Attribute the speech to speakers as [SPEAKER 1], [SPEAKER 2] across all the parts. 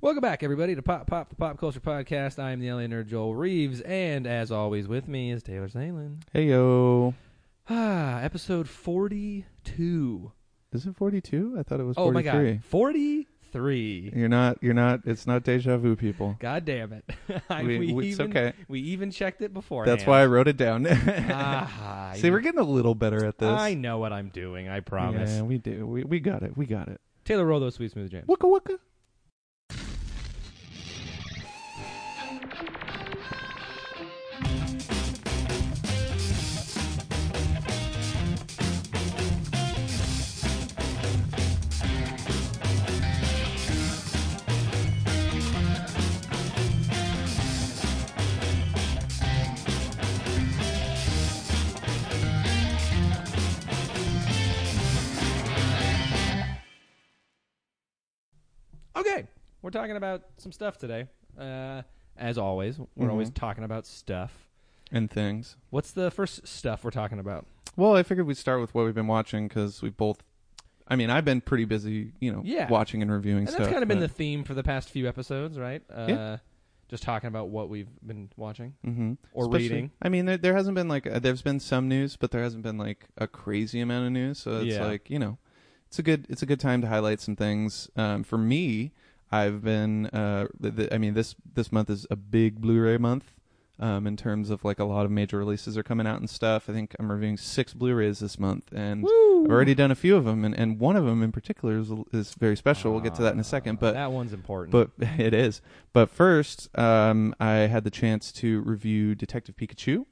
[SPEAKER 1] Welcome back, everybody, to Pop Pop, the Pop Culture Podcast. I am the LA nerd Joel Reeves, and as always, with me is Taylor Salen.
[SPEAKER 2] Hey yo.
[SPEAKER 1] Ah, episode 42.
[SPEAKER 2] Is it 42? I thought it was
[SPEAKER 1] Oh,
[SPEAKER 2] 43.
[SPEAKER 1] my God. 43.
[SPEAKER 2] You're not you're not it's not deja vu people.
[SPEAKER 1] God damn it. I-
[SPEAKER 2] We- we- it's
[SPEAKER 1] even,
[SPEAKER 2] okay.
[SPEAKER 1] We even checked it before.
[SPEAKER 2] That's why I wrote it down.
[SPEAKER 1] ah,
[SPEAKER 2] See, we're getting a little better at this.
[SPEAKER 1] I know what I'm doing, I promise.
[SPEAKER 2] Yeah, we do. We, we got it. We got it.
[SPEAKER 1] Taylor, roll those sweet smooth jams.
[SPEAKER 2] Waka waka.
[SPEAKER 1] Okay, we're talking about some stuff today. Uh, as always, we're always
[SPEAKER 2] Mhm.
[SPEAKER 1] talking about stuff.
[SPEAKER 2] And things.
[SPEAKER 1] What's the first stuff we're talking about?
[SPEAKER 2] Well, I figured we'd start with what we've been watching because we both. I mean, I've been pretty busy, you know,
[SPEAKER 1] Yeah.
[SPEAKER 2] watching and reviewing
[SPEAKER 1] And
[SPEAKER 2] stuff.
[SPEAKER 1] that's kind of been the
[SPEAKER 2] but-
[SPEAKER 1] theme for the past few episodes, right? Uh,
[SPEAKER 2] Yeah.
[SPEAKER 1] Just talking about what we've been watching.
[SPEAKER 2] Mhm.
[SPEAKER 1] or
[SPEAKER 2] Especially-
[SPEAKER 1] reading.
[SPEAKER 2] I mean, there, there hasn't been like uh, there's been some news, but there hasn't been like a crazy amount of news. So it's
[SPEAKER 1] Yeah.
[SPEAKER 2] like you know, it's a good it's a good time to highlight some things. Um, for me, I've been uh, th- th- I mean this this month is a big Blu-ray month. Um, in terms of like a lot of major releases are coming out and stuff. I think I'm reviewing six Blu-rays this month, and
[SPEAKER 1] Woo!
[SPEAKER 2] I've already done a few of them, and, and one of them in particular is, is very special. we'll get to that in a second, but
[SPEAKER 1] Ah, that one's important.
[SPEAKER 2] but it is. But first, um, I had the chance to review Detective Pikachu,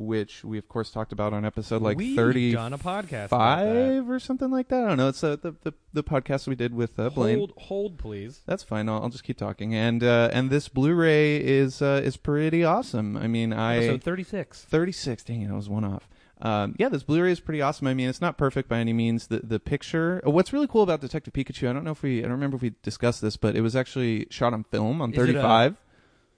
[SPEAKER 2] which we of course talked about on episode uh, like
[SPEAKER 1] We've
[SPEAKER 2] thirty
[SPEAKER 1] done a podcast. about that.
[SPEAKER 2] five or something like that. I don't know. It's uh, the, the the podcast we did with uh, Blaine.
[SPEAKER 1] Hold, hold, please.
[SPEAKER 2] That's fine. I'll, I'll just keep talking. And uh, and this Blu-ray is uh, is pretty awesome. I mean, I
[SPEAKER 1] Episode thirty-six.
[SPEAKER 2] 36. Dang it, I was one off. Um, yeah, this Blu-ray is pretty awesome. I mean, it's not perfect by any means. The the picture. What's really cool about Detective Pikachu? I don't know if we. I don't remember if we discussed this, but it was actually shot on film on
[SPEAKER 1] Is it a-
[SPEAKER 2] 35.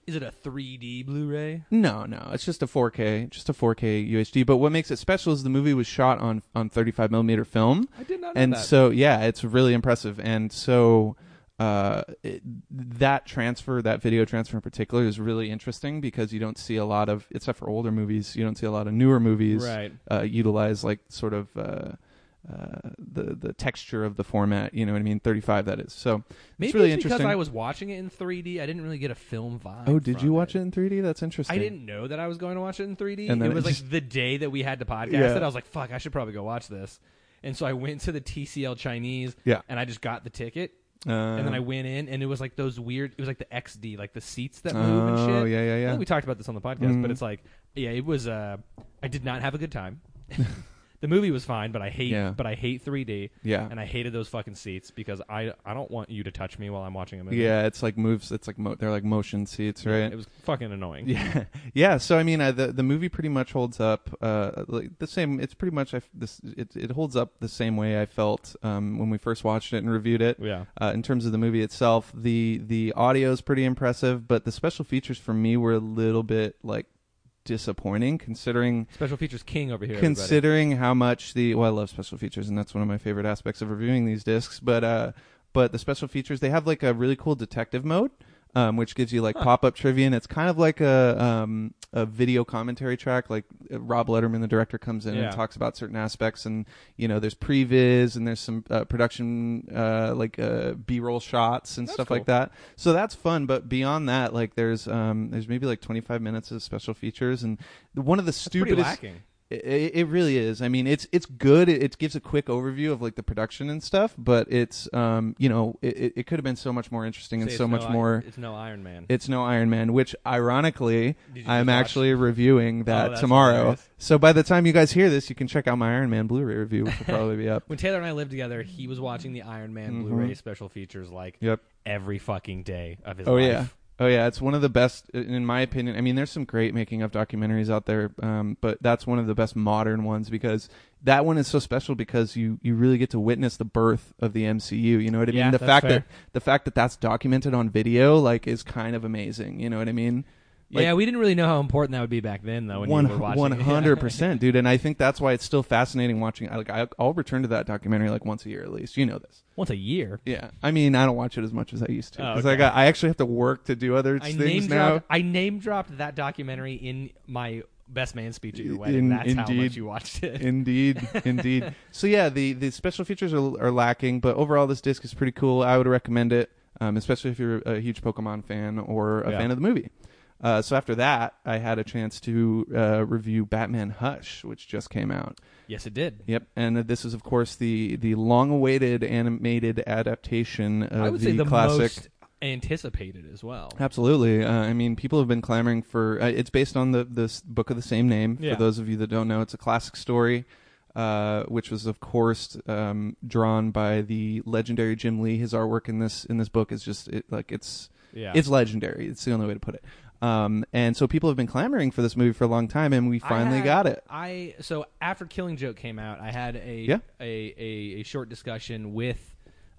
[SPEAKER 1] Is it a 3D Blu-ray?
[SPEAKER 2] No, no, it's just a 4K, just a 4K UHD. But what makes it special is the movie was shot on on 35 millimeter film,
[SPEAKER 1] I did not know
[SPEAKER 2] and
[SPEAKER 1] that.
[SPEAKER 2] so yeah, it's really impressive. And so uh, it, that transfer, that video transfer in particular, is really interesting because you don't see a lot of, except for older movies, you don't see a lot of newer movies
[SPEAKER 1] right.
[SPEAKER 2] uh, utilize like sort of uh, uh, the the texture of the format. You know what I mean? Thirty five that is. So
[SPEAKER 1] Maybe
[SPEAKER 2] it's really
[SPEAKER 1] it's because
[SPEAKER 2] interesting.
[SPEAKER 1] I was watching it in 3D. I didn't really get a film vibe.
[SPEAKER 2] oh, did
[SPEAKER 1] from
[SPEAKER 2] you watch it in three D? That's interesting.
[SPEAKER 1] I didn't know that I was going to watch it in 3D.
[SPEAKER 2] And then
[SPEAKER 1] it
[SPEAKER 2] it
[SPEAKER 1] was like
[SPEAKER 2] just-
[SPEAKER 1] the day that we had to podcast
[SPEAKER 2] Yeah.
[SPEAKER 1] that I was like, "Fuck, I should probably go watch this." And so I went to the TCL Chinese,
[SPEAKER 2] Yeah.
[SPEAKER 1] and I just got the ticket,
[SPEAKER 2] Uh,
[SPEAKER 1] and then I went in, and it was like those weird. It was like the XD, like the seats that move and shit.
[SPEAKER 2] Oh yeah yeah
[SPEAKER 1] I
[SPEAKER 2] yeah.
[SPEAKER 1] think we talked about this on the podcast,
[SPEAKER 2] Mhm.
[SPEAKER 1] but it's like, yeah, it was. Uh, I did not have a good time. the movie was fine, but I hate,
[SPEAKER 2] Yeah.
[SPEAKER 1] but I hate 3D,
[SPEAKER 2] yeah.
[SPEAKER 1] and I hated those fucking seats because I, I don't want you to touch me while I'm watching a movie.
[SPEAKER 2] Yeah, it's like moves. It's like mo- they're like motion seats, right?
[SPEAKER 1] it was fucking annoying.
[SPEAKER 2] Yeah, yeah. So I mean, I, the the movie pretty much holds up uh, like the same. It's pretty much I f- this it it holds up the same way I felt um, when we first watched it and reviewed it.
[SPEAKER 1] yeah.
[SPEAKER 2] Uh, in terms of the movie itself, the the audio is pretty impressive, but the special features for me were a little bit like disappointing, considering
[SPEAKER 1] Special features king over here. everybody.
[SPEAKER 2] considering how much the well, I love special features, and that's one of my favorite aspects of reviewing these discs. But uh, but the special features they have like a really cool detective mode. Um, which gives you like
[SPEAKER 1] Huh.
[SPEAKER 2] pop up trivia, and it's kind of like a um, a video commentary track. Like uh, Rob Letterman, the director, comes in
[SPEAKER 1] Yeah.
[SPEAKER 2] and talks about certain aspects, and you know there's previs and there's some uh, production uh, like uh, B roll shots and
[SPEAKER 1] That's
[SPEAKER 2] stuff
[SPEAKER 1] cool.
[SPEAKER 2] like that. So that's fun. But beyond that, like there's um, there's maybe like 25 minutes of special features, and one of the
[SPEAKER 1] That's pretty
[SPEAKER 2] stupidest
[SPEAKER 1] lacking.
[SPEAKER 2] it, it really is. I mean, it's it's good. It, it gives a quick overview of like the production and stuff, but it's um you know it, it- it could have been so much more interesting and
[SPEAKER 1] Say
[SPEAKER 2] so
[SPEAKER 1] it's
[SPEAKER 2] much
[SPEAKER 1] no I-
[SPEAKER 2] more.
[SPEAKER 1] It's no Iron Man.
[SPEAKER 2] It's no Iron Man, which ironically
[SPEAKER 1] Did you
[SPEAKER 2] I'm
[SPEAKER 1] just watch- Oh,
[SPEAKER 2] actually reviewing that
[SPEAKER 1] that's
[SPEAKER 2] tomorrow.
[SPEAKER 1] hilarious.
[SPEAKER 2] So by the time you guys hear this, you can check out my Iron Man Blu-ray review, which will probably be up.
[SPEAKER 1] When Taylor and I lived together, he was watching the Iron Man
[SPEAKER 2] Mhm.
[SPEAKER 1] Blu-ray special features like
[SPEAKER 2] Yep.
[SPEAKER 1] every fucking day of his
[SPEAKER 2] Oh
[SPEAKER 1] life.
[SPEAKER 2] yeah. Oh yeah, it's one of the best, in my opinion. I mean, there's some great making of documentaries out there, um, but that's one of the best modern ones because that one is so special because you you really get to witness the birth of the MCU. You know what I
[SPEAKER 1] Yeah,
[SPEAKER 2] mean? The
[SPEAKER 1] that's
[SPEAKER 2] fact
[SPEAKER 1] fair.
[SPEAKER 2] that the fact that that's documented on video like is kind of amazing. You know what I mean? Like,
[SPEAKER 1] yeah, we didn't really know how important that would be back then, though. When
[SPEAKER 2] One
[SPEAKER 1] you were watching,
[SPEAKER 2] one
[SPEAKER 1] it.
[SPEAKER 2] hundred percent, dude, and I think that's why it's still fascinating watching. I, like, I, I'll return to that documentary like once a year at least. You know this,
[SPEAKER 1] once a year.
[SPEAKER 2] yeah. I mean, I don't watch it as much as I used to
[SPEAKER 1] Oh,
[SPEAKER 2] because
[SPEAKER 1] okay.
[SPEAKER 2] I got I actually have to work to do other
[SPEAKER 1] I
[SPEAKER 2] things
[SPEAKER 1] name
[SPEAKER 2] now.
[SPEAKER 1] dropped. I name dropped that documentary in my best man speech at your wedding.
[SPEAKER 2] In-
[SPEAKER 1] That's how
[SPEAKER 2] indeed.
[SPEAKER 1] much you watched it.
[SPEAKER 2] Indeed, indeed. So yeah, the the special features are, are lacking, but overall this disc is pretty cool. I would recommend it, um, especially if you're a huge Pokemon fan or a
[SPEAKER 1] Yeah.
[SPEAKER 2] fan of the movie. Uh, so after that, I had a chance to uh, review Batman Hush, which just came out.
[SPEAKER 1] yes, it did.
[SPEAKER 2] Yep, and this is of course the the long awaited animated adaptation of
[SPEAKER 1] I would
[SPEAKER 2] Uh, the,
[SPEAKER 1] say the
[SPEAKER 2] classic.
[SPEAKER 1] most anticipated as well.
[SPEAKER 2] Absolutely. Uh, I mean, people have been clamoring for. Uh, it's based on the this book of the same name.
[SPEAKER 1] Yeah.
[SPEAKER 2] For those of you that don't know, it's a classic story, uh, which was of course um, drawn by the legendary Jim Lee. His artwork in this in this book is just it, like it's
[SPEAKER 1] Yeah,
[SPEAKER 2] it's legendary. It's the only way to put it. Um, and so people have been clamoring for this movie for a long time, and we
[SPEAKER 1] I
[SPEAKER 2] finally
[SPEAKER 1] had-
[SPEAKER 2] got it.
[SPEAKER 1] I so after Killing Joke came out, I had a
[SPEAKER 2] Yeah.
[SPEAKER 1] a, a a short discussion with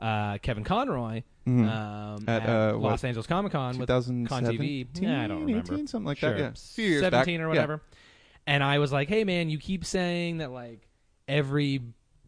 [SPEAKER 1] uh, Kevin Conroy um,
[SPEAKER 2] Mm-hmm. At,
[SPEAKER 1] at,
[SPEAKER 2] uh, what,
[SPEAKER 1] Los Angeles Comic Con with Con
[SPEAKER 2] 2017,
[SPEAKER 1] TV. Yeah, I don't remember
[SPEAKER 2] 18, something like
[SPEAKER 1] sure,
[SPEAKER 2] that. Yeah, Few years back.
[SPEAKER 1] seventeen or
[SPEAKER 2] Yeah.
[SPEAKER 1] whatever. And I was like, "Hey, man, you keep saying that like every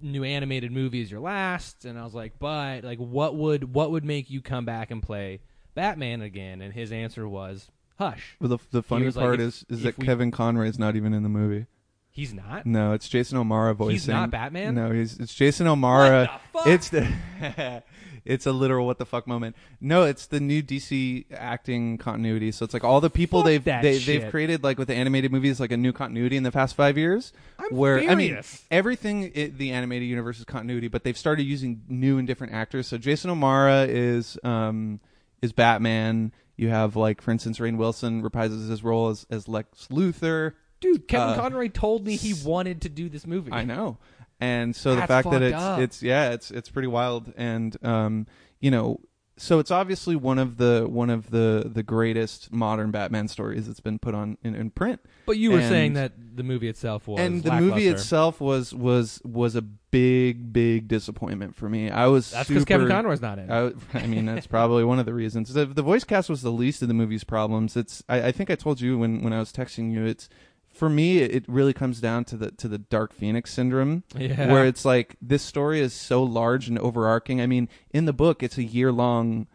[SPEAKER 1] new animated movie is your last." And I was like, "But like, what would what would make you come back and play Batman again?" And his answer was, "Hush."
[SPEAKER 2] Well, the, the funny
[SPEAKER 1] was like,
[SPEAKER 2] part
[SPEAKER 1] if-
[SPEAKER 2] is
[SPEAKER 1] if
[SPEAKER 2] is that
[SPEAKER 1] we-
[SPEAKER 2] Kevin Conroy is not even in the movie.
[SPEAKER 1] He's not.
[SPEAKER 2] No, it's Jason O'Mara voicing.
[SPEAKER 1] not Batman?
[SPEAKER 2] No, he's it's Jason O'Mara.
[SPEAKER 1] What the fuck?
[SPEAKER 2] It's the it's a literal what the fuck moment. No, it's the new DC acting continuity. So it's like all the people
[SPEAKER 1] Fuck
[SPEAKER 2] they've
[SPEAKER 1] that
[SPEAKER 2] they,
[SPEAKER 1] shit.
[SPEAKER 2] they've created like with the animated movies like a new continuity in the past five years.
[SPEAKER 1] I'm
[SPEAKER 2] where I mean
[SPEAKER 1] furious.
[SPEAKER 2] everything i the animated universe is continuity, but they've started using new and different actors. So Jason O'Mara is um is Batman. You have like for instance Rain Wilson reprises his role as, as Lex Luthor.
[SPEAKER 1] Dude, Kevin
[SPEAKER 2] Uh,
[SPEAKER 1] Conroy told me he wanted to do this movie.
[SPEAKER 2] I know. And so the
[SPEAKER 1] That's
[SPEAKER 2] fact that
[SPEAKER 1] fucked
[SPEAKER 2] it's
[SPEAKER 1] up.
[SPEAKER 2] it's yeah, it's it's pretty wild and um you know so it's obviously one of the one of the the greatest modern Batman stories that's been put on in, in print.
[SPEAKER 1] But you were
[SPEAKER 2] And-
[SPEAKER 1] saying that the movie itself was
[SPEAKER 2] and the movie
[SPEAKER 1] lackluster.
[SPEAKER 2] itself was was was a big big disappointment for me. I was
[SPEAKER 1] That's because
[SPEAKER 2] because
[SPEAKER 1] Kevin Conroy's not in. it.
[SPEAKER 2] I, I mean, that's probably one of the reasons. The, the voice cast was the least of the movie's problems. It's I, I think I told you when, when I was texting you. It's for me, it, it really comes down to the to the Dark Phoenix syndrome,
[SPEAKER 1] Yeah.
[SPEAKER 2] where it's like this story is so large and overarching. I mean, in the book, it's a year long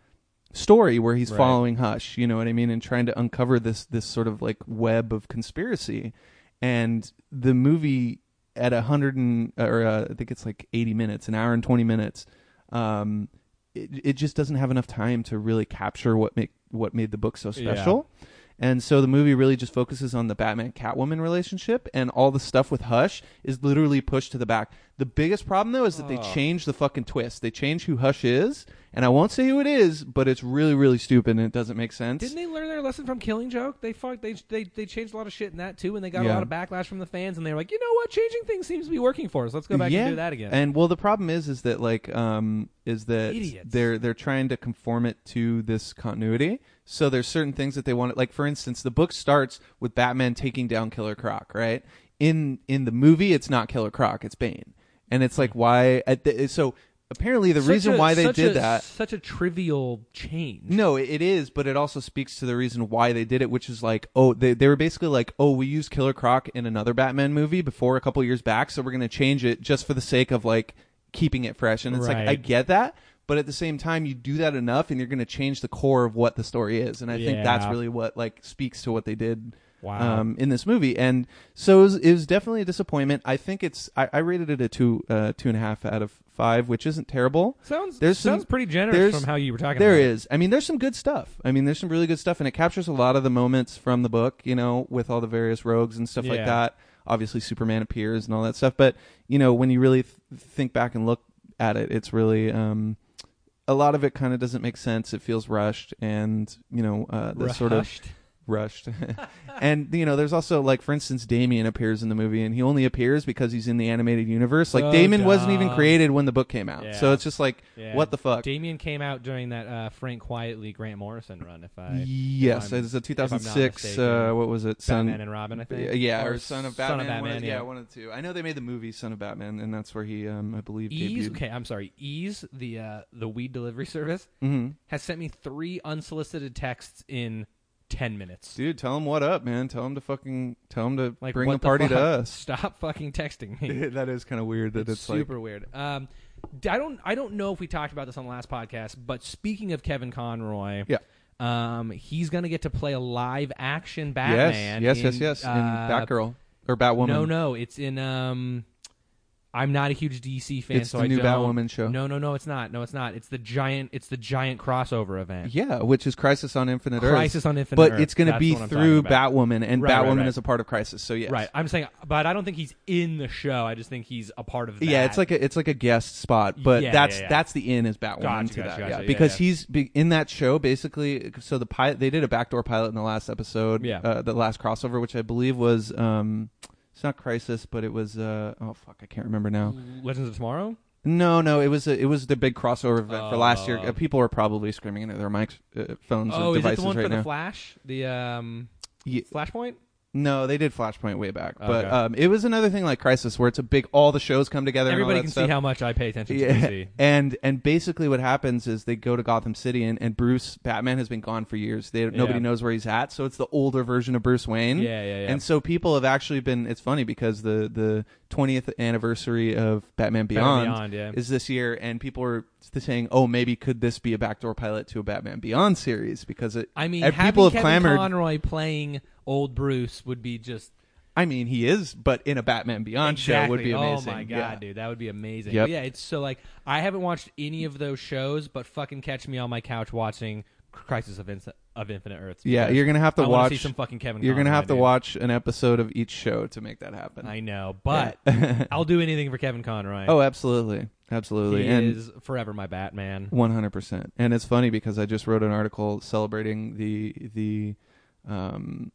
[SPEAKER 2] story where he's
[SPEAKER 1] Right.
[SPEAKER 2] following Hush. You know what I mean, and trying to uncover this this sort of like web of conspiracy, and the movie at a hundred and or uh, I think it's like eighty minutes, an hour and twenty minutes. Um, it, it just doesn't have enough time to really capture what make what made the book so
[SPEAKER 1] Yeah.
[SPEAKER 2] special. And so the movie really just focuses on the Batman Catwoman relationship and all the stuff with Hush is literally pushed to the back. The biggest problem though is that they
[SPEAKER 1] Oh.
[SPEAKER 2] change the fucking twist. They change who Hush is, and I won't say who it is, but it's really really stupid and it doesn't make sense.
[SPEAKER 1] Didn't they learn their lesson from Killing Joke? They fucked. They they they changed a lot of shit in that too, and they got a
[SPEAKER 2] Yeah.
[SPEAKER 1] lot of backlash from the fans. And they were like, you know what, changing things seems to be working for us. Let's go back and do that again.
[SPEAKER 2] And well, the problem is, is that like, um, is that
[SPEAKER 1] Idiots.
[SPEAKER 2] they're they're trying to conform it to this continuity. So there's certain things that they want. Like for instance, the book starts with Batman taking down Killer Croc. Right in in the movie, it's not Killer Croc, it's Bane, and it's like why? At the, so apparently, the
[SPEAKER 1] Hmm. Such
[SPEAKER 2] reason
[SPEAKER 1] a-
[SPEAKER 2] why they
[SPEAKER 1] such
[SPEAKER 2] did
[SPEAKER 1] a-
[SPEAKER 2] that
[SPEAKER 1] such a trivial change.
[SPEAKER 2] no, it it is, but it also speaks to the reason why they did it, which is like, oh, they, they were basically like, oh, we used Killer Croc in another Batman movie before a couple years back, so we're going to change it just for the sake of like keeping it fresh. And it's like, I
[SPEAKER 1] Right.
[SPEAKER 2] get that, but at the same time, you do that enough and you're going to change the core of what the story is. And I think that's
[SPEAKER 1] Yeah.
[SPEAKER 2] really what like speaks to what they did
[SPEAKER 1] Wow.
[SPEAKER 2] um, in this movie. And so it was, it was definitely a disappointment. I think it's, I, I rated it a two, uh, two and a half out of five, which isn't terrible.
[SPEAKER 1] sounds
[SPEAKER 2] There's some-
[SPEAKER 1] sounds pretty generous
[SPEAKER 2] there's-
[SPEAKER 1] from how you were talking.
[SPEAKER 2] There
[SPEAKER 1] about
[SPEAKER 2] is. I mean, there's some good stuff. I mean, there's some really good stuff, and it captures a lot of the moments from the book, you know, with all the various rogues and stuff like
[SPEAKER 1] Yeah.
[SPEAKER 2] that. Obviously, Superman appears and all that stuff. But, you know, when you really th- think back and look at it, it's really. Um, a lot of it kind of doesn't make sense. It feels rushed, and you know, uh, the sort of
[SPEAKER 1] Rushed.
[SPEAKER 2] rushed. and you know, there's also like, for instance, Damien appears in the movie, and he only appears because he's in the animated universe. Like,
[SPEAKER 1] So
[SPEAKER 2] Damien wasn't even
[SPEAKER 1] dumb.
[SPEAKER 2] created when the book came out, so
[SPEAKER 1] Oh, Yeah.
[SPEAKER 2] it's just like,
[SPEAKER 1] Yeah.
[SPEAKER 2] what the fuck?
[SPEAKER 1] Damien came out during that uh, Frank quietly Grant Morrison run. If I
[SPEAKER 2] Yes,
[SPEAKER 1] if I'm-
[SPEAKER 2] it's a
[SPEAKER 1] not
[SPEAKER 2] 2006. Uh,
[SPEAKER 1] mistaken.
[SPEAKER 2] what was it? Son,
[SPEAKER 1] Batman and Robin, I think.
[SPEAKER 2] yeah, or, Son of Batman.
[SPEAKER 1] Son of
[SPEAKER 2] one
[SPEAKER 1] Batman.
[SPEAKER 2] of- yeah. one of the two. I know they made the movie Son of Batman, and that's where he, um, I believe,
[SPEAKER 1] Ease.
[SPEAKER 2] debuted.
[SPEAKER 1] Okay, I'm sorry. Ease the uh, the weed delivery service
[SPEAKER 2] Mhm.
[SPEAKER 1] has sent me three unsolicited texts in ten minutes.
[SPEAKER 2] Dude, tell him what up, man. Tell him to fucking tell him to
[SPEAKER 1] like
[SPEAKER 2] bring
[SPEAKER 1] what
[SPEAKER 2] the party
[SPEAKER 1] fuck?
[SPEAKER 2] to us.
[SPEAKER 1] Stop fucking texting me.
[SPEAKER 2] that is kind of weird that it's,
[SPEAKER 1] super weird. Um, d- I don't I don't know if we talked about this on the last podcast, but speaking of Kevin Conroy,
[SPEAKER 2] Yeah.
[SPEAKER 1] um, he's gonna get to play a live action Batman.
[SPEAKER 2] Yes, yes,
[SPEAKER 1] in,
[SPEAKER 2] yes, yes. in
[SPEAKER 1] uh,
[SPEAKER 2] Batgirl or Batwoman.
[SPEAKER 1] No, no, it's in. Um, I'm not a huge DC fan,
[SPEAKER 2] It's
[SPEAKER 1] so
[SPEAKER 2] the
[SPEAKER 1] I
[SPEAKER 2] new
[SPEAKER 1] don't.
[SPEAKER 2] Batwoman show.
[SPEAKER 1] No, no, no, it's not. No, it's not. It's the giant. It's the giant crossover event.
[SPEAKER 2] Yeah, which is Crisis on Infinite Earth.
[SPEAKER 1] Crisis on Infinite
[SPEAKER 2] But
[SPEAKER 1] Earth.
[SPEAKER 2] it's going to
[SPEAKER 1] That's
[SPEAKER 2] be
[SPEAKER 1] the one I'm
[SPEAKER 2] through
[SPEAKER 1] talking about.
[SPEAKER 2] Batwoman, and
[SPEAKER 1] Right, right,
[SPEAKER 2] Batwoman
[SPEAKER 1] right.
[SPEAKER 2] is a part of Crisis. So yes,
[SPEAKER 1] Right. I'm saying, but I don't think he's in the show. I just think he's a part of. That.
[SPEAKER 2] Yeah, it's like a it's like a guest spot, but
[SPEAKER 1] Yeah,
[SPEAKER 2] that's
[SPEAKER 1] yeah, yeah.
[SPEAKER 2] that's the in is Batwoman
[SPEAKER 1] Gotcha, gotcha,
[SPEAKER 2] to that,
[SPEAKER 1] gotcha.
[SPEAKER 2] yeah.
[SPEAKER 1] Yeah,
[SPEAKER 2] because
[SPEAKER 1] yeah.
[SPEAKER 2] he's be, in that show basically. So the pilot they did a backdoor pilot in the last episode,
[SPEAKER 1] Yeah.
[SPEAKER 2] uh, the last crossover, which I believe was um, it's not Crisis, but it was uh, oh fuck, I can't remember now.
[SPEAKER 1] Legends of Tomorrow.
[SPEAKER 2] No, no, it was a, it was the big crossover event for last year.
[SPEAKER 1] Oh.
[SPEAKER 2] Uh, People are probably screaming into their mics, uh, phones,
[SPEAKER 1] Oh,
[SPEAKER 2] and
[SPEAKER 1] is it
[SPEAKER 2] devices
[SPEAKER 1] the one
[SPEAKER 2] right
[SPEAKER 1] for
[SPEAKER 2] now.
[SPEAKER 1] the Flash? The um,
[SPEAKER 2] Ye-
[SPEAKER 1] Flashpoint.
[SPEAKER 2] No, they did Flashpoint way back, but
[SPEAKER 1] Okay.
[SPEAKER 2] um, it was another thing like Crisis, where it's a big all the shows come together.
[SPEAKER 1] Everybody
[SPEAKER 2] and all that
[SPEAKER 1] can
[SPEAKER 2] stuff.
[SPEAKER 1] see how much I pay attention to
[SPEAKER 2] Yeah.
[SPEAKER 1] DC.
[SPEAKER 2] And and basically what happens is they go to Gotham City and, and Bruce Batman has been gone for years. They
[SPEAKER 1] Yeah.
[SPEAKER 2] nobody knows where he's at, so it's the older version of Bruce Wayne.
[SPEAKER 1] Yeah, yeah, yeah.
[SPEAKER 2] And so people have actually been it's funny because the the 20th anniversary of Batman Beyond,
[SPEAKER 1] Beyond, yeah.
[SPEAKER 2] is this year and people are saying, "Oh, maybe could this be a backdoor pilot to a Batman Beyond series because it
[SPEAKER 1] I mean,
[SPEAKER 2] and
[SPEAKER 1] having
[SPEAKER 2] people have
[SPEAKER 1] Kevin
[SPEAKER 2] clamored.
[SPEAKER 1] Conroy playing old Bruce would be just
[SPEAKER 2] I mean, he is, but in a Batman Beyond show would
[SPEAKER 1] Exactly.
[SPEAKER 2] be amazing.
[SPEAKER 1] Oh my god,
[SPEAKER 2] Yeah.
[SPEAKER 1] dude, that would be amazing.
[SPEAKER 2] Yep.
[SPEAKER 1] But yeah, it's so like I haven't watched any of those shows, but fucking catch me on my couch watching Crisis of, Inf- of Infinite Earths.
[SPEAKER 2] Yeah,
[SPEAKER 1] because
[SPEAKER 2] you're gonna have to
[SPEAKER 1] I wanna
[SPEAKER 2] watch
[SPEAKER 1] see some fucking Kevin.
[SPEAKER 2] You're gonna
[SPEAKER 1] Conroy,
[SPEAKER 2] have to
[SPEAKER 1] dude.
[SPEAKER 2] watch an episode of each show to make that happen.
[SPEAKER 1] I know, but I'll do anything for Kevin Conroy.
[SPEAKER 2] Oh, absolutely, absolutely,
[SPEAKER 1] he
[SPEAKER 2] and
[SPEAKER 1] is forever my Batman.
[SPEAKER 2] one hundred percent. And it's funny because I just wrote an article celebrating the the um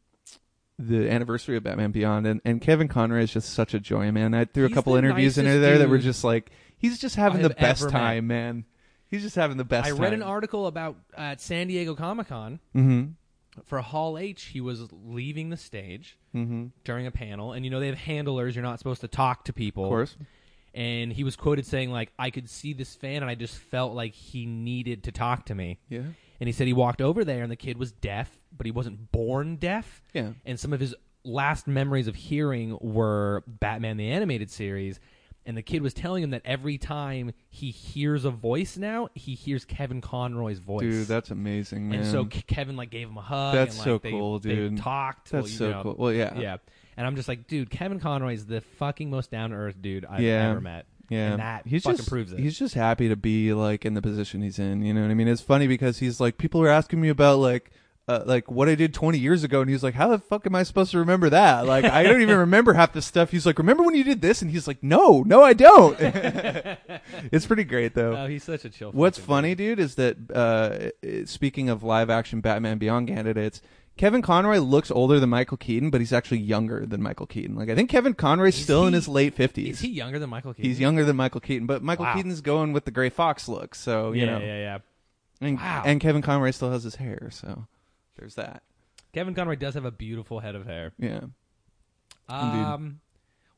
[SPEAKER 2] the anniversary of Batman Beyond, and, and Kevin Conroy is just such a joy, man. I threw a
[SPEAKER 1] He's
[SPEAKER 2] couple
[SPEAKER 1] the
[SPEAKER 2] interviews in
[SPEAKER 1] nicest
[SPEAKER 2] there that were
[SPEAKER 1] dude
[SPEAKER 2] just like he's just having
[SPEAKER 1] I
[SPEAKER 2] the
[SPEAKER 1] have
[SPEAKER 2] best
[SPEAKER 1] ever met.
[SPEAKER 2] time, man. He's just having the best.
[SPEAKER 1] I read
[SPEAKER 2] time.
[SPEAKER 1] an article about at San Diego Comic Con
[SPEAKER 2] Mm-hmm.
[SPEAKER 1] for Hall H. He was leaving the stage
[SPEAKER 2] Mm-hmm.
[SPEAKER 1] during a panel, and you know they have handlers. You're not supposed to talk to people.
[SPEAKER 2] Of course.
[SPEAKER 1] and he was quoted saying like i could see this fan and i just felt like he needed to talk to me
[SPEAKER 2] Yeah.
[SPEAKER 1] and he said he walked over there and the kid was deaf but he wasn't born deaf
[SPEAKER 2] Yeah.
[SPEAKER 1] and some of his last memories of hearing were batman the animated series and the kid was telling him that every time he hears a voice now he hears kevin conroy's voice
[SPEAKER 2] Dude, that's amazing, man.
[SPEAKER 1] and so K- kevin like gave him a hug and,
[SPEAKER 2] That's
[SPEAKER 1] like,
[SPEAKER 2] so
[SPEAKER 1] they,
[SPEAKER 2] cool,
[SPEAKER 1] they
[SPEAKER 2] dude.
[SPEAKER 1] talked
[SPEAKER 2] that's
[SPEAKER 1] Well, you
[SPEAKER 2] so
[SPEAKER 1] know,
[SPEAKER 2] cool. Well, yeah,
[SPEAKER 1] yeah. And I'm just like, dude, Kevin Conroy is the fucking most down to earth dude I've
[SPEAKER 2] Yeah.
[SPEAKER 1] ever met.
[SPEAKER 2] Yeah,
[SPEAKER 1] And that
[SPEAKER 2] he's
[SPEAKER 1] fucking
[SPEAKER 2] just,
[SPEAKER 1] proves it.
[SPEAKER 2] He's just happy to be like in the position he's in. You know what I mean? It's funny because he's like, people are asking me about like, uh, like what I did 20 years ago, and he's like, how the fuck am I supposed to remember that? Like, I don't even remember half the stuff. He's like, remember when you did this? And he's like, no, no, I don't. it's pretty great though.
[SPEAKER 1] oh, he's such a chill.
[SPEAKER 2] What's
[SPEAKER 1] fucking
[SPEAKER 2] funny, dude, is that uh, uh, speaking of live action Batman Beyond candidates, Kevin Conroy looks older than Michael Keaton, but he's actually younger than Michael Keaton. Like, I think Kevin Conroy's
[SPEAKER 1] Is
[SPEAKER 2] still in
[SPEAKER 1] he-
[SPEAKER 2] his late 50s.
[SPEAKER 1] dude. Is he younger than Michael Keaton?
[SPEAKER 2] He's younger than Michael Keaton, but Michael
[SPEAKER 1] Wow.
[SPEAKER 2] Keaton's going with the gray fox look, so you
[SPEAKER 1] yeah,
[SPEAKER 2] know.
[SPEAKER 1] yeah, yeah.
[SPEAKER 2] And,
[SPEAKER 1] Wow.
[SPEAKER 2] and Kevin Conroy still has his hair, so there's that.
[SPEAKER 1] Kevin Conroy does have a beautiful head of hair.
[SPEAKER 2] Yeah.
[SPEAKER 1] Um,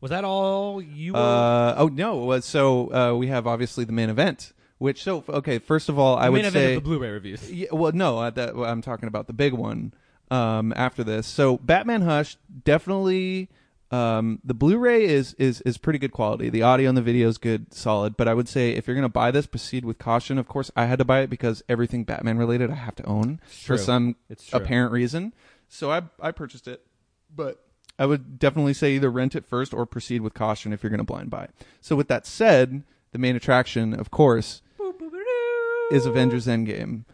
[SPEAKER 1] was that all you were?
[SPEAKER 2] Uh, oh no. well, So uh, we have obviously the main event, which so okay. First of all, I
[SPEAKER 1] main
[SPEAKER 2] would
[SPEAKER 1] event
[SPEAKER 2] say
[SPEAKER 1] of the Blu-ray reviews.
[SPEAKER 2] Yeah, well, no, uh, that, well, I'm talking about the big one um, after this. So Batman Hush definitely. Um, the Blu-ray is is is pretty good quality. The audio and the video is good, solid. But I would say if you're gonna buy this, proceed with caution. Of course, I had to buy it because everything Batman related I have to own for
[SPEAKER 1] true.
[SPEAKER 2] some
[SPEAKER 1] It's true.
[SPEAKER 2] apparent reason. So I I purchased it, but I would definitely say either rent it first or proceed with caution if you're gonna blind buy. it. So with that said, the main attraction, of course, is Avengers Endgame.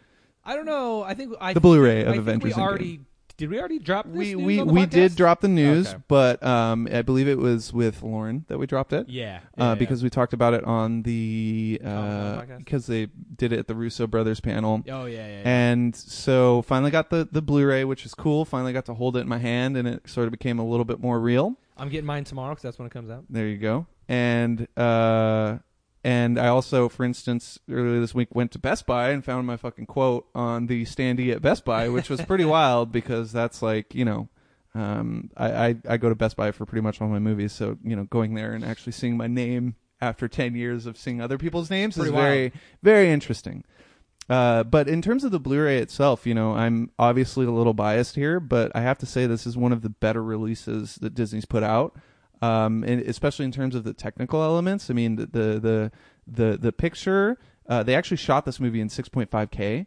[SPEAKER 1] I don't know. I think I
[SPEAKER 2] The Blu-ray
[SPEAKER 1] I
[SPEAKER 2] of
[SPEAKER 1] think
[SPEAKER 2] Avengers. Endgame.
[SPEAKER 1] We already did. We already drop. This news
[SPEAKER 2] we we,
[SPEAKER 1] on the
[SPEAKER 2] we did
[SPEAKER 1] podcast?
[SPEAKER 2] drop the news,
[SPEAKER 1] Okay.
[SPEAKER 2] but um, I believe it was with Lauren that we dropped it.
[SPEAKER 1] Yeah,
[SPEAKER 2] uh,
[SPEAKER 1] yeah, yeah.
[SPEAKER 2] because we talked about it on the uh,
[SPEAKER 1] podcast.
[SPEAKER 2] because they did it at the Russo brothers panel.
[SPEAKER 1] Oh yeah, yeah. yeah.
[SPEAKER 2] And so finally got the, the Blu-ray, which is cool. Finally got to hold it in my hand, and it sort of became a little bit more real.
[SPEAKER 1] I'm getting mine tomorrow because that's when it comes out.
[SPEAKER 2] There you go. And uh, and I also, for instance, earlier this week went to Best Buy and found my fucking quote on the standee at Best Buy, which was pretty wild because that's like you know, um, I, I I go to Best Buy for pretty much all my movies, so you know, going there and actually seeing my name after ten years of seeing other people's names
[SPEAKER 1] Pretty
[SPEAKER 2] is very very interesting. Uh, but in terms of the Blu-ray itself, you know, I'm obviously a little biased here, but I have to say this is one of the better releases that Disney's put out, um, and especially in terms of the technical elements. I mean, the the the the, the picture uh, they actually shot this movie in 6.5k,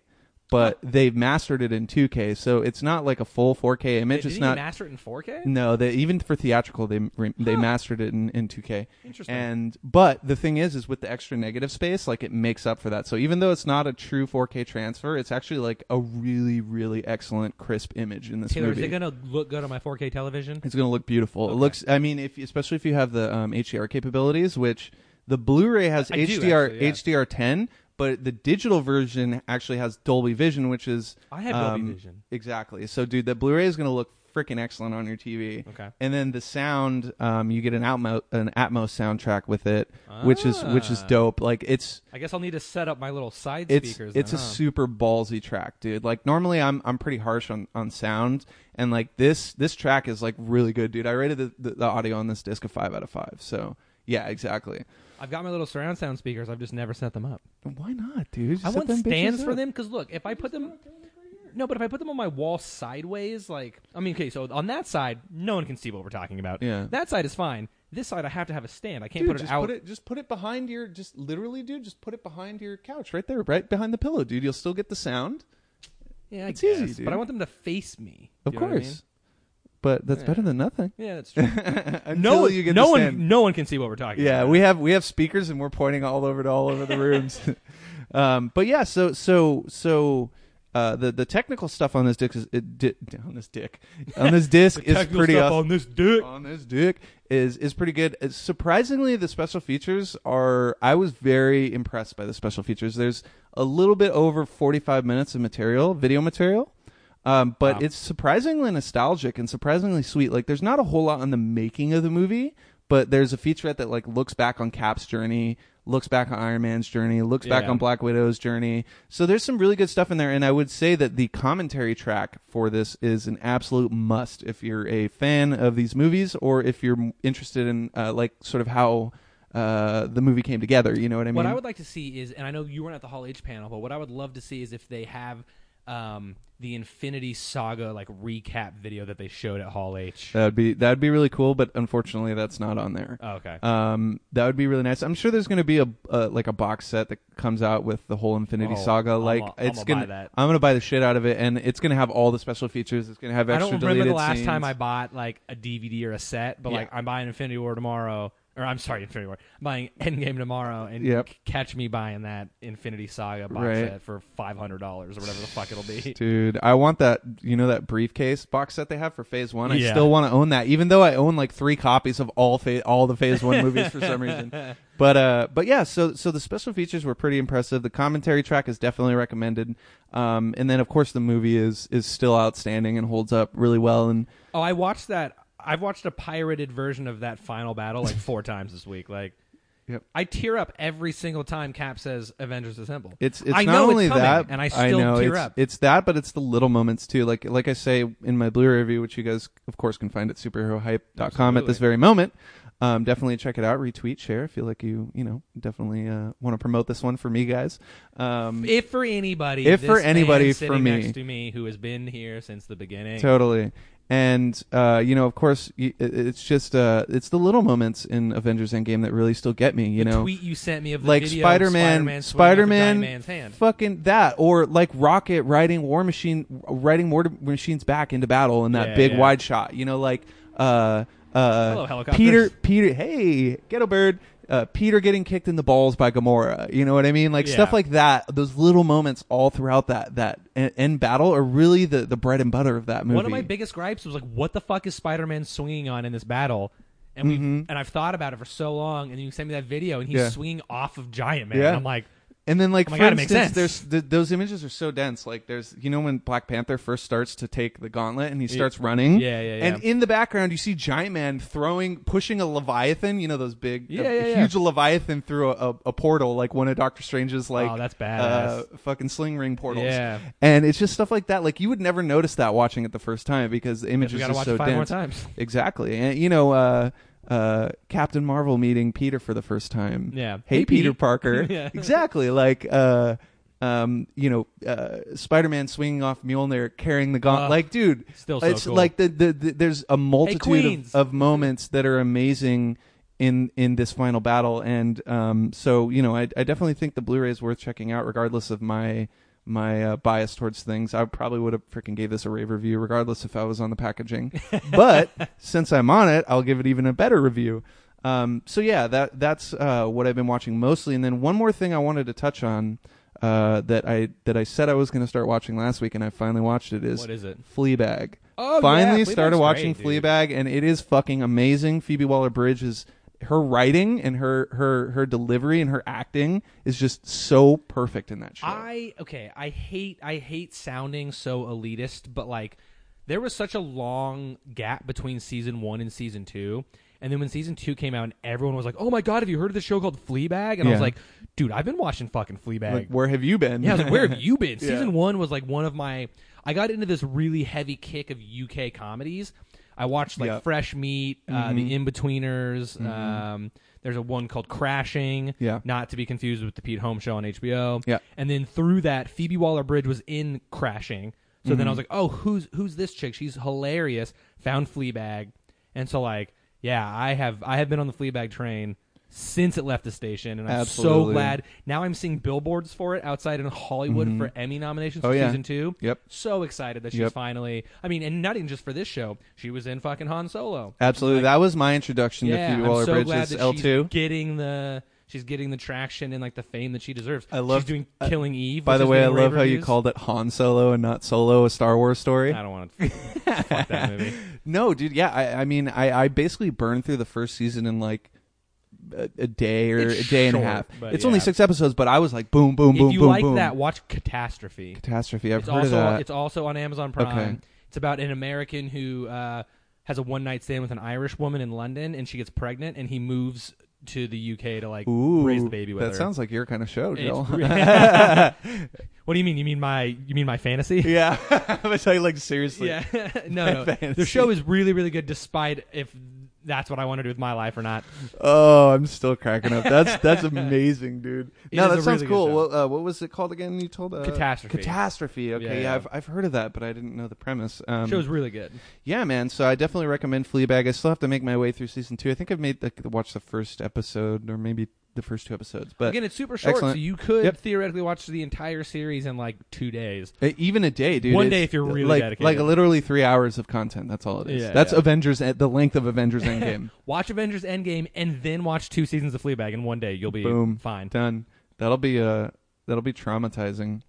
[SPEAKER 2] but they've mastered it in 2k, so it's not like a full 4k
[SPEAKER 1] Did
[SPEAKER 2] image.
[SPEAKER 1] he
[SPEAKER 2] it's not
[SPEAKER 1] master it in 4K?
[SPEAKER 2] no, they even for theatrical they re- they
[SPEAKER 1] Huh.
[SPEAKER 2] mastered it in, in 2K.
[SPEAKER 1] Interesting.
[SPEAKER 2] And but the thing is is with the extra negative space like it makes up for that. So even though it's not a true 4K transfer, it's actually like a really really excellent crisp image in this
[SPEAKER 1] Taylor,
[SPEAKER 2] movie.
[SPEAKER 1] is it gonna look good on my 4K television?
[SPEAKER 2] It's going to look beautiful. It looks. I mean, if especially if you have the um, HDR capabilities, which the Blu-ray has
[SPEAKER 1] I do,
[SPEAKER 2] HDR
[SPEAKER 1] actually, yeah.
[SPEAKER 2] HDR 10, but the digital version actually has Dolby Vision, which is um,
[SPEAKER 1] I have Dolby Vision.
[SPEAKER 2] Exactly. So, dude, the Blu-ray is going to look freaking excellent on your TV.
[SPEAKER 1] Okay.
[SPEAKER 2] And then the sound, um, you get an Atmos an Atmos soundtrack with it, which is which is
[SPEAKER 1] Ah.
[SPEAKER 2] dope. Like it's
[SPEAKER 1] I guess I'll need to set up my little side
[SPEAKER 2] it's
[SPEAKER 1] speakers.
[SPEAKER 2] it's a
[SPEAKER 1] then, huh?
[SPEAKER 2] super ballsy track, dude. Like normally I'm I'm pretty harsh on on sound, and like this this track is like really good, dude. I rated the, the, the audio on this disc a five out of five. So yeah, exactly.
[SPEAKER 1] I've got my little surround sound speakers. I've just never set them up.
[SPEAKER 2] Why not, dude?
[SPEAKER 1] I
[SPEAKER 2] Set
[SPEAKER 1] want
[SPEAKER 2] them bitches
[SPEAKER 1] stands for
[SPEAKER 2] up.
[SPEAKER 1] them because look, if I put them, no, but if I put them on my wall sideways, like I mean, okay, so on that side, no one can see what we're talking about.
[SPEAKER 2] Yeah.
[SPEAKER 1] that side is fine. This side, I have to have a stand. I can't
[SPEAKER 2] Dude,
[SPEAKER 1] put it
[SPEAKER 2] just
[SPEAKER 1] out.
[SPEAKER 2] put it just put it behind your just literally, dude. Just put it behind your couch, right there, right behind the pillow, dude. You'll still get the sound.
[SPEAKER 1] yeah, I
[SPEAKER 2] it's easy,
[SPEAKER 1] guess,
[SPEAKER 2] dude.
[SPEAKER 1] but I want them to face me.
[SPEAKER 2] Of
[SPEAKER 1] You know
[SPEAKER 2] course.
[SPEAKER 1] what I mean?
[SPEAKER 2] But that's
[SPEAKER 1] Yeah.
[SPEAKER 2] better than nothing.
[SPEAKER 1] Yeah, that's true. no,
[SPEAKER 2] Until
[SPEAKER 1] one-
[SPEAKER 2] you get
[SPEAKER 1] no
[SPEAKER 2] the
[SPEAKER 1] one,
[SPEAKER 2] stand.
[SPEAKER 1] no one can see what we're talking.
[SPEAKER 2] Yeah,
[SPEAKER 1] about.
[SPEAKER 2] we have we have speakers and we're pointing all over to all over the rooms. um, but yeah, so so so uh, the the technical stuff on this disc is it, di- on this dick on this disc is
[SPEAKER 1] Technical
[SPEAKER 2] pretty
[SPEAKER 1] stuff
[SPEAKER 2] awesome
[SPEAKER 1] on this dick.
[SPEAKER 2] on this dick is is pretty good. It's- surprisingly, the special features are. I was very impressed by the special features. There's a little bit over 45 minutes of material, video material, um, but
[SPEAKER 1] Wow.
[SPEAKER 2] it's surprisingly nostalgic and surprisingly sweet. Like there's not a whole lot on the making of the movie, but there's a featurette that like looks back on Cap's journey, looks back on Iron Man's journey, looks back
[SPEAKER 1] Yeah.
[SPEAKER 2] on Black Widow's journey. So there's some really good stuff in there, and I would say that the commentary track for this is an absolute must if you're a fan of these movies or if you're m- interested in uh, like sort of how uh, the movie came together. You know what I mean?
[SPEAKER 1] what I would like to see is, and I know you weren't at the Hall H panel, but what I would love to see is if they have um, the Infinity Saga like recap video that they showed at Hall H.
[SPEAKER 2] that'd be that'd be really cool, but unfortunately, that's not on there.
[SPEAKER 1] oh, okay.
[SPEAKER 2] Um, that would be really nice. I'm sure there's going to be a uh, like a box set that comes out with the whole Infinity
[SPEAKER 1] Oh,
[SPEAKER 2] Saga.
[SPEAKER 1] I'm
[SPEAKER 2] Like
[SPEAKER 1] a- I'm
[SPEAKER 2] it's
[SPEAKER 1] a
[SPEAKER 2] gonna,
[SPEAKER 1] buy that.
[SPEAKER 2] I'm gonna buy the shit out of it, and it's gonna have all the special features. It's gonna have
[SPEAKER 1] I
[SPEAKER 2] extra.
[SPEAKER 1] don't remember the
[SPEAKER 2] deleted
[SPEAKER 1] last time I
[SPEAKER 2] scenes.
[SPEAKER 1] bought like a DVD or a set, but
[SPEAKER 2] Yeah.
[SPEAKER 1] like I'm buying Infinity War tomorrow, or I'm sorry, Infinity War. I'm buying Endgame tomorrow, and
[SPEAKER 2] Yep.
[SPEAKER 1] c- catch me buying that Infinity Saga box
[SPEAKER 2] Right.
[SPEAKER 1] set for five hundred dollars or whatever the fuck it'll be.
[SPEAKER 2] Dude, I want that. You know that briefcase box set they have for Phase One. I
[SPEAKER 1] Yeah.
[SPEAKER 2] still want to own that, even though I own like three copies of all phase, all the Phase One movies for some reason. But uh, but yeah. So so the special features were pretty impressive. The commentary track is definitely recommended. Um, and then of course the movie is is still outstanding and holds up really well. And
[SPEAKER 1] Oh, I watched that. I've watched a pirated version of that final battle like four times this week. Like,
[SPEAKER 2] Yep.
[SPEAKER 1] I tear up every single time Cap says "Avengers Assemble."
[SPEAKER 2] It's it's
[SPEAKER 1] I
[SPEAKER 2] not
[SPEAKER 1] know it's
[SPEAKER 2] only
[SPEAKER 1] coming,
[SPEAKER 2] that,
[SPEAKER 1] and I still
[SPEAKER 2] know,
[SPEAKER 1] tear
[SPEAKER 2] it's,
[SPEAKER 1] up.
[SPEAKER 2] It's that, but it's the little moments too. Like like I say in my Blu-ray review, which you guys of course can find at superherohype.com at
[SPEAKER 1] Absolutely.
[SPEAKER 2] this very moment. Um, definitely check it out, retweet, share. I feel like you you know definitely uh, want to promote this one for me, guys. Um,
[SPEAKER 1] if for anybody,
[SPEAKER 2] If for
[SPEAKER 1] this man
[SPEAKER 2] anybody, for
[SPEAKER 1] sitting
[SPEAKER 2] me.
[SPEAKER 1] next to me who has been here since the beginning.
[SPEAKER 2] totally. And uh, you know, of course, y- it- it's just uh, it's the little moments in Avengers Endgame that really still get me. You
[SPEAKER 1] the
[SPEAKER 2] know,
[SPEAKER 1] tweet you sent me of the
[SPEAKER 2] like
[SPEAKER 1] video, Spider-Man,
[SPEAKER 2] Spider-Man,
[SPEAKER 1] swinging with a
[SPEAKER 2] Spider-Man,
[SPEAKER 1] giant man's hand.
[SPEAKER 2] fucking that, or like Rocket riding War Machine, riding War Machine's back into battle in that
[SPEAKER 1] Yeah,
[SPEAKER 2] big
[SPEAKER 1] yeah.
[SPEAKER 2] wide shot. You know, like uh, uh,
[SPEAKER 1] Hello, helicopters.
[SPEAKER 2] Peter, Peter, hey, ghetto bird, uh, Peter getting kicked in the balls by Gamora. You know what I mean? Like
[SPEAKER 1] Yeah.
[SPEAKER 2] stuff like that. Those little moments all throughout that that en- end battle are really the the bread and butter of that movie.
[SPEAKER 1] One of my biggest gripes was like, what the fuck is Spider-Man swinging on in this battle? And we and I've thought about it for so long, and you sent me that video, and he's
[SPEAKER 2] Mm-hmm. Yeah.
[SPEAKER 1] swinging off of Giant Man.
[SPEAKER 2] Yeah.
[SPEAKER 1] And I'm like,
[SPEAKER 2] And then, like,
[SPEAKER 1] Oh my
[SPEAKER 2] for
[SPEAKER 1] God, it makes
[SPEAKER 2] instance,
[SPEAKER 1] sense.
[SPEAKER 2] there's th- those images are so dense. Like, there's you know when Black Panther first starts to take the gauntlet and he starts running.
[SPEAKER 1] Yeah, yeah, yeah.
[SPEAKER 2] And in the background, you see Giant Man throwing, pushing a Leviathan. You know those big,
[SPEAKER 1] Yeah,
[SPEAKER 2] a-
[SPEAKER 1] yeah,
[SPEAKER 2] a
[SPEAKER 1] yeah.
[SPEAKER 2] huge Leviathan through a, a, a portal, like one of Doctor Strange's, like,
[SPEAKER 1] Oh, that's
[SPEAKER 2] uh,
[SPEAKER 1] badass.
[SPEAKER 2] fucking sling ring portals.
[SPEAKER 1] Yeah.
[SPEAKER 2] And it's just stuff like that. Like you would never notice that watching it the first time because the images
[SPEAKER 1] we
[SPEAKER 2] are
[SPEAKER 1] gotta watch
[SPEAKER 2] so
[SPEAKER 1] it five
[SPEAKER 2] dense.
[SPEAKER 1] more times.
[SPEAKER 2] Exactly. And you know, uh, uh, Captain Marvel meeting Peter for the first time.
[SPEAKER 1] Yeah.
[SPEAKER 2] Hey,
[SPEAKER 1] Hey,
[SPEAKER 2] Peter
[SPEAKER 1] Pete.
[SPEAKER 2] Parker.
[SPEAKER 1] Yeah.
[SPEAKER 2] Exactly. Like uh um, you know, uh, Spider-Man swinging off Mjolnir, carrying the gauntlet.
[SPEAKER 1] Ugh.
[SPEAKER 2] like, dude,
[SPEAKER 1] Still so
[SPEAKER 2] it's
[SPEAKER 1] cool.
[SPEAKER 2] like the, the, the there's a multitude
[SPEAKER 1] Queens.
[SPEAKER 2] of, of moments that are amazing in in this final battle, and um, so you know, I, I definitely think the Blu-ray is worth checking out, regardless of my my uh, bias towards things. I probably would have freaking gave this a rave review, regardless if I was on the packaging. but since I'm on it, I'll give it even a better review. Um, so yeah, that that's uh, what I've been watching mostly. And then one more thing I wanted to touch on uh, that I that I said I was going to start watching last week, and I finally watched it is
[SPEAKER 1] What is it?
[SPEAKER 2] Fleabag.
[SPEAKER 1] Oh,
[SPEAKER 2] Finally
[SPEAKER 1] yeah,
[SPEAKER 2] started
[SPEAKER 1] Fleabag's
[SPEAKER 2] watching
[SPEAKER 1] great, dude.
[SPEAKER 2] Fleabag, and it is fucking amazing. Phoebe Waller Bridge is her writing and her her her delivery and her acting is just so perfect in that show.
[SPEAKER 1] I okay, I hate I hate sounding so elitist, but like there was such a long gap between season 1 and season 2. And then when season 2 came out and everyone was like, "Oh my god, have you heard of this show called Fleabag?" And I
[SPEAKER 2] Yeah.
[SPEAKER 1] was like, "Dude, I've been watching fucking Fleabag."
[SPEAKER 2] like, where have you been?
[SPEAKER 1] yeah, I was like, "Where have you been?"
[SPEAKER 2] Yeah.
[SPEAKER 1] Season 1 was like one of my I got into this really heavy kick of UK comedies. I watched like
[SPEAKER 2] Yeah. Mm-hmm.
[SPEAKER 1] Fresh Meat, uh, The In-Betweeners, um there's a one called Crashing
[SPEAKER 2] Yeah.
[SPEAKER 1] not to be confused with the Pete Holmes show on HBO.
[SPEAKER 2] Yeah.
[SPEAKER 1] And then through that, Phoebe Waller Bridge was in Crashing. So then I
[SPEAKER 2] Mm-hmm.
[SPEAKER 1] was like, oh, who's who's this chick? She's hilarious. Found Fleabag, and so like, yeah, I have I have been on the Fleabag train since it left the station, and I'm so
[SPEAKER 2] Absolutely.
[SPEAKER 1] glad. Now I'm seeing billboards for it outside in Hollywood for Emmy nominations
[SPEAKER 2] Oh,
[SPEAKER 1] for
[SPEAKER 2] yeah.
[SPEAKER 1] season two.
[SPEAKER 2] Yep.
[SPEAKER 1] So excited that she's
[SPEAKER 2] Yep.
[SPEAKER 1] finally. I mean, and not even just for this show. She was in fucking Han Solo.
[SPEAKER 2] Absolutely, that was my introduction
[SPEAKER 1] Yeah,
[SPEAKER 2] to Phoebe
[SPEAKER 1] I'm
[SPEAKER 2] Waller
[SPEAKER 1] so
[SPEAKER 2] Bridge
[SPEAKER 1] glad
[SPEAKER 2] as
[SPEAKER 1] that
[SPEAKER 2] L two.
[SPEAKER 1] she's getting the she's getting the traction and like the fame that she deserves.
[SPEAKER 2] I love-
[SPEAKER 1] she's doing
[SPEAKER 2] uh,
[SPEAKER 1] Killing Eve.
[SPEAKER 2] By
[SPEAKER 1] which
[SPEAKER 2] the
[SPEAKER 1] has
[SPEAKER 2] way,
[SPEAKER 1] been
[SPEAKER 2] I
[SPEAKER 1] in rave
[SPEAKER 2] love how you
[SPEAKER 1] reviews.
[SPEAKER 2] called it Han Solo and not Solo, a Star Wars story.
[SPEAKER 1] I don't want to fuck that movie.
[SPEAKER 2] No, dude. Yeah, I, I mean, I, I basically burned through the first season in like a, a day or
[SPEAKER 1] It's
[SPEAKER 2] a day and
[SPEAKER 1] short,
[SPEAKER 2] a half.
[SPEAKER 1] but
[SPEAKER 2] It's only
[SPEAKER 1] yeah.
[SPEAKER 2] six episodes, but I was like, boom, boom, boom,
[SPEAKER 1] if you
[SPEAKER 2] boom,
[SPEAKER 1] like
[SPEAKER 2] boom.
[SPEAKER 1] that, watch Catastrophe.
[SPEAKER 2] Catastrophe. I've
[SPEAKER 1] It's
[SPEAKER 2] heard of
[SPEAKER 1] also
[SPEAKER 2] that.
[SPEAKER 1] it's also on Amazon Prime.
[SPEAKER 2] Okay.
[SPEAKER 1] It's about an American who uh, has a one night stand with an Irish woman in London, and she gets pregnant, and he moves to the UK to like
[SPEAKER 2] Ooh,
[SPEAKER 1] raise the baby with
[SPEAKER 2] that
[SPEAKER 1] her.
[SPEAKER 2] sounds like your kind of show,
[SPEAKER 1] It's
[SPEAKER 2] Jill.
[SPEAKER 1] re- what do you mean? You mean my you mean my fantasy?
[SPEAKER 2] yeah, I tell you, like seriously.
[SPEAKER 1] Yeah, no, no.
[SPEAKER 2] fantasy.
[SPEAKER 1] The show is really, really good, despite if that's what I want to do with my life or not.
[SPEAKER 2] Oh, I'm still cracking up. That's that's amazing, dude.
[SPEAKER 1] It
[SPEAKER 2] no,
[SPEAKER 1] is
[SPEAKER 2] that
[SPEAKER 1] a
[SPEAKER 2] sounds
[SPEAKER 1] really good
[SPEAKER 2] cool.
[SPEAKER 1] show.
[SPEAKER 2] Well, uh, what was it called again? You told uh,
[SPEAKER 1] Catastrophe.
[SPEAKER 2] Catastrophe. Okay,
[SPEAKER 1] Yeah,
[SPEAKER 2] yeah,
[SPEAKER 1] yeah.
[SPEAKER 2] I've I've heard of that, but I didn't know the premise. Um,
[SPEAKER 1] The show's really good.
[SPEAKER 2] Yeah, man. So I definitely recommend Fleabag. I still have to make my way through season two. I think I've made the, watched the first episode or maybe the first two episodes, but
[SPEAKER 1] Again, it's super short,
[SPEAKER 2] excellent.
[SPEAKER 1] so you could
[SPEAKER 2] Yep.
[SPEAKER 1] theoretically watch the entire series in like two days.
[SPEAKER 2] Uh, even a day, dude.
[SPEAKER 1] One
[SPEAKER 2] it's
[SPEAKER 1] day if you're really
[SPEAKER 2] like,
[SPEAKER 1] dedicated.
[SPEAKER 2] Like literally three hours of content. That's all it is.
[SPEAKER 1] Yeah,
[SPEAKER 2] that's
[SPEAKER 1] yeah.
[SPEAKER 2] Avengers. The length of Avengers Endgame.
[SPEAKER 1] Watch Avengers Endgame and then watch two seasons of Fleabag in one day. You'll be
[SPEAKER 2] Boom.
[SPEAKER 1] fine.
[SPEAKER 2] Done. That'll be uh that'll be traumatizing.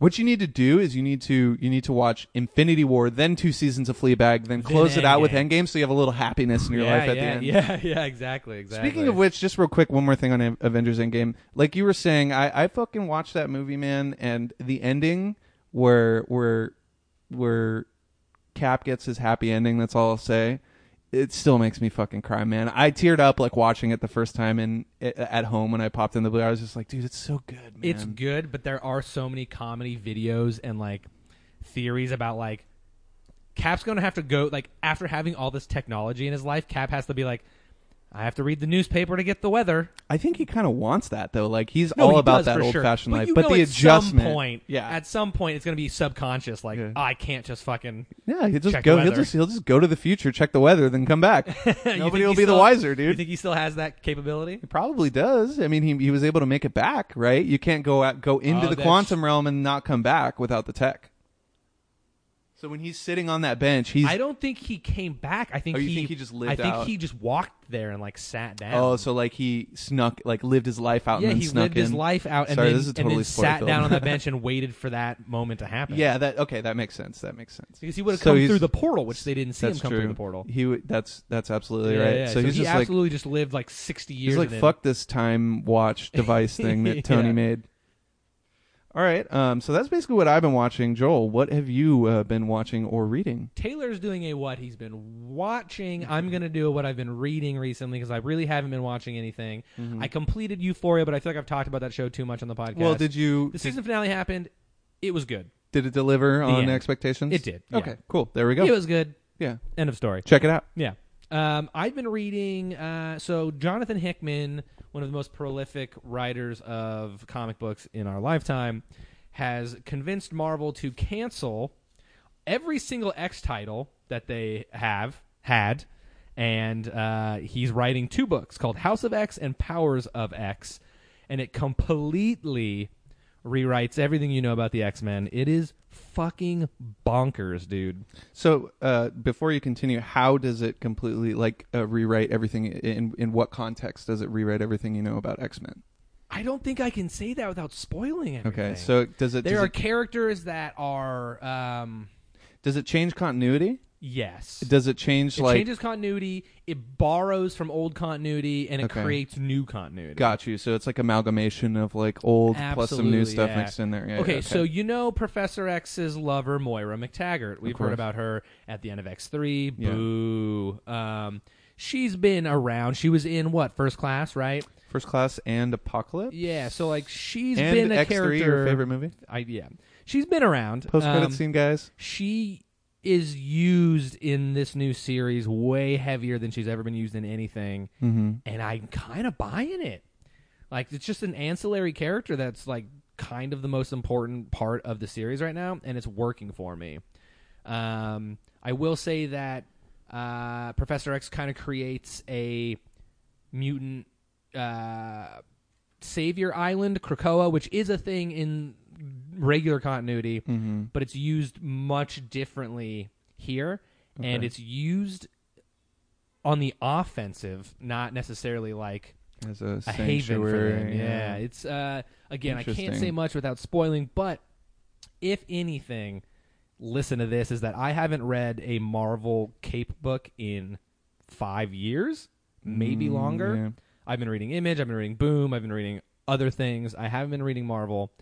[SPEAKER 2] What you need to do is you need to you need to watch Infinity War, then two seasons of Fleabag, then close it out with
[SPEAKER 1] Endgame.
[SPEAKER 2] Endgame, so you have a little happiness in your
[SPEAKER 1] yeah,
[SPEAKER 2] life at
[SPEAKER 1] yeah,
[SPEAKER 2] the end.
[SPEAKER 1] yeah, yeah, exactly, exactly.
[SPEAKER 2] Speaking of which, just real quick, one more thing on A- Avengers Endgame. Like you were saying, I, I fucking watched that movie, man, and the ending where where where Cap gets his happy ending. That's all I'll say. It still makes me fucking cry, man. I teared up like watching it the first time in at home when I popped in the blue. I was just like, dude, it's so good, man.
[SPEAKER 1] it's good, but there are so many comedy videos and like theories about like Cap's going to have to go like after having all this technology in his life, Cap has to be like I have to read the newspaper to get the weather.
[SPEAKER 2] I think he kind of wants that though. Like he's
[SPEAKER 1] No,
[SPEAKER 2] all
[SPEAKER 1] he
[SPEAKER 2] about
[SPEAKER 1] does,
[SPEAKER 2] that
[SPEAKER 1] for
[SPEAKER 2] old
[SPEAKER 1] sure.
[SPEAKER 2] fashioned life,
[SPEAKER 1] you
[SPEAKER 2] but
[SPEAKER 1] know
[SPEAKER 2] the
[SPEAKER 1] at
[SPEAKER 2] adjustment.
[SPEAKER 1] Some point,
[SPEAKER 2] yeah,
[SPEAKER 1] at some point, it's going to be subconscious. Like
[SPEAKER 2] Yeah.
[SPEAKER 1] "Oh, I can't just fucking.
[SPEAKER 2] yeah. He'll just
[SPEAKER 1] check
[SPEAKER 2] go.
[SPEAKER 1] the
[SPEAKER 2] He'll
[SPEAKER 1] weather.
[SPEAKER 2] just he'll just go to the future, check the weather, then come back.
[SPEAKER 1] You think
[SPEAKER 2] Nobody will
[SPEAKER 1] he
[SPEAKER 2] be the
[SPEAKER 1] still-
[SPEAKER 2] wiser, dude.
[SPEAKER 1] You think he still has that capability?
[SPEAKER 2] He probably does. I mean, he he was able to make it back, right? You can't go out, go into
[SPEAKER 1] Oh,
[SPEAKER 2] the
[SPEAKER 1] that's-
[SPEAKER 2] quantum realm and not come back without the tech. So when he's sitting on that bench, he's
[SPEAKER 1] I don't think he came back. I think
[SPEAKER 2] Oh, you
[SPEAKER 1] he.
[SPEAKER 2] think he just lived
[SPEAKER 1] I think
[SPEAKER 2] out?
[SPEAKER 1] he just walked there and like sat down.
[SPEAKER 2] oh, so like he snuck, like lived his life out,
[SPEAKER 1] yeah,
[SPEAKER 2] and then
[SPEAKER 1] he
[SPEAKER 2] snuck
[SPEAKER 1] lived
[SPEAKER 2] in.
[SPEAKER 1] his life out and
[SPEAKER 2] Sorry,
[SPEAKER 1] then,
[SPEAKER 2] this is
[SPEAKER 1] and
[SPEAKER 2] totally
[SPEAKER 1] then sat
[SPEAKER 2] spoiler-filled.
[SPEAKER 1] down on the bench and waited for that moment to happen.
[SPEAKER 2] Yeah, that okay, that makes sense. That makes sense.
[SPEAKER 1] because he would have
[SPEAKER 2] So
[SPEAKER 1] come
[SPEAKER 2] he's-
[SPEAKER 1] through the portal, which they didn't see him
[SPEAKER 2] That's
[SPEAKER 1] come
[SPEAKER 2] true.
[SPEAKER 1] through the portal.
[SPEAKER 2] He would- that's that's absolutely
[SPEAKER 1] Yeah,
[SPEAKER 2] right.
[SPEAKER 1] yeah,
[SPEAKER 2] So,
[SPEAKER 1] so
[SPEAKER 2] he's
[SPEAKER 1] he
[SPEAKER 2] just like
[SPEAKER 1] absolutely just lived like sixty years.
[SPEAKER 2] he's like
[SPEAKER 1] and then-
[SPEAKER 2] fuck this time watch device thing that Tony
[SPEAKER 1] Yeah.
[SPEAKER 2] made. All right, um, so that's basically what I've been watching. Joel, what have you uh, been watching or reading?
[SPEAKER 1] Taylor's doing a what he's been watching. I'm going to do what I've been reading recently because I really haven't been watching anything. I completed Euphoria, but I feel like I've talked about that show too much on the podcast.
[SPEAKER 2] Mm-hmm. Well, did you
[SPEAKER 1] the season finale happened? It was good.
[SPEAKER 2] Did it deliver on
[SPEAKER 1] end.
[SPEAKER 2] expectations?
[SPEAKER 1] It did, yeah.
[SPEAKER 2] Okay, cool. There we go.
[SPEAKER 1] It was good.
[SPEAKER 2] yeah.
[SPEAKER 1] End of story.
[SPEAKER 2] Check it out.
[SPEAKER 1] Yeah. Um, I've been reading. Uh, so Jonathan Hickman one of the most prolific writers of comic books in our lifetime, has convinced Marvel to cancel every single X title that they have had, and uh, he's writing two books called House of X and Powers of X, and it completely rewrites everything you know about the X Men. It is fucking bonkers, dude.
[SPEAKER 2] So, uh, before you continue, how does it completely like uh, rewrite everything? In in what context does it rewrite everything you know about X Men?
[SPEAKER 1] I don't think I can say that without spoiling everything.
[SPEAKER 2] Okay, so does it does,
[SPEAKER 1] there are
[SPEAKER 2] it
[SPEAKER 1] characters that are um,
[SPEAKER 2] does it change continuity?
[SPEAKER 1] yes.
[SPEAKER 2] Does it change
[SPEAKER 1] It
[SPEAKER 2] like?
[SPEAKER 1] changes continuity. It borrows from old continuity and it
[SPEAKER 2] Okay.
[SPEAKER 1] creates new continuity.
[SPEAKER 2] got you. So it's like amalgamation of like old plus some new
[SPEAKER 1] Absolutely,
[SPEAKER 2] stuff
[SPEAKER 1] yeah.
[SPEAKER 2] mixed in there. Yeah,
[SPEAKER 1] okay, so you know Professor X's lover Moira McTaggart. We've
[SPEAKER 2] course.
[SPEAKER 1] heard about her at the end of X three.
[SPEAKER 2] Yeah.
[SPEAKER 1] Boo. Um, she's been around. She was in what first class, right?
[SPEAKER 2] first class and Apocalypse.
[SPEAKER 1] Yeah. So like she's
[SPEAKER 2] and
[SPEAKER 1] been a
[SPEAKER 2] X
[SPEAKER 1] character.
[SPEAKER 2] three your favorite movie.
[SPEAKER 1] I, yeah, she's been around.
[SPEAKER 2] Post credit
[SPEAKER 1] Um,
[SPEAKER 2] scene, guys.
[SPEAKER 1] she is used in this new series way heavier than she's ever been used in anything and i'm kind of buying it like it's just an ancillary character that's like kind of the most important part of the series right now and it's working for me um, i will say that uh, professor x kind of creates a mutant uh, savior island krakoa which is a thing in regular continuity
[SPEAKER 2] Mm-hmm.
[SPEAKER 1] but it's used much differently here and
[SPEAKER 2] Okay.
[SPEAKER 1] it's used on the offensive not necessarily like
[SPEAKER 2] As a,
[SPEAKER 1] a haven for
[SPEAKER 2] sanctuary,
[SPEAKER 1] them. Yeah, it's uh, again, I can't
[SPEAKER 2] Interesting.
[SPEAKER 1] say much without spoiling, but if anything, listen to this: is that I haven't read a Marvel Cape book in five years, maybe
[SPEAKER 2] Mm,
[SPEAKER 1] longer.
[SPEAKER 2] yeah.
[SPEAKER 1] I've been reading Image, I've been reading Boom, I've been reading other things. I haven't been reading Marvel.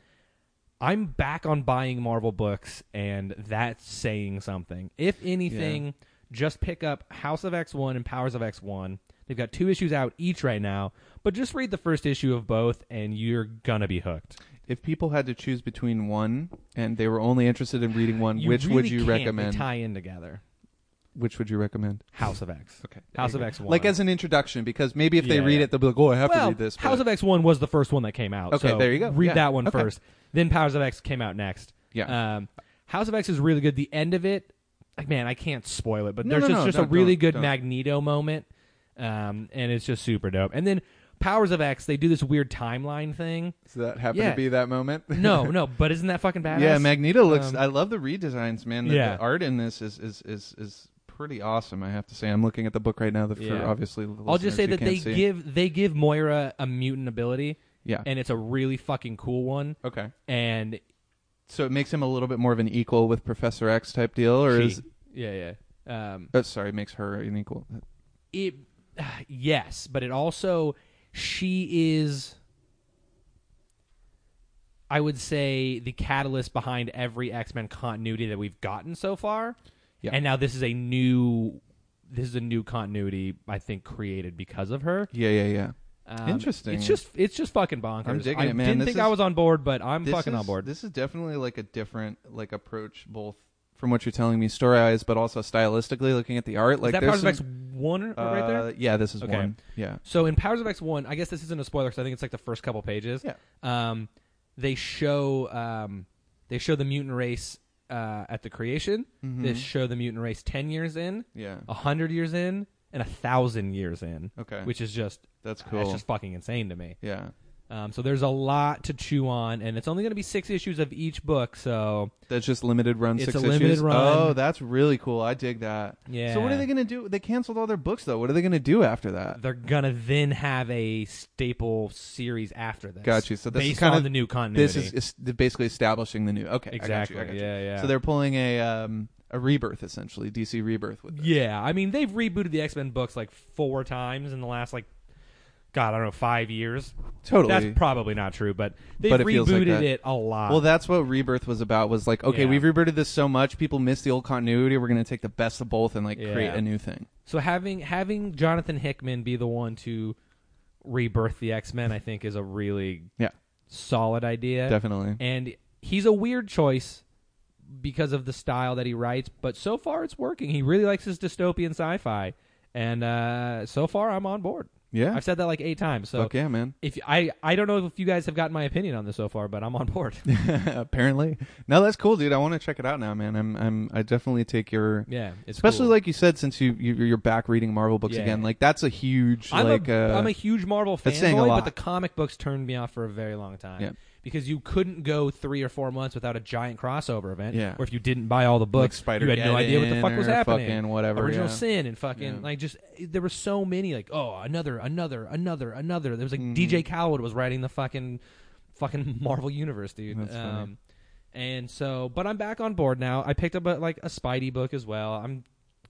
[SPEAKER 1] I'm back on buying Marvel books, and that's saying something. If anything, just pick up House of X1 and Powers of X1. They've got two issues out each right now, but just read the first issue of both, and you're going to be hooked.
[SPEAKER 2] If people had to choose between one and they were only interested in reading one,
[SPEAKER 1] You
[SPEAKER 2] which would
[SPEAKER 1] really
[SPEAKER 2] you
[SPEAKER 1] can't. They
[SPEAKER 2] recommend?
[SPEAKER 1] tie in together.
[SPEAKER 2] Which would you recommend?
[SPEAKER 1] House of X.
[SPEAKER 2] Okay.
[SPEAKER 1] House of X1.
[SPEAKER 2] Like as an introduction, because maybe if they
[SPEAKER 1] Yeah,
[SPEAKER 2] read
[SPEAKER 1] yeah.
[SPEAKER 2] it, they'll be like, "Oh, I have
[SPEAKER 1] well,
[SPEAKER 2] to read this." but-
[SPEAKER 1] House of X1 was the first one that came out.
[SPEAKER 2] Okay,
[SPEAKER 1] so
[SPEAKER 2] there you go.
[SPEAKER 1] Read
[SPEAKER 2] Yeah.
[SPEAKER 1] that one first.
[SPEAKER 2] Okay.
[SPEAKER 1] Then Powers of X came out next.
[SPEAKER 2] Yeah.
[SPEAKER 1] Um, House of X is really good. The end of it, like, man, I can't spoil it, but
[SPEAKER 2] No,
[SPEAKER 1] there's
[SPEAKER 2] no,
[SPEAKER 1] just,
[SPEAKER 2] no,
[SPEAKER 1] just a
[SPEAKER 2] don't-
[SPEAKER 1] really
[SPEAKER 2] don't-
[SPEAKER 1] good
[SPEAKER 2] don't.
[SPEAKER 1] Magneto moment, um, and it's just super dope. And then Powers of X, they do this weird timeline thing.
[SPEAKER 2] Does that happen
[SPEAKER 1] Yeah.
[SPEAKER 2] to be that moment?
[SPEAKER 1] No, no, but isn't that fucking badass?
[SPEAKER 2] yeah, Magneto looks.
[SPEAKER 1] Um,
[SPEAKER 2] I love the redesigns, man. The,
[SPEAKER 1] yeah.
[SPEAKER 2] the art in this is is is is pretty awesome. I have to say, I'm looking at the book right now. That for
[SPEAKER 1] Yeah.
[SPEAKER 2] obviously, the
[SPEAKER 1] I'll just
[SPEAKER 2] listeners
[SPEAKER 1] say
[SPEAKER 2] who
[SPEAKER 1] that
[SPEAKER 2] can't
[SPEAKER 1] they
[SPEAKER 2] see.
[SPEAKER 1] give they give Moira a mutant ability,
[SPEAKER 2] Yeah.
[SPEAKER 1] and it's a really fucking cool one.
[SPEAKER 2] okay.
[SPEAKER 1] And
[SPEAKER 2] So it makes him a little bit more of an equal with Professor X type deal, or
[SPEAKER 1] she-
[SPEAKER 2] is?
[SPEAKER 1] yeah, yeah. Um,
[SPEAKER 2] Oh, sorry, makes her an equal.
[SPEAKER 1] it yes but it also she is i would say the catalyst behind every x-men continuity that we've gotten so far
[SPEAKER 2] Yeah.
[SPEAKER 1] and now this is a new this is a new continuity i think created because of her
[SPEAKER 2] Yeah, yeah, yeah.
[SPEAKER 1] Um,
[SPEAKER 2] Interesting.
[SPEAKER 1] it's just it's just fucking bonkers
[SPEAKER 2] I'm digging
[SPEAKER 1] I
[SPEAKER 2] it, man.
[SPEAKER 1] didn't
[SPEAKER 2] This
[SPEAKER 1] think
[SPEAKER 2] is-
[SPEAKER 1] i was on board but i'm
[SPEAKER 2] This
[SPEAKER 1] fucking
[SPEAKER 2] is,
[SPEAKER 1] on board
[SPEAKER 2] This is definitely like a different like approach, both from what you're telling me story wise, but also stylistically looking at the art. Like
[SPEAKER 1] is that
[SPEAKER 2] there's
[SPEAKER 1] powers of x
[SPEAKER 2] some,
[SPEAKER 1] one or- right there
[SPEAKER 2] uh, Yeah, this is
[SPEAKER 1] Okay.
[SPEAKER 2] one. Yeah.
[SPEAKER 1] So in Powers of X one, I guess this isn't a spoiler because I think it's like the first couple pages.
[SPEAKER 2] Yeah.
[SPEAKER 1] Um, they show um, they show the mutant race uh, at the creation.
[SPEAKER 2] Mm-hmm.
[SPEAKER 1] They show the mutant race ten years in,
[SPEAKER 2] Yeah.
[SPEAKER 1] a hundred years in, and a thousand years in.
[SPEAKER 2] Okay.
[SPEAKER 1] Which is just
[SPEAKER 2] That's
[SPEAKER 1] uh,
[SPEAKER 2] cool.
[SPEAKER 1] It's just fucking insane to me.
[SPEAKER 2] yeah.
[SPEAKER 1] Um, so there's a lot to chew on, and it's only going to be six issues of each book. So
[SPEAKER 2] That's just limited run
[SPEAKER 1] It's
[SPEAKER 2] six
[SPEAKER 1] a limited
[SPEAKER 2] issues.
[SPEAKER 1] run.
[SPEAKER 2] Oh, that's really cool. I dig that.
[SPEAKER 1] Yeah.
[SPEAKER 2] So what are they gonna do? They canceled all their books though. What are they gonna do after that?
[SPEAKER 1] they're gonna then have a staple series after this.
[SPEAKER 2] Got you. So this is
[SPEAKER 1] based
[SPEAKER 2] kind
[SPEAKER 1] on
[SPEAKER 2] of-
[SPEAKER 1] the new continuity.
[SPEAKER 2] This is, is basically establishing the new. Okay, I got you,
[SPEAKER 1] exactly.
[SPEAKER 2] I got you.
[SPEAKER 1] Yeah, yeah.
[SPEAKER 2] So they're pulling a um, a rebirth essentially, DC rebirth with this.
[SPEAKER 1] Yeah, I mean they've rebooted the X Men books like four times in the last like, God, I don't know, five years.
[SPEAKER 2] Totally.
[SPEAKER 1] That's probably not true, but they've
[SPEAKER 2] But it feels like
[SPEAKER 1] rebooted
[SPEAKER 2] that.
[SPEAKER 1] it a lot.
[SPEAKER 2] Well, that's what Rebirth was about. Was like, okay,
[SPEAKER 1] Yeah.
[SPEAKER 2] we've rebooted this so much, people miss the old continuity. We're gonna take the best of both and like
[SPEAKER 1] Yeah.
[SPEAKER 2] create a new thing.
[SPEAKER 1] so having having Jonathan Hickman be the one to rebirth the X Men, I think, is a really
[SPEAKER 2] Yeah,
[SPEAKER 1] solid idea.
[SPEAKER 2] definitely.
[SPEAKER 1] And he's a weird choice because of the style that he writes, but so far it's working. He really likes his dystopian sci fi, and uh, so far I'm on board.
[SPEAKER 2] Yeah.
[SPEAKER 1] I've said that like eight times. So
[SPEAKER 2] Fuck yeah, man.
[SPEAKER 1] if I I don't know if you guys have gotten my opinion on this so far, but I'm on board.
[SPEAKER 2] Apparently. No, that's cool, dude. I want to check it out now, man. I'm I'm I definitely take your
[SPEAKER 1] yeah, it's
[SPEAKER 2] especially
[SPEAKER 1] cool.
[SPEAKER 2] like you said since you, you you're back reading Marvel books
[SPEAKER 1] Yeah.
[SPEAKER 2] again. Like that's a huge
[SPEAKER 1] I'm
[SPEAKER 2] like
[SPEAKER 1] a,
[SPEAKER 2] uh,
[SPEAKER 1] am a huge Marvel
[SPEAKER 2] that's saying a
[SPEAKER 1] fanboy,
[SPEAKER 2] lot.
[SPEAKER 1] but the comic books turned me off for a very long time.
[SPEAKER 2] Yeah.
[SPEAKER 1] Because you couldn't go three or four months without a giant crossover event,
[SPEAKER 2] Yeah.
[SPEAKER 1] or if you didn't buy all the
[SPEAKER 2] like
[SPEAKER 1] books, you had no idea what the fuck
[SPEAKER 2] Spider-Geddon
[SPEAKER 1] was
[SPEAKER 2] or
[SPEAKER 1] happening.
[SPEAKER 2] Fucking whatever.
[SPEAKER 1] Original
[SPEAKER 2] yeah.
[SPEAKER 1] Sin and fucking
[SPEAKER 2] Yeah.
[SPEAKER 1] like just there were so many like oh another another another another there was
[SPEAKER 2] Mm-hmm.
[SPEAKER 1] like DJ Khaled was writing the fucking fucking Marvel universe dude Um,
[SPEAKER 2] That's funny.
[SPEAKER 1] and so but I'm back on board now I picked up a, like a Spidey book as well I'm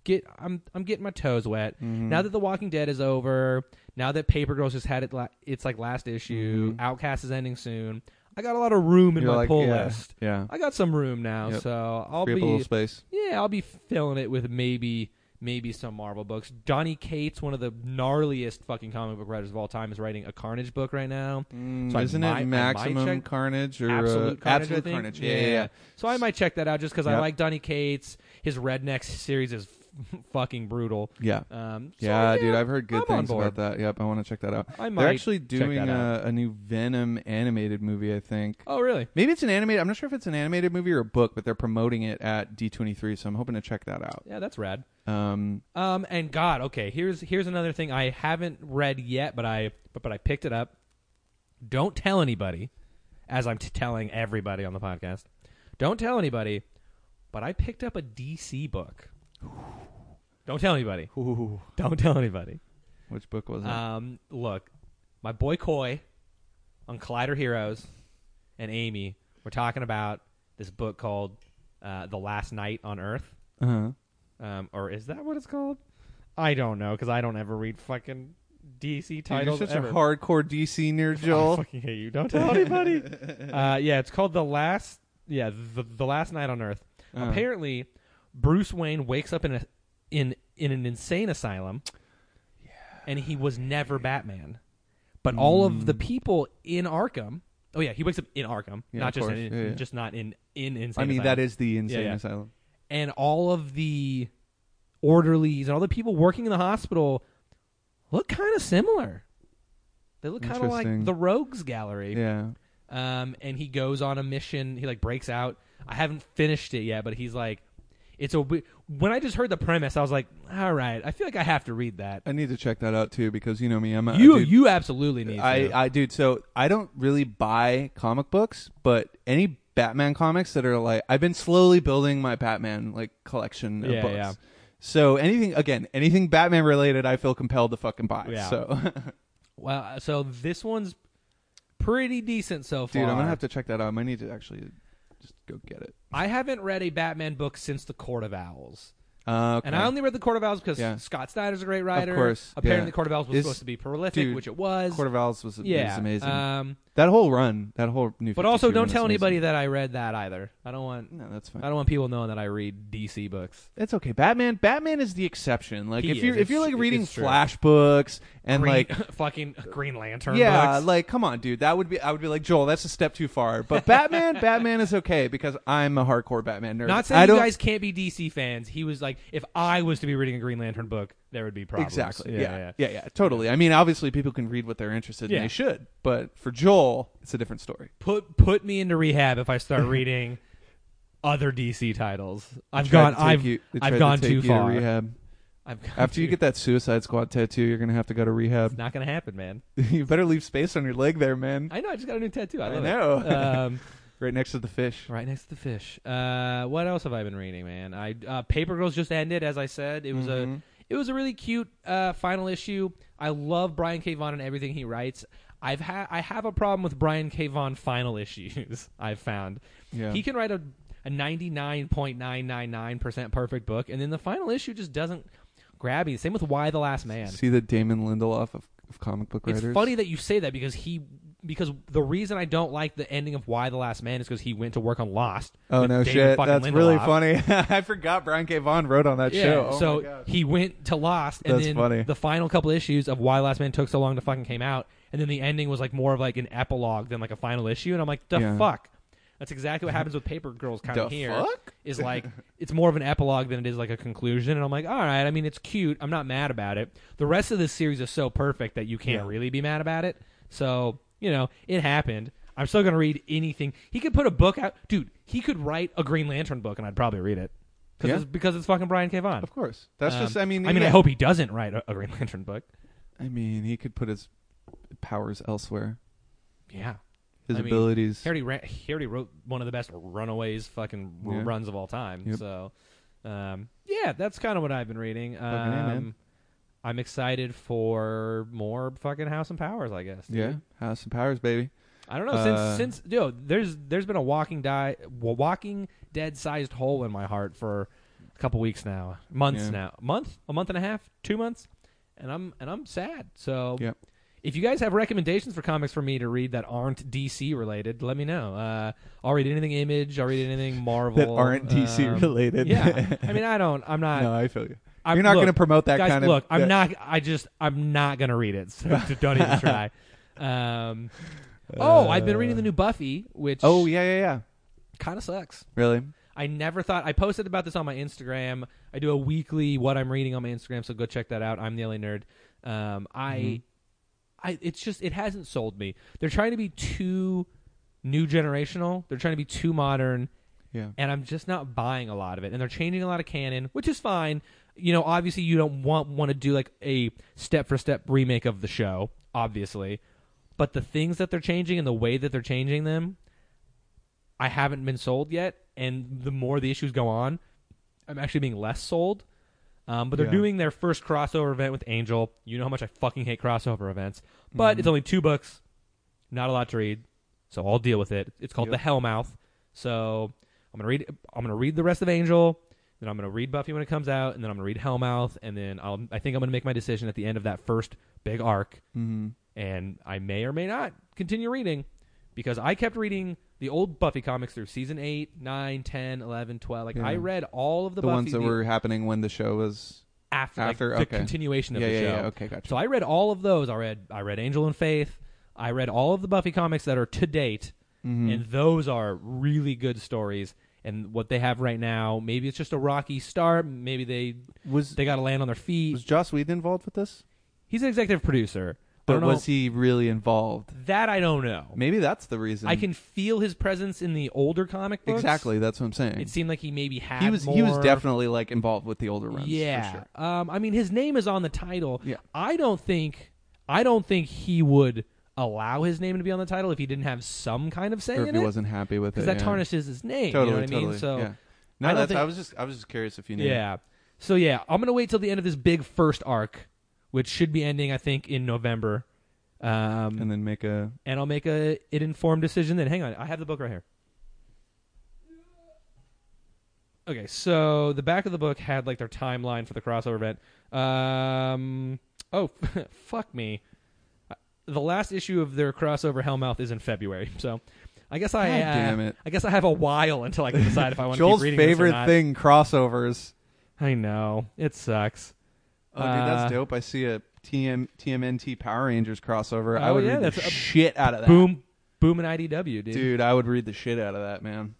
[SPEAKER 1] get I'm I'm getting my toes wet
[SPEAKER 2] Mm-hmm.
[SPEAKER 1] now that The Walking Dead is over now that Paper Girls just had it la- it's like last issue Outcast is ending soon I got a lot of room in
[SPEAKER 2] Mm-hmm. You're
[SPEAKER 1] my
[SPEAKER 2] like,
[SPEAKER 1] pull
[SPEAKER 2] yeah,
[SPEAKER 1] list
[SPEAKER 2] Yeah.
[SPEAKER 1] I got some room now
[SPEAKER 2] Yep.
[SPEAKER 1] so I'll
[SPEAKER 2] Free up
[SPEAKER 1] be
[SPEAKER 2] a little space.
[SPEAKER 1] yeah, I'll be filling it with maybe maybe some Marvel books. Donnie Cates, one of the gnarliest fucking comic book writers of all time, is writing a Carnage book right now. So I
[SPEAKER 2] Isn't
[SPEAKER 1] might- I
[SPEAKER 2] it
[SPEAKER 1] might
[SPEAKER 2] maximum
[SPEAKER 1] check-
[SPEAKER 2] carnage or uh,
[SPEAKER 1] Absolute Carnage, I
[SPEAKER 2] absolute
[SPEAKER 1] think.
[SPEAKER 2] carnage? Yeah, yeah, yeah.
[SPEAKER 1] So I might check that out just because I
[SPEAKER 2] Yep.
[SPEAKER 1] like Donnie Cates. His Rednecks series is fucking brutal.
[SPEAKER 2] Yeah.
[SPEAKER 1] Um, so,
[SPEAKER 2] Yeah, dude, I've heard
[SPEAKER 1] I'm
[SPEAKER 2] good
[SPEAKER 1] on
[SPEAKER 2] things
[SPEAKER 1] board.
[SPEAKER 2] about that. Yep, I want to check that out.
[SPEAKER 1] I might
[SPEAKER 2] They're actually
[SPEAKER 1] check that
[SPEAKER 2] doing uh,
[SPEAKER 1] out.
[SPEAKER 2] a, a new Venom animated movie, I think.
[SPEAKER 1] Oh really?
[SPEAKER 2] Maybe it's an animated. I'm not sure if it's an animated movie or a book, but they're promoting it at D23, so I'm hoping to check that out.
[SPEAKER 1] Yeah, that's rad.
[SPEAKER 2] Um,
[SPEAKER 1] Um, and God, okay, here's here's another thing I haven't read yet, but I but, but I picked it up. Don't tell anybody, as I'm t- telling everybody on the podcast. Don't tell anybody, but I picked up a DC book. Don't tell anybody. Don't tell anybody.
[SPEAKER 2] which book was it?
[SPEAKER 1] Um, look, my boy Coy on Collider Heroes and Amy were talking about this book called uh, "The Last Night on Earth."
[SPEAKER 2] uh-huh.
[SPEAKER 1] Um, or is that what it's called? I don't know because I don't ever read fucking DC
[SPEAKER 2] Dude, you're
[SPEAKER 1] titles.
[SPEAKER 2] such
[SPEAKER 1] ever. Oh,
[SPEAKER 2] a hardcore DC nerd, Joel.
[SPEAKER 1] I fucking hate you. Don't tell anybody. uh, yeah, it's called the last. Yeah, the, the last night on Earth.
[SPEAKER 2] Uh.
[SPEAKER 1] Apparently, Bruce Wayne wakes up in a in in an insane asylum, and he was never Batman. But
[SPEAKER 2] Mm.
[SPEAKER 1] all of the people in Arkham. Oh yeah, he wakes up in Arkham,
[SPEAKER 2] Yeah,
[SPEAKER 1] not
[SPEAKER 2] of
[SPEAKER 1] just
[SPEAKER 2] course.
[SPEAKER 1] in,
[SPEAKER 2] Yeah, yeah.
[SPEAKER 1] just not in in insane.
[SPEAKER 2] I mean,
[SPEAKER 1] asylum
[SPEAKER 2] that is the insane
[SPEAKER 1] yeah.
[SPEAKER 2] asylum.
[SPEAKER 1] and all of the orderlies and all the people working in the hospital look kind of similar. They look kind of like
[SPEAKER 2] Interesting.
[SPEAKER 1] the Rogues Gallery.
[SPEAKER 2] Yeah.
[SPEAKER 1] Um, and he goes on a mission. He like breaks out. I haven't finished it yet, but he's like, it's a. w- When I just heard the premise, I was like, all right, I feel like I have to read that.
[SPEAKER 2] I need to check that out too because you know me. I'm a
[SPEAKER 1] you
[SPEAKER 2] Uh, dude,
[SPEAKER 1] you absolutely need.
[SPEAKER 2] I,
[SPEAKER 1] to.
[SPEAKER 2] I dude. So I don't really buy comic books, but any Batman comics that are like I've been slowly building my Batman like collection of
[SPEAKER 1] Yeah,
[SPEAKER 2] books.
[SPEAKER 1] yeah.
[SPEAKER 2] So anything again, anything Batman related, I feel compelled to fucking buy.
[SPEAKER 1] Yeah.
[SPEAKER 2] So
[SPEAKER 1] well, so this one's pretty decent so far.
[SPEAKER 2] dude, I'm gonna have to check that out. I might need to actually just go get it.
[SPEAKER 1] I haven't read a Batman book since the Court of Owls.
[SPEAKER 2] Uh, okay.
[SPEAKER 1] And I only read the Court of Owls because
[SPEAKER 2] Yeah.
[SPEAKER 1] Scott Snyder's a great writer.
[SPEAKER 2] course,
[SPEAKER 1] Apparently,
[SPEAKER 2] yeah.
[SPEAKER 1] the Court of Owls was
[SPEAKER 2] It's-
[SPEAKER 1] supposed to be prolific,
[SPEAKER 2] dude,
[SPEAKER 1] which it was.
[SPEAKER 2] Court of Owls was,
[SPEAKER 1] yeah,
[SPEAKER 2] was amazing.
[SPEAKER 1] Um,
[SPEAKER 2] that whole run, that whole new.
[SPEAKER 1] but also,
[SPEAKER 2] 52 run
[SPEAKER 1] don't
[SPEAKER 2] is
[SPEAKER 1] tell
[SPEAKER 2] amazing.
[SPEAKER 1] anybody that I read that either. I don't want
[SPEAKER 2] No, that's fine.
[SPEAKER 1] I don't want people knowing that I read DC books.
[SPEAKER 2] It's okay. Batman. Batman is the exception. Like
[SPEAKER 1] He
[SPEAKER 2] if
[SPEAKER 1] is.
[SPEAKER 2] you're if you're
[SPEAKER 1] It's-
[SPEAKER 2] like reading
[SPEAKER 1] it's true.
[SPEAKER 2] Flash books and
[SPEAKER 1] Green-
[SPEAKER 2] like
[SPEAKER 1] fucking Green Lantern.
[SPEAKER 2] yeah,
[SPEAKER 1] books.
[SPEAKER 2] like come on, dude. That would be I would be like Joel. That's a step too far. But Batman, Batman is okay because I'm a hardcore Batman nerd.
[SPEAKER 1] not saying
[SPEAKER 2] I
[SPEAKER 1] you
[SPEAKER 2] don't,
[SPEAKER 1] guys can't be DC fans. He was like, if I was to be reading a Green Lantern book, there would be problems.
[SPEAKER 2] exactly.
[SPEAKER 1] Yeah,
[SPEAKER 2] Yeah
[SPEAKER 1] yeah.
[SPEAKER 2] yeah. yeah, Totally. I mean, obviously, people can read what they're interested in.
[SPEAKER 1] Yeah.
[SPEAKER 2] They should. But for Joel, it's a different story.
[SPEAKER 1] Put put me into rehab if I start reading other DC titles. I've
[SPEAKER 2] They tried
[SPEAKER 1] gone.
[SPEAKER 2] to take
[SPEAKER 1] I've
[SPEAKER 2] you- they tried
[SPEAKER 1] I've
[SPEAKER 2] to
[SPEAKER 1] gone
[SPEAKER 2] take
[SPEAKER 1] too
[SPEAKER 2] you to
[SPEAKER 1] far.
[SPEAKER 2] rehab.
[SPEAKER 1] I've gone
[SPEAKER 2] After you
[SPEAKER 1] too-
[SPEAKER 2] get that Suicide Squad tattoo, you're gonna have to go to rehab.
[SPEAKER 1] not gonna happen, man.
[SPEAKER 2] you better leave space on your leg there, man.
[SPEAKER 1] I know. I just got a new tattoo. I,
[SPEAKER 2] I
[SPEAKER 1] love
[SPEAKER 2] know.
[SPEAKER 1] It. Um,
[SPEAKER 2] Right next to the fish.
[SPEAKER 1] right next to the fish. Uh, what else have I been reading, man? I uh, Paper Girls just ended, as I said. It was
[SPEAKER 2] Mm-hmm.
[SPEAKER 1] a it was a really cute uh, final issue. I love Brian K. Vaughan and everything he writes. I've had I have a problem with Brian K. Vaughan final issues. I've found
[SPEAKER 2] Yeah.
[SPEAKER 1] he can write a a ninety nine point nine nine nine percent perfect book, and then the final issue just doesn't grab me. Same with Why the Last Man.
[SPEAKER 2] See the Damon Lindelof of, of comic book writers.
[SPEAKER 1] It's funny that you say that because he because the reason I don't like the ending of Why the Last Man is because he went to work on Lost.
[SPEAKER 2] Oh
[SPEAKER 1] with
[SPEAKER 2] no
[SPEAKER 1] David
[SPEAKER 2] shit!
[SPEAKER 1] fucking
[SPEAKER 2] That's really
[SPEAKER 1] Lindelof.
[SPEAKER 2] funny. I forgot Brian K. Vaughan wrote on that
[SPEAKER 1] Yeah,
[SPEAKER 2] show. Oh my
[SPEAKER 1] so
[SPEAKER 2] God.
[SPEAKER 1] he went to Lost, and
[SPEAKER 2] That's
[SPEAKER 1] then
[SPEAKER 2] funny.
[SPEAKER 1] the final couple issues of Why the Last Man took so long to fucking came out, and then the ending was like more of like an epilogue than like a final issue, and I'm like, the
[SPEAKER 2] Yeah.
[SPEAKER 1] fuck. That's exactly what happens with Paper Girls kind
[SPEAKER 2] The
[SPEAKER 1] of here.
[SPEAKER 2] fuck?
[SPEAKER 1] Is like it's more of an epilogue than it is like a conclusion. And I'm like, all right. I mean, it's cute. I'm not mad about it. The rest of this series is so perfect that you can't
[SPEAKER 2] Yeah.
[SPEAKER 1] really be mad about it. So you know, it happened. I'm still gonna read anything. He could put a book out, dude. He could write a Green Lantern book, and I'd probably read it 'Cause
[SPEAKER 2] Yeah.
[SPEAKER 1] it's, because it's fucking Brian K. Vaughan.
[SPEAKER 2] Of course. That's
[SPEAKER 1] Um,
[SPEAKER 2] just. I mean.
[SPEAKER 1] I mean,
[SPEAKER 2] yeah.
[SPEAKER 1] I hope he doesn't write a, a Green Lantern book.
[SPEAKER 2] I mean, he could put his powers elsewhere.
[SPEAKER 1] Yeah,
[SPEAKER 2] His
[SPEAKER 1] I mean,
[SPEAKER 2] abilities.
[SPEAKER 1] he already ran, he already wrote one of the best Runaways fucking r-
[SPEAKER 2] Yeah.
[SPEAKER 1] runs of all time.
[SPEAKER 2] Yep.
[SPEAKER 1] So, um, yeah, that's kind of what I've been reading.
[SPEAKER 2] A, man.
[SPEAKER 1] Um, I'm excited for more fucking House and Powers. I guess. dude.
[SPEAKER 2] yeah, has some powers, baby.
[SPEAKER 1] I don't know
[SPEAKER 2] Uh,
[SPEAKER 1] since since yo, there's there's been a Walking Die wa- Walking Dead sized hole in my heart for a couple weeks now, months
[SPEAKER 2] Yeah.
[SPEAKER 1] now, month, a month and a half, two months, and I'm and I'm sad. So
[SPEAKER 2] Yep.
[SPEAKER 1] if you guys have recommendations for comics for me to read that aren't DC related, let me know. Uh, I'll read anything Image, I'll read anything Marvel
[SPEAKER 2] That aren't DC
[SPEAKER 1] um,
[SPEAKER 2] related.
[SPEAKER 1] Yeah, I mean I don't. I'm not.
[SPEAKER 2] no, I feel you.
[SPEAKER 1] I'm,
[SPEAKER 2] You're not
[SPEAKER 1] look,
[SPEAKER 2] going to promote that
[SPEAKER 1] guys,
[SPEAKER 2] kind of.
[SPEAKER 1] look, I'm
[SPEAKER 2] that-
[SPEAKER 1] not. I just, I'm not gonna read it. So don't even try. Um, oh, I've been reading the new Buffy, which
[SPEAKER 2] uh, Oh yeah, yeah, yeah.
[SPEAKER 1] kind of sucks.
[SPEAKER 2] Really?
[SPEAKER 1] I never thought I posted about this on my Instagram. I do a weekly what I'm reading on my Instagram, so go check that out. I'm the LA nerd. Um, I,
[SPEAKER 2] Mm-hmm.
[SPEAKER 1] I, it's just it hasn't sold me. They're trying to be too new generational. They're trying to be too modern
[SPEAKER 2] Yeah.
[SPEAKER 1] and I'm just not buying a lot of it. And they're changing a lot of canon, which is fine. You know, obviously you don't want want to do like a step for step remake of the show, obviously. But the things that they're changing and the way that they're changing them, I haven't been sold yet. And the more the issues go on, I'm actually being less sold. Um, but they're
[SPEAKER 2] Yeah.
[SPEAKER 1] doing their first crossover event with Angel. You know how much I fucking hate crossover events. But
[SPEAKER 2] Mm-hmm.
[SPEAKER 1] it's only two books, not a lot to read, so I'll deal with it. It's called
[SPEAKER 2] Yep.
[SPEAKER 1] The Hellmouth. So I'm gonna read. I'm gonna read the rest of Angel. Then I'm gonna read Buffy when it comes out, and then I'm gonna read Hellmouth, and then I'll. I think I'm gonna make my decision at the end of that first big arc,
[SPEAKER 2] Mm-hmm.
[SPEAKER 1] and I may or may not continue reading because I kept reading the old Buffy comics through season 8, 9, 10, 11, 12. Like I
[SPEAKER 2] Yeah.
[SPEAKER 1] read all of the,
[SPEAKER 2] The
[SPEAKER 1] Buffy
[SPEAKER 2] ones that
[SPEAKER 1] the-
[SPEAKER 2] were happening when the show was.
[SPEAKER 1] after, like,
[SPEAKER 2] after,
[SPEAKER 1] the
[SPEAKER 2] okay.
[SPEAKER 1] continuation of
[SPEAKER 2] yeah,
[SPEAKER 1] the
[SPEAKER 2] yeah,
[SPEAKER 1] show.
[SPEAKER 2] yeah. Okay, gotcha.
[SPEAKER 1] So I read all of those. I read I read Angel and Faith. I read all of the Buffy comics that are to date,
[SPEAKER 2] Mhm.
[SPEAKER 1] and those are really good stories. And what they have right now, maybe it's just a rocky start. Maybe they
[SPEAKER 2] was
[SPEAKER 1] they got to land on their
[SPEAKER 2] was
[SPEAKER 1] feet.
[SPEAKER 2] Joss Whedon involved with this?
[SPEAKER 1] He's an executive producer. I
[SPEAKER 2] But
[SPEAKER 1] don't
[SPEAKER 2] was he really involved?
[SPEAKER 1] know, that I don't know.
[SPEAKER 2] Maybe that's the reason.
[SPEAKER 1] I can feel his presence in the older comic books.
[SPEAKER 2] exactly. That's what I'm saying.
[SPEAKER 1] It seemed like he maybe had
[SPEAKER 2] he was he was
[SPEAKER 1] more-
[SPEAKER 2] definitely like involved with the older runs. for
[SPEAKER 1] Yeah.
[SPEAKER 2] sure.
[SPEAKER 1] Um, I mean, his name is on the title.
[SPEAKER 2] Yeah.
[SPEAKER 1] I don't think I don't think he would allow his name to be on the title if he didn't have some kind of say
[SPEAKER 2] Or if
[SPEAKER 1] in
[SPEAKER 2] he
[SPEAKER 1] it.
[SPEAKER 2] wasn't happy with it,
[SPEAKER 1] Because that
[SPEAKER 2] yeah.
[SPEAKER 1] tarnishes his name.
[SPEAKER 2] Totally,
[SPEAKER 1] you know what
[SPEAKER 2] totally.
[SPEAKER 1] I mean? So
[SPEAKER 2] yeah. no,
[SPEAKER 1] I don't
[SPEAKER 2] that's.
[SPEAKER 1] think-
[SPEAKER 2] I was just I was just curious if you knew.
[SPEAKER 1] yeah. So yeah, I'm gonna wait till the end of this big first arc, which should be ending I think in November. Um,
[SPEAKER 2] And then make a
[SPEAKER 1] and I'll make a an informed decision then. Hang on, I have the book right here. Okay, so the back of the book had like their timeline for the crossover event. Um, oh, fuck me. Uh, The last issue of their crossover Hellmouth is in February, so I guess I
[SPEAKER 2] God
[SPEAKER 1] uh,
[SPEAKER 2] damn it.
[SPEAKER 1] I guess I have a while until I can decide if I want to
[SPEAKER 2] Joel's
[SPEAKER 1] keep reading this or
[SPEAKER 2] favorite
[SPEAKER 1] not.
[SPEAKER 2] thing crossovers.
[SPEAKER 1] I know it sucks.
[SPEAKER 2] Oh, dude, that's
[SPEAKER 1] Uh,
[SPEAKER 2] dope. I see a TM, TMNT Power Rangers crossover. I
[SPEAKER 1] Oh,
[SPEAKER 2] would
[SPEAKER 1] yeah,
[SPEAKER 2] read
[SPEAKER 1] that's
[SPEAKER 2] the
[SPEAKER 1] a-
[SPEAKER 2] shit out of that.
[SPEAKER 1] Boom, boom, and IDW,
[SPEAKER 2] Dude, I would read the shit out of that, man.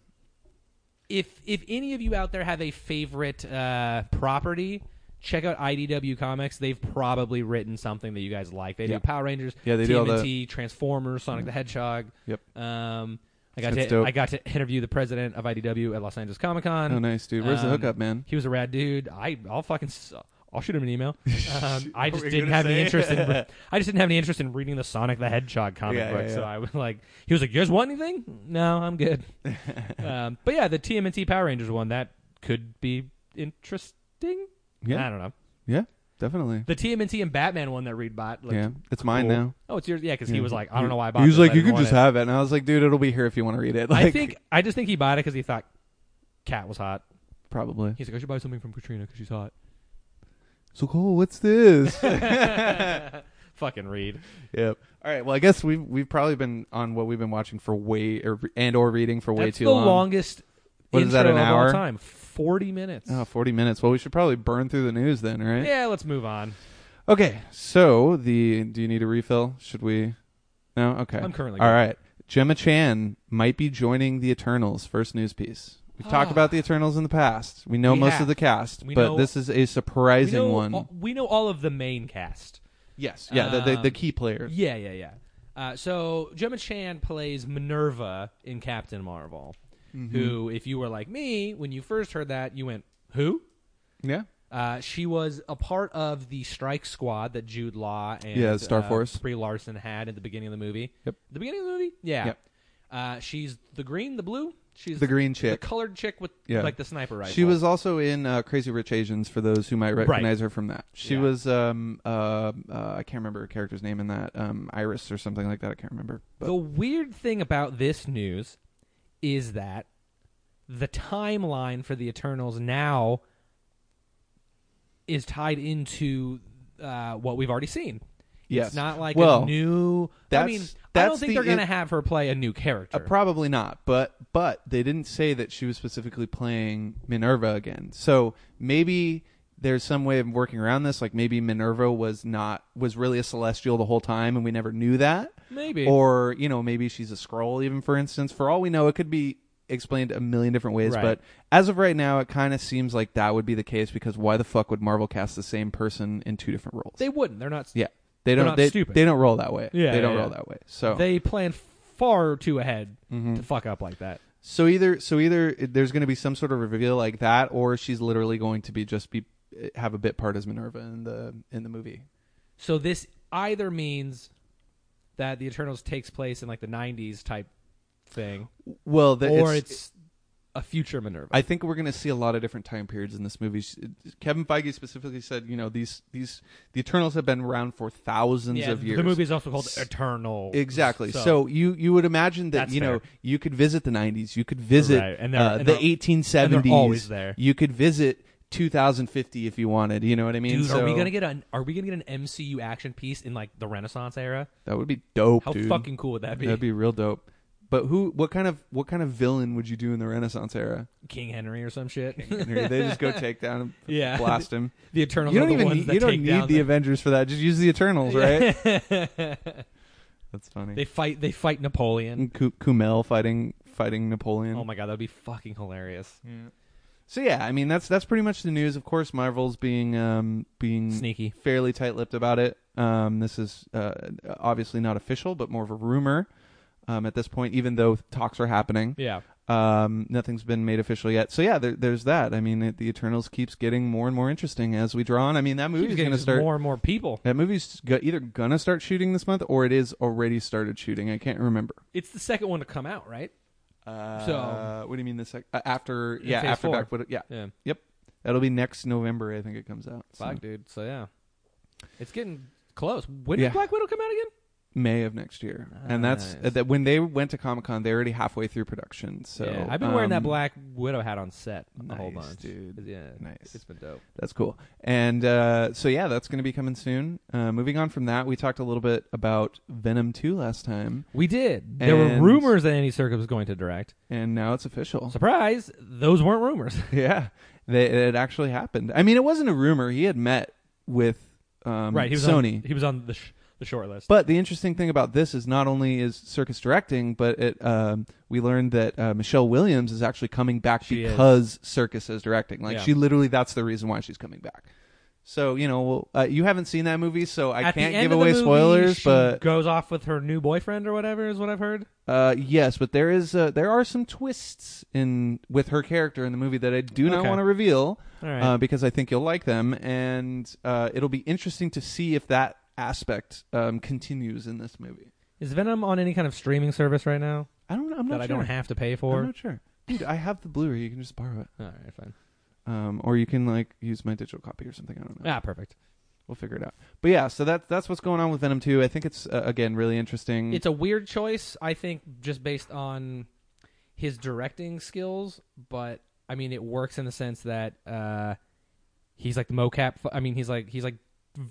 [SPEAKER 1] if if any of you out there have a favorite uh, property, check out IDW Comics. They've probably written something that you guys like. They
[SPEAKER 2] Yeah.
[SPEAKER 1] do Power Rangers,
[SPEAKER 2] Yeah, they
[SPEAKER 1] TMNT,
[SPEAKER 2] do all the- Mm-hmm.
[SPEAKER 1] Transformers, Sonic the Hedgehog.
[SPEAKER 2] Yep.
[SPEAKER 1] Um, I got
[SPEAKER 2] That's
[SPEAKER 1] to
[SPEAKER 2] dope.
[SPEAKER 1] I got to interview the president of IDW at Los Angeles Comic Con.
[SPEAKER 2] Oh, nice, dude. Where's the
[SPEAKER 1] Um,
[SPEAKER 2] hookup, man?
[SPEAKER 1] He was a rad dude. I I'll fucking s- I'll shoot him an email. Um, I
[SPEAKER 2] What
[SPEAKER 1] just
[SPEAKER 2] were you
[SPEAKER 1] didn't
[SPEAKER 2] gonna
[SPEAKER 1] have any
[SPEAKER 2] say?
[SPEAKER 1] interest in re- I just didn't have any interest in reading the Sonic the Hedgehog comic
[SPEAKER 2] Yeah,
[SPEAKER 1] book.
[SPEAKER 2] yeah,
[SPEAKER 1] So
[SPEAKER 2] yeah.
[SPEAKER 1] I was like, he was like, "You guys want anything? No, I'm good." um, but yeah, the TMNT Power Rangers one that could be interesting.
[SPEAKER 2] Yeah.
[SPEAKER 1] I don't know.
[SPEAKER 2] Yeah, definitely.
[SPEAKER 1] The TMNT and Batman one that Reed bought. Looked
[SPEAKER 2] Yeah, it's mine
[SPEAKER 1] cool.
[SPEAKER 2] now.
[SPEAKER 1] Oh, it's yours. Yeah, because he
[SPEAKER 2] Yeah.
[SPEAKER 1] was like, "I don't know why I bought."
[SPEAKER 2] He was
[SPEAKER 1] this,
[SPEAKER 2] like,
[SPEAKER 1] I
[SPEAKER 2] you
[SPEAKER 1] didn't
[SPEAKER 2] can
[SPEAKER 1] want
[SPEAKER 2] just
[SPEAKER 1] it."
[SPEAKER 2] have it, and I was like, dude, it'll be here if you want to read it. Like,
[SPEAKER 1] I think I just think he bought it because he thought Cat was hot.
[SPEAKER 2] probably.
[SPEAKER 1] He's like, "I should buy something from Katrina because she's hot."
[SPEAKER 2] So cool. What's this?
[SPEAKER 1] Fucking Reed.
[SPEAKER 2] yep. All right. Well, I guess we've we've probably been on what we've been watching for way or and or reading for way
[SPEAKER 1] That's
[SPEAKER 2] too
[SPEAKER 1] the
[SPEAKER 2] long.
[SPEAKER 1] longest.
[SPEAKER 2] What is that,
[SPEAKER 1] intro
[SPEAKER 2] an
[SPEAKER 1] of all
[SPEAKER 2] hour?
[SPEAKER 1] time, forty minutes.
[SPEAKER 2] Oh, 40 minutes. Well, we should probably burn through the news then, right?
[SPEAKER 1] yeah, let's move on.
[SPEAKER 2] Okay. So the do you need a refill? Should we? No. Okay.
[SPEAKER 1] I'm currently
[SPEAKER 2] All
[SPEAKER 1] good.
[SPEAKER 2] right. Gemma Chan might be joining the Eternals. First news piece. We've talked
[SPEAKER 1] Ah.
[SPEAKER 2] about the Eternals in the past. We know
[SPEAKER 1] We
[SPEAKER 2] most
[SPEAKER 1] have.
[SPEAKER 2] of the cast,
[SPEAKER 1] We
[SPEAKER 2] but
[SPEAKER 1] know-
[SPEAKER 2] this is a
[SPEAKER 1] we
[SPEAKER 2] surprising
[SPEAKER 1] know,
[SPEAKER 2] one.
[SPEAKER 1] all- we know all of the main cast.
[SPEAKER 2] yes, yeah, the, the, the
[SPEAKER 1] Um,
[SPEAKER 2] key players.
[SPEAKER 1] Yeah, yeah, yeah. Uh, so Gemma Chan plays Minerva in Captain Marvel,
[SPEAKER 2] Mm-hmm.
[SPEAKER 1] who, if you were like me when you first heard that, you went, "Who?"
[SPEAKER 2] Yeah,
[SPEAKER 1] Uh, she was a part of the strike squad that Jude Law and
[SPEAKER 2] Yeah, Star
[SPEAKER 1] uh,
[SPEAKER 2] Force.
[SPEAKER 1] Brie Larson had at the beginning of the movie.
[SPEAKER 2] Yep.
[SPEAKER 1] The beginning of the movie, yeah.
[SPEAKER 2] Yep.
[SPEAKER 1] Uh, she's the green, the blue. She's
[SPEAKER 2] The green
[SPEAKER 1] the
[SPEAKER 2] chick.
[SPEAKER 1] colored chick with
[SPEAKER 2] Yeah.
[SPEAKER 1] like the sniper rifle.
[SPEAKER 2] She was also in uh, Crazy Rich Asians. For those who might recognize her from that, she
[SPEAKER 1] Yeah.
[SPEAKER 2] was um uh, uh I can't remember her character's name in that um Iris or something like that. I can't remember. But
[SPEAKER 1] The weird thing about this news is that the timeline for the Eternals now is tied into uh, what we've already seen.
[SPEAKER 2] Yes.
[SPEAKER 1] It's not like
[SPEAKER 2] Well,
[SPEAKER 1] a new. I
[SPEAKER 2] that's-
[SPEAKER 1] mean, I don't
[SPEAKER 2] that's
[SPEAKER 1] think
[SPEAKER 2] the
[SPEAKER 1] they're going to
[SPEAKER 2] in-
[SPEAKER 1] have her play a new character.
[SPEAKER 2] Uh, probably not, but but they didn't say that she was specifically playing Minerva again. So maybe there's some way of working around this. Like maybe Minerva was not was really a celestial the whole time, and we never knew that.
[SPEAKER 1] Maybe.
[SPEAKER 2] or you know maybe she's a scroll. Even for instance, for all we know, it could be explained a million different ways.
[SPEAKER 1] Right.
[SPEAKER 2] But as of right now, it kind of seems like that would be the case because why the fuck would Marvel cast the same person in two different roles?
[SPEAKER 1] they wouldn't. They're not.
[SPEAKER 2] yeah, they
[SPEAKER 1] They're
[SPEAKER 2] don't.
[SPEAKER 1] not
[SPEAKER 2] They,
[SPEAKER 1] stupid.
[SPEAKER 2] they don't roll that way.
[SPEAKER 1] Yeah,
[SPEAKER 2] they don't
[SPEAKER 1] yeah,
[SPEAKER 2] roll
[SPEAKER 1] yeah.
[SPEAKER 2] that way. So
[SPEAKER 1] They plan far too ahead
[SPEAKER 2] Mm-hmm.
[SPEAKER 1] to fuck up like that.
[SPEAKER 2] So either so either there's going to be some sort of reveal like that, or she's literally going to be just be have a bit part as Minerva in the in the movie.
[SPEAKER 1] So this either means that the Eternals takes place in like the '90s type thing,
[SPEAKER 2] Well, the,
[SPEAKER 1] or it's, a future Minerva.
[SPEAKER 2] I think we're going to see a lot of different time periods in this movie. Kevin Feige specifically said, you know, these these the Eternals have been around for thousands
[SPEAKER 1] yeah,
[SPEAKER 2] of years.
[SPEAKER 1] the movie is also called
[SPEAKER 2] S-
[SPEAKER 1] Eternal.
[SPEAKER 2] Exactly. So, you you would imagine that
[SPEAKER 1] That's
[SPEAKER 2] you know
[SPEAKER 1] fair.
[SPEAKER 2] you could visit the 90s, you could visit
[SPEAKER 1] Right, and they're-
[SPEAKER 2] uh,
[SPEAKER 1] and
[SPEAKER 2] the
[SPEAKER 1] they're-
[SPEAKER 2] 1870s.
[SPEAKER 1] always there.
[SPEAKER 2] You could visit 2050 if you wanted. You know what I mean?
[SPEAKER 1] dude,
[SPEAKER 2] so
[SPEAKER 1] are we gonna get an Are we gonna get an MCU action piece in like the Renaissance era?
[SPEAKER 2] that would be dope,
[SPEAKER 1] How
[SPEAKER 2] dude.
[SPEAKER 1] fucking cool would that be?
[SPEAKER 2] That'd be real dope. But who? What kind of what kind of villain would you do in the Renaissance era?
[SPEAKER 1] King Henry or some shit.
[SPEAKER 2] Henry, they just go take down, and
[SPEAKER 1] Yeah.
[SPEAKER 2] blast him.
[SPEAKER 1] the Eternals.
[SPEAKER 2] you
[SPEAKER 1] are the
[SPEAKER 2] don't even
[SPEAKER 1] ones
[SPEAKER 2] need,
[SPEAKER 1] that
[SPEAKER 2] you don't
[SPEAKER 1] take
[SPEAKER 2] need
[SPEAKER 1] down
[SPEAKER 2] the Avengers for that. Just use the Eternals, right?
[SPEAKER 1] right?
[SPEAKER 2] That's funny.
[SPEAKER 1] they fight. They fight Napoleon.
[SPEAKER 2] And Ku- Kumail fighting fighting Napoleon.
[SPEAKER 1] Oh my god, that'd be fucking hilarious.
[SPEAKER 2] Mm-hmm. So yeah, I mean that's that's pretty much the news. Of course, Marvel's being um being
[SPEAKER 1] Sneaky.
[SPEAKER 2] fairly tight-lipped about it. Um, this is uh, obviously not official, but more of a rumor um, at this point. Even though talks are happening,
[SPEAKER 1] Yeah.
[SPEAKER 2] Um, nothing's been made official yet. So yeah, there, there's that. I mean, it, the Eternals keeps getting more and more interesting as we draw on. I mean, that movie's
[SPEAKER 1] Keeps
[SPEAKER 2] going
[SPEAKER 1] getting
[SPEAKER 2] to
[SPEAKER 1] just
[SPEAKER 2] start.
[SPEAKER 1] more and more people.
[SPEAKER 2] That movie's go- either gonna start shooting this month or it is already started shooting. I can't remember.
[SPEAKER 1] It's the second one to come out, right?
[SPEAKER 2] Uh,
[SPEAKER 1] So-
[SPEAKER 2] what do you mean the sec- uh, after? Yeah,
[SPEAKER 1] Phase
[SPEAKER 2] after
[SPEAKER 1] four.
[SPEAKER 2] Black Widow. Yeah,
[SPEAKER 1] Yeah.
[SPEAKER 2] that'll be next November. I think it comes out. So,
[SPEAKER 1] Fuck, dude. So yeah, it's getting close. When
[SPEAKER 2] Yeah.
[SPEAKER 1] did Black Widow come out again?
[SPEAKER 2] May of next year, and that's
[SPEAKER 1] Nice.
[SPEAKER 2] uh, that. When they went to Comic Con, they're already halfway through production. So
[SPEAKER 1] yeah, I've been wearing that
[SPEAKER 2] um,
[SPEAKER 1] Black Widow hat on set a whole
[SPEAKER 2] nice,
[SPEAKER 1] bunch,
[SPEAKER 2] dude.
[SPEAKER 1] Yeah,
[SPEAKER 2] Nice.
[SPEAKER 1] It's been dope.
[SPEAKER 2] That's cool. And uh, so yeah, that's going to be coming soon. Uh, moving on from that, we talked a little bit about Venom 2 last time,
[SPEAKER 1] We did. There were
[SPEAKER 2] And-
[SPEAKER 1] rumors that Andy Serkis was going to direct.
[SPEAKER 2] and now it's
[SPEAKER 1] Oh.
[SPEAKER 2] official.
[SPEAKER 1] Surprise! Those weren't rumors.
[SPEAKER 2] yeah, they, it actually happened. I mean, it wasn't a rumor. He had met with um,
[SPEAKER 1] right. He was
[SPEAKER 2] Sony.
[SPEAKER 1] On, he was on the sh- the short list.
[SPEAKER 2] But the interesting thing about this is not only is Circus directing, but it um, we learned that uh, Michelle Williams is actually coming back
[SPEAKER 1] She is.
[SPEAKER 2] because Circus is directing. Like
[SPEAKER 1] Yeah.
[SPEAKER 2] she literally, that's the reason why she's coming back. So you know, well, uh, you haven't seen that movie, so I
[SPEAKER 1] At the
[SPEAKER 2] can't
[SPEAKER 1] end
[SPEAKER 2] give
[SPEAKER 1] of the
[SPEAKER 2] away
[SPEAKER 1] movie,
[SPEAKER 2] spoilers.
[SPEAKER 1] she
[SPEAKER 2] But
[SPEAKER 1] goes off with her new boyfriend or whatever is what I've heard.
[SPEAKER 2] uh, yes, but there is uh, there are some twists in with her character in the movie that I do not
[SPEAKER 1] Okay.
[SPEAKER 2] want to reveal
[SPEAKER 1] All right.
[SPEAKER 2] uh, because I think you'll like them, and uh, it'll be interesting to see if that aspect um, continues in this movie.
[SPEAKER 1] is Venom on any kind of streaming service right now
[SPEAKER 2] I don't. I'm
[SPEAKER 1] that
[SPEAKER 2] not
[SPEAKER 1] I
[SPEAKER 2] sure.
[SPEAKER 1] don't have to pay
[SPEAKER 2] I'm
[SPEAKER 1] for?
[SPEAKER 2] not sure. Dude, I have the Blu-ray. You can just borrow it,
[SPEAKER 1] All right, fine.
[SPEAKER 2] um, or you can like use my digital copy or something. I don't know.
[SPEAKER 1] Ah, perfect.
[SPEAKER 2] We'll figure it out. But yeah, so that's that's what's going on with Venom Two. I think it's uh, again really interesting.
[SPEAKER 1] It's a weird choice, I think, just based on his directing skills. But I mean, it works in the sense that uh, he's like the mocap. f- I mean, he's like he's like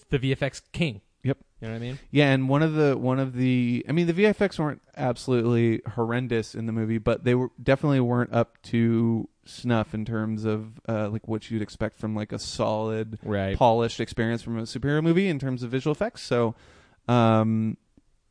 [SPEAKER 1] the VFX king.
[SPEAKER 2] Yep.
[SPEAKER 1] You know what I mean?
[SPEAKER 2] yeah, and one of the one of the I mean the VFX weren't absolutely horrendous in the movie, but they were definitely weren't up to snuff in terms of uh, like what you'd expect from like a solid
[SPEAKER 1] Right.
[SPEAKER 2] polished experience from a superhero movie in terms of visual effects. So, um,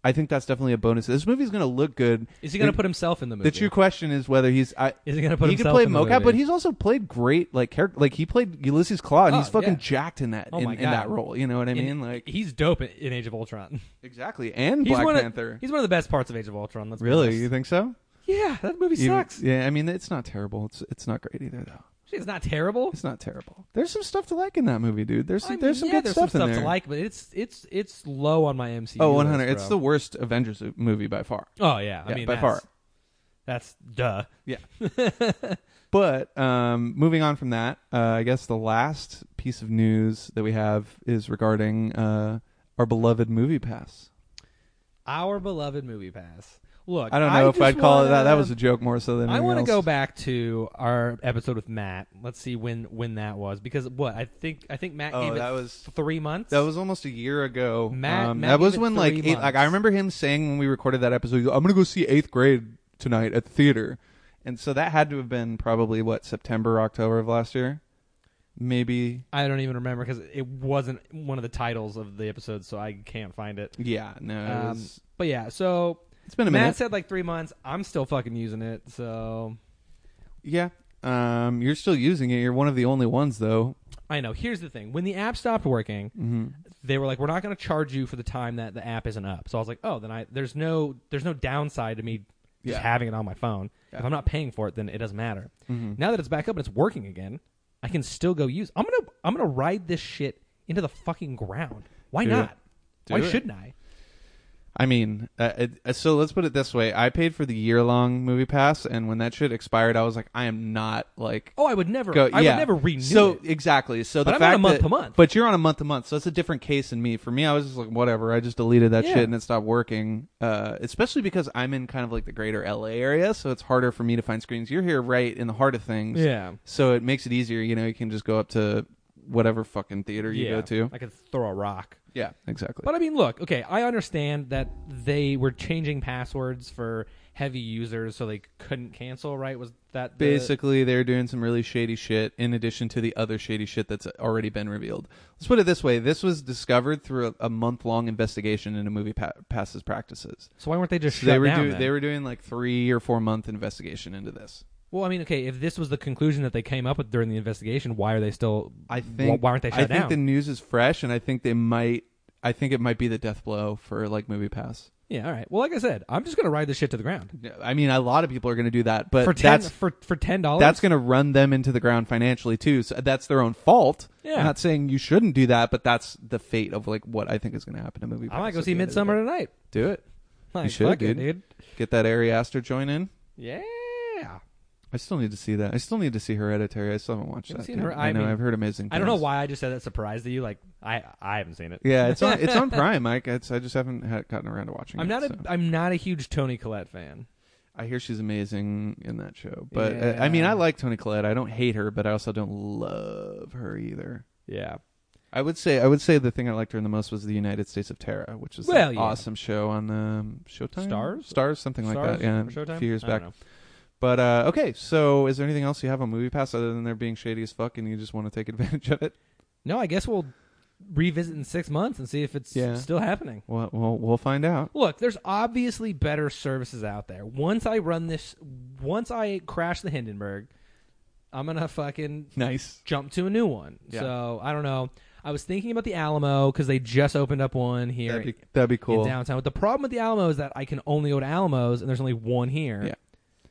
[SPEAKER 2] I think that's definitely a bonus. This movie's going to look good.
[SPEAKER 1] Is he going
[SPEAKER 2] The-
[SPEAKER 1] to put himself in the movie?
[SPEAKER 2] The true question is whether he's. I,
[SPEAKER 1] Is he going to put
[SPEAKER 2] he can
[SPEAKER 1] himself
[SPEAKER 2] play
[SPEAKER 1] in the
[SPEAKER 2] mocap,
[SPEAKER 1] movie?
[SPEAKER 2] but he's also played great like character. Like he played Ulysses Claw, and
[SPEAKER 1] Oh,
[SPEAKER 2] he's fucking
[SPEAKER 1] yeah.
[SPEAKER 2] jacked in that
[SPEAKER 1] Oh
[SPEAKER 2] in,
[SPEAKER 1] my
[SPEAKER 2] in
[SPEAKER 1] God.
[SPEAKER 2] that role. You know what I
[SPEAKER 1] In-
[SPEAKER 2] mean? Like
[SPEAKER 1] he's dope in, in Age of Ultron.
[SPEAKER 2] exactly, and
[SPEAKER 1] He's
[SPEAKER 2] Black
[SPEAKER 1] one
[SPEAKER 2] Panther.
[SPEAKER 1] Of, he's one of the best parts of Age of Ultron. Let's be
[SPEAKER 2] really,
[SPEAKER 1] honest.
[SPEAKER 2] you think so?
[SPEAKER 1] Yeah, that movie
[SPEAKER 2] Even-
[SPEAKER 1] sucks.
[SPEAKER 2] yeah, I mean it's not terrible. It's it's not great either though.
[SPEAKER 1] It's not terrible.
[SPEAKER 2] It's not terrible. There's some stuff to like in that movie, dude. There's some,
[SPEAKER 1] I mean,
[SPEAKER 2] there's some
[SPEAKER 1] yeah,
[SPEAKER 2] good
[SPEAKER 1] there's
[SPEAKER 2] stuff
[SPEAKER 1] some
[SPEAKER 2] in
[SPEAKER 1] stuff
[SPEAKER 2] there.
[SPEAKER 1] to like, but it's it's it's low on my MCU.
[SPEAKER 2] oh, 100.
[SPEAKER 1] list,
[SPEAKER 2] It's the
[SPEAKER 1] bro.
[SPEAKER 2] worst Avengers movie by far.
[SPEAKER 1] oh yeah. I
[SPEAKER 2] Yeah,
[SPEAKER 1] mean
[SPEAKER 2] by
[SPEAKER 1] that's,
[SPEAKER 2] far.
[SPEAKER 1] That's duh.
[SPEAKER 2] But um, moving on from that, uh, I guess the last piece of news that we have is regarding uh, our beloved Movie Pass.
[SPEAKER 1] Our beloved movie pass. Look,
[SPEAKER 2] I don't know if
[SPEAKER 1] just
[SPEAKER 2] I'd call it that. That
[SPEAKER 1] wanna-
[SPEAKER 2] was a joke more so than
[SPEAKER 1] I
[SPEAKER 2] want to
[SPEAKER 1] go back to our episode with Matt. Let's see when when that was because what I think I think Matt
[SPEAKER 2] Oh,
[SPEAKER 1] gave
[SPEAKER 2] that
[SPEAKER 1] it
[SPEAKER 2] was-
[SPEAKER 1] three months.
[SPEAKER 2] That was almost a year ago.
[SPEAKER 1] Matt-
[SPEAKER 2] Um,
[SPEAKER 1] Matt
[SPEAKER 2] that
[SPEAKER 1] gave
[SPEAKER 2] was
[SPEAKER 1] it
[SPEAKER 2] when like
[SPEAKER 1] three
[SPEAKER 2] eight, like I
[SPEAKER 1] months.
[SPEAKER 2] remember him saying when we recorded that episode, he goes, "I'm going to go see Eighth Grade tonight at the theater," and so that had to have been probably what September, October of last year, maybe.
[SPEAKER 1] I don't even remember because it wasn't one of the titles of the episode, so I can't find it.
[SPEAKER 2] Yeah, no, it
[SPEAKER 1] Um,
[SPEAKER 2] was,
[SPEAKER 1] but yeah, so
[SPEAKER 2] it's been a
[SPEAKER 1] Matt
[SPEAKER 2] minute.
[SPEAKER 1] said like three months. I'm still fucking using it, so
[SPEAKER 2] yeah, um, you're still using it. You're one of the only ones though.
[SPEAKER 1] I know. Here's the thing: when the app stopped working,
[SPEAKER 2] Mm-hmm.
[SPEAKER 1] they were like, "We're not going to charge you for the time that the app isn't up." So I was like, "Oh, then I there's no there's no downside to me just
[SPEAKER 2] Yeah.
[SPEAKER 1] having it on my phone.
[SPEAKER 2] Yeah. Mm-hmm.
[SPEAKER 1] If I'm not paying for it, then it doesn't matter." Now that it's back up and it's working again, I can still go use. I'm gonna I'm gonna ride this shit into the fucking ground. Why
[SPEAKER 2] Do
[SPEAKER 1] not?
[SPEAKER 2] it. Do
[SPEAKER 1] Why
[SPEAKER 2] it.
[SPEAKER 1] shouldn't I?
[SPEAKER 2] I mean, uh, it, uh, so let's put it this way: I paid for the year long movie pass, and when that shit expired, I was like, I am not like
[SPEAKER 1] Oh, I would never.
[SPEAKER 2] go.
[SPEAKER 1] I
[SPEAKER 2] yeah.
[SPEAKER 1] would never renew
[SPEAKER 2] So
[SPEAKER 1] it.
[SPEAKER 2] exactly. So
[SPEAKER 1] But I'm
[SPEAKER 2] the
[SPEAKER 1] on a
[SPEAKER 2] fact
[SPEAKER 1] month
[SPEAKER 2] that-
[SPEAKER 1] to month.
[SPEAKER 2] but you're on a month to month, so it's a different case than me. For me, I was just like, whatever. I just deleted that
[SPEAKER 1] Yeah.
[SPEAKER 2] shit and it stopped working. Uh, especially because I'm in kind of like the greater LA area, so it's harder for me to find screens. You're here, right in the heart of things.
[SPEAKER 1] Yeah.
[SPEAKER 2] So it makes it easier. You know, you can just go up to whatever fucking theater you
[SPEAKER 1] yeah,
[SPEAKER 2] go to.
[SPEAKER 1] I could throw a rock.
[SPEAKER 2] Yeah, exactly.
[SPEAKER 1] But I mean, look, okay, I understand that they were changing passwords for heavy users so they couldn't cancel, right? Was that the,
[SPEAKER 2] basically they're doing some really shady shit in addition to the other shady shit that's already been revealed let's put it this way this was discovered through a, a month-long investigation into movie pa- passes practices
[SPEAKER 1] So why weren't they just
[SPEAKER 2] so
[SPEAKER 1] shut
[SPEAKER 2] they were
[SPEAKER 1] down?
[SPEAKER 2] do-
[SPEAKER 1] then?
[SPEAKER 2] they were doing like three or four month investigation into this
[SPEAKER 1] well, I mean, okay, if this was the conclusion that they came up with during the investigation, why are they still?
[SPEAKER 2] i
[SPEAKER 1] wh-
[SPEAKER 2] think
[SPEAKER 1] why, aren't they shut
[SPEAKER 2] i
[SPEAKER 1] down?
[SPEAKER 2] think the news is fresh and i think they might i think it might be the death blow for like movie pass
[SPEAKER 1] yeah, all right. Well, like I said, I'm just gonna ride this shit to the ground
[SPEAKER 2] Yeah, i mean a lot of people are going to do that but
[SPEAKER 1] for ten
[SPEAKER 2] that's
[SPEAKER 1] for for ten dollars.
[SPEAKER 2] that's going to run them into the ground financially too. So that's their own fault.
[SPEAKER 1] Yeah.
[SPEAKER 2] I'm not saying you shouldn't do that, but that's the fate of like what I think is going to happen to movie.
[SPEAKER 1] I might
[SPEAKER 2] Pass
[SPEAKER 1] go
[SPEAKER 2] at
[SPEAKER 1] see
[SPEAKER 2] the end of the
[SPEAKER 1] Midsummer
[SPEAKER 2] day.
[SPEAKER 1] tonight.
[SPEAKER 2] Do it.
[SPEAKER 1] Like,
[SPEAKER 2] should,
[SPEAKER 1] fuck it,
[SPEAKER 2] dude. Get that Ari Aster join in.
[SPEAKER 1] Yeah.
[SPEAKER 2] I still need to see that. I still need to see Hereditary. I still haven't watched
[SPEAKER 1] You
[SPEAKER 2] that.
[SPEAKER 1] haven't seen
[SPEAKER 2] dude.
[SPEAKER 1] Her-
[SPEAKER 2] I,
[SPEAKER 1] I
[SPEAKER 2] know.
[SPEAKER 1] mean-
[SPEAKER 2] I've heard amazing.
[SPEAKER 1] I don't know
[SPEAKER 2] things.
[SPEAKER 1] why I just said that surprise to you. Like I I haven't seen it.
[SPEAKER 2] Yeah, it's on. it's on Prime. I, it's, I just haven't had, gotten around to watching.
[SPEAKER 1] I'm
[SPEAKER 2] it,
[SPEAKER 1] not a
[SPEAKER 2] so.
[SPEAKER 1] am not a huge Tony Collette fan.
[SPEAKER 2] I hear she's amazing in that show, but uh, I
[SPEAKER 1] Yeah.
[SPEAKER 2] mean, I like Toni Collette. I don't hate her, but I also don't love her either.
[SPEAKER 1] Yeah.
[SPEAKER 2] I would say I would say the thing I liked her the most was the United States of Terra, which is
[SPEAKER 1] Well,
[SPEAKER 2] an
[SPEAKER 1] yeah.
[SPEAKER 2] awesome show on um, Showtime,
[SPEAKER 1] Stars?
[SPEAKER 2] Stars, something like
[SPEAKER 1] Stars
[SPEAKER 2] that. Yeah,
[SPEAKER 1] or Showtime?
[SPEAKER 2] a few years
[SPEAKER 1] I don't
[SPEAKER 2] back.
[SPEAKER 1] know.
[SPEAKER 2] But uh, okay, so is there anything else you have on Movie Pass other than they're being shady as fuck and you just want to take advantage of it?
[SPEAKER 1] No, I guess we'll revisit in six months and see if it's
[SPEAKER 2] Yeah.
[SPEAKER 1] still happening.
[SPEAKER 2] Well, we'll, we'll find out.
[SPEAKER 1] Look, there's obviously better services out there. Once I run this, once I crash the Hindenburg, I'm gonna fucking
[SPEAKER 2] Nice.
[SPEAKER 1] jump to a new one.
[SPEAKER 2] Yeah.
[SPEAKER 1] So I don't know. I was thinking about the Alamo because they just opened up one here
[SPEAKER 2] That'd be that'd be cool.
[SPEAKER 1] in downtown. But the problem with the Alamo is that I can only go to Alamos and there's only one here.
[SPEAKER 2] Yeah.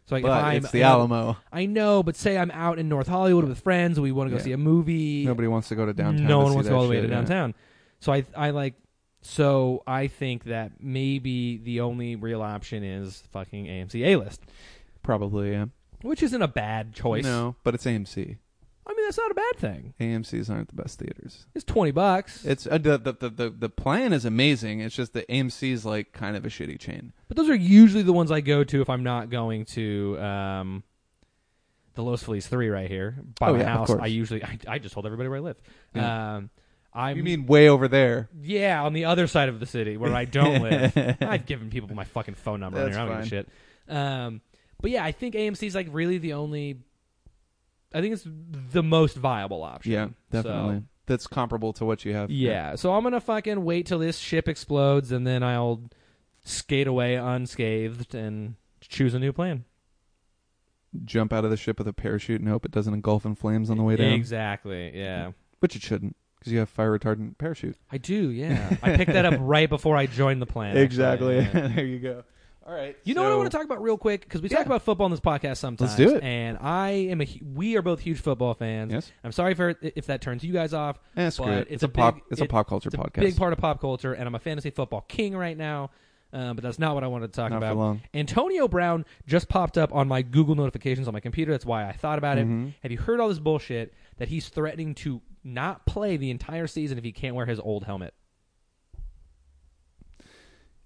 [SPEAKER 1] So like, if
[SPEAKER 2] But
[SPEAKER 1] I'm
[SPEAKER 2] it's the
[SPEAKER 1] you know,
[SPEAKER 2] Alamo.
[SPEAKER 1] I know, but say I'm out in North Hollywood with friends, we want to go
[SPEAKER 2] Yeah.
[SPEAKER 1] see a movie.
[SPEAKER 2] Nobody wants to go to downtown.
[SPEAKER 1] No
[SPEAKER 2] to
[SPEAKER 1] one
[SPEAKER 2] see
[SPEAKER 1] wants to
[SPEAKER 2] that
[SPEAKER 1] go all the way
[SPEAKER 2] shit,
[SPEAKER 1] to
[SPEAKER 2] yeah.
[SPEAKER 1] downtown. So I, I like, so I think that maybe the only real option is fucking AMC A list,
[SPEAKER 2] Probably. Yeah.
[SPEAKER 1] which isn't a bad choice.
[SPEAKER 2] No, but it's AMC.
[SPEAKER 1] I mean that's not a bad thing.
[SPEAKER 2] AMC's aren't the best theaters.
[SPEAKER 1] It's twenty bucks,
[SPEAKER 2] It's uh, the, the the the the plan is amazing. It's just the AMC's like kind of a shitty chain.
[SPEAKER 1] but those are usually the ones I go to if I'm not going to um, the Los Feliz three right here by
[SPEAKER 2] Oh,
[SPEAKER 1] my
[SPEAKER 2] yeah, of
[SPEAKER 1] house.
[SPEAKER 2] course.
[SPEAKER 1] I usually I, I just told everybody where I live. Um, I
[SPEAKER 2] You mean way over there?
[SPEAKER 1] Yeah, on the other side of the city where I don't live. I've given people my fucking phone number on
[SPEAKER 2] That's
[SPEAKER 1] here. I don't give a shit. Um, but yeah, I think AMC's like really the only. I think it's the most viable option.
[SPEAKER 2] Yeah, definitely.
[SPEAKER 1] So,
[SPEAKER 2] That's comparable to what you have.
[SPEAKER 1] yeah, so I'm gonna fucking wait till this ship explodes and then I'll skate away unscathed and choose a new plan.
[SPEAKER 2] Jump out of the ship with a parachute and hope it doesn't engulf in flames on the way down.
[SPEAKER 1] Exactly. Yeah.
[SPEAKER 2] Which it shouldn't, because you have fire retardant parachute.
[SPEAKER 1] I do. Yeah. I picked that up right before I joined the plan. actually. Yeah.
[SPEAKER 2] there you go. All right.
[SPEAKER 1] You know what I want to talk about real quick because we
[SPEAKER 2] Yeah.
[SPEAKER 1] talk about football in this podcast sometimes.
[SPEAKER 2] do it.
[SPEAKER 1] And I am a. hu- We are both huge football fans.
[SPEAKER 2] Yes.
[SPEAKER 1] I'm sorry for if that turns you guys off.
[SPEAKER 2] Eh, screw
[SPEAKER 1] but
[SPEAKER 2] it.
[SPEAKER 1] It's,
[SPEAKER 2] a, pop.
[SPEAKER 1] Big,
[SPEAKER 2] it's a
[SPEAKER 1] it-
[SPEAKER 2] pop culture
[SPEAKER 1] it's a
[SPEAKER 2] podcast.
[SPEAKER 1] big part of pop culture, and I'm a fantasy football king right now. Uh, but that's not what I wanted to talk
[SPEAKER 2] Not
[SPEAKER 1] about.
[SPEAKER 2] for long.
[SPEAKER 1] Antonio Brown just popped up on my Google notifications on my computer. That's why I thought about
[SPEAKER 2] Mm-hmm.
[SPEAKER 1] it. Have you heard all this bullshit that he's threatening to not play the entire season if he can't wear his old helmet?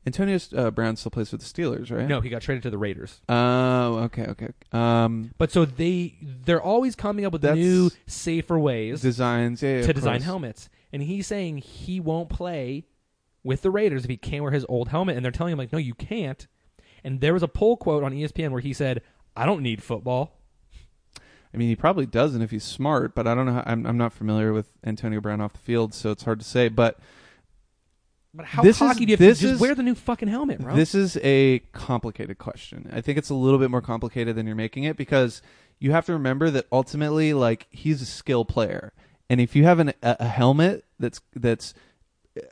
[SPEAKER 2] Antonio uh, Brown still plays for the Steelers, right?
[SPEAKER 1] No, he got traded to the Raiders.
[SPEAKER 2] Oh, okay, okay. Um,
[SPEAKER 1] But so they they're always coming up with
[SPEAKER 2] That's-
[SPEAKER 1] new safer ways
[SPEAKER 2] designs. Yeah, yeah,
[SPEAKER 1] to
[SPEAKER 2] of
[SPEAKER 1] design
[SPEAKER 2] course.
[SPEAKER 1] helmets. And he's saying he won't play with the Raiders if he can't wear his old helmet. And they're telling him, like, no, you can't. And there was a poll quote on E ESPN where he said, I don't need football.
[SPEAKER 2] I mean, he probably doesn't if he's smart, but I don't know. How, I'm I'm not familiar with Antonio Brown off the field, so it's hard to say. But
[SPEAKER 1] But how
[SPEAKER 2] This
[SPEAKER 1] cocky
[SPEAKER 2] is-
[SPEAKER 1] do you have to
[SPEAKER 2] this
[SPEAKER 1] just
[SPEAKER 2] is-
[SPEAKER 1] wear the new fucking helmet, bro?
[SPEAKER 2] This is a complicated question. I think it's a little bit more complicated than you're making it because you have to remember that ultimately, like, he's a skill player, and if you have an, a, a helmet that's that's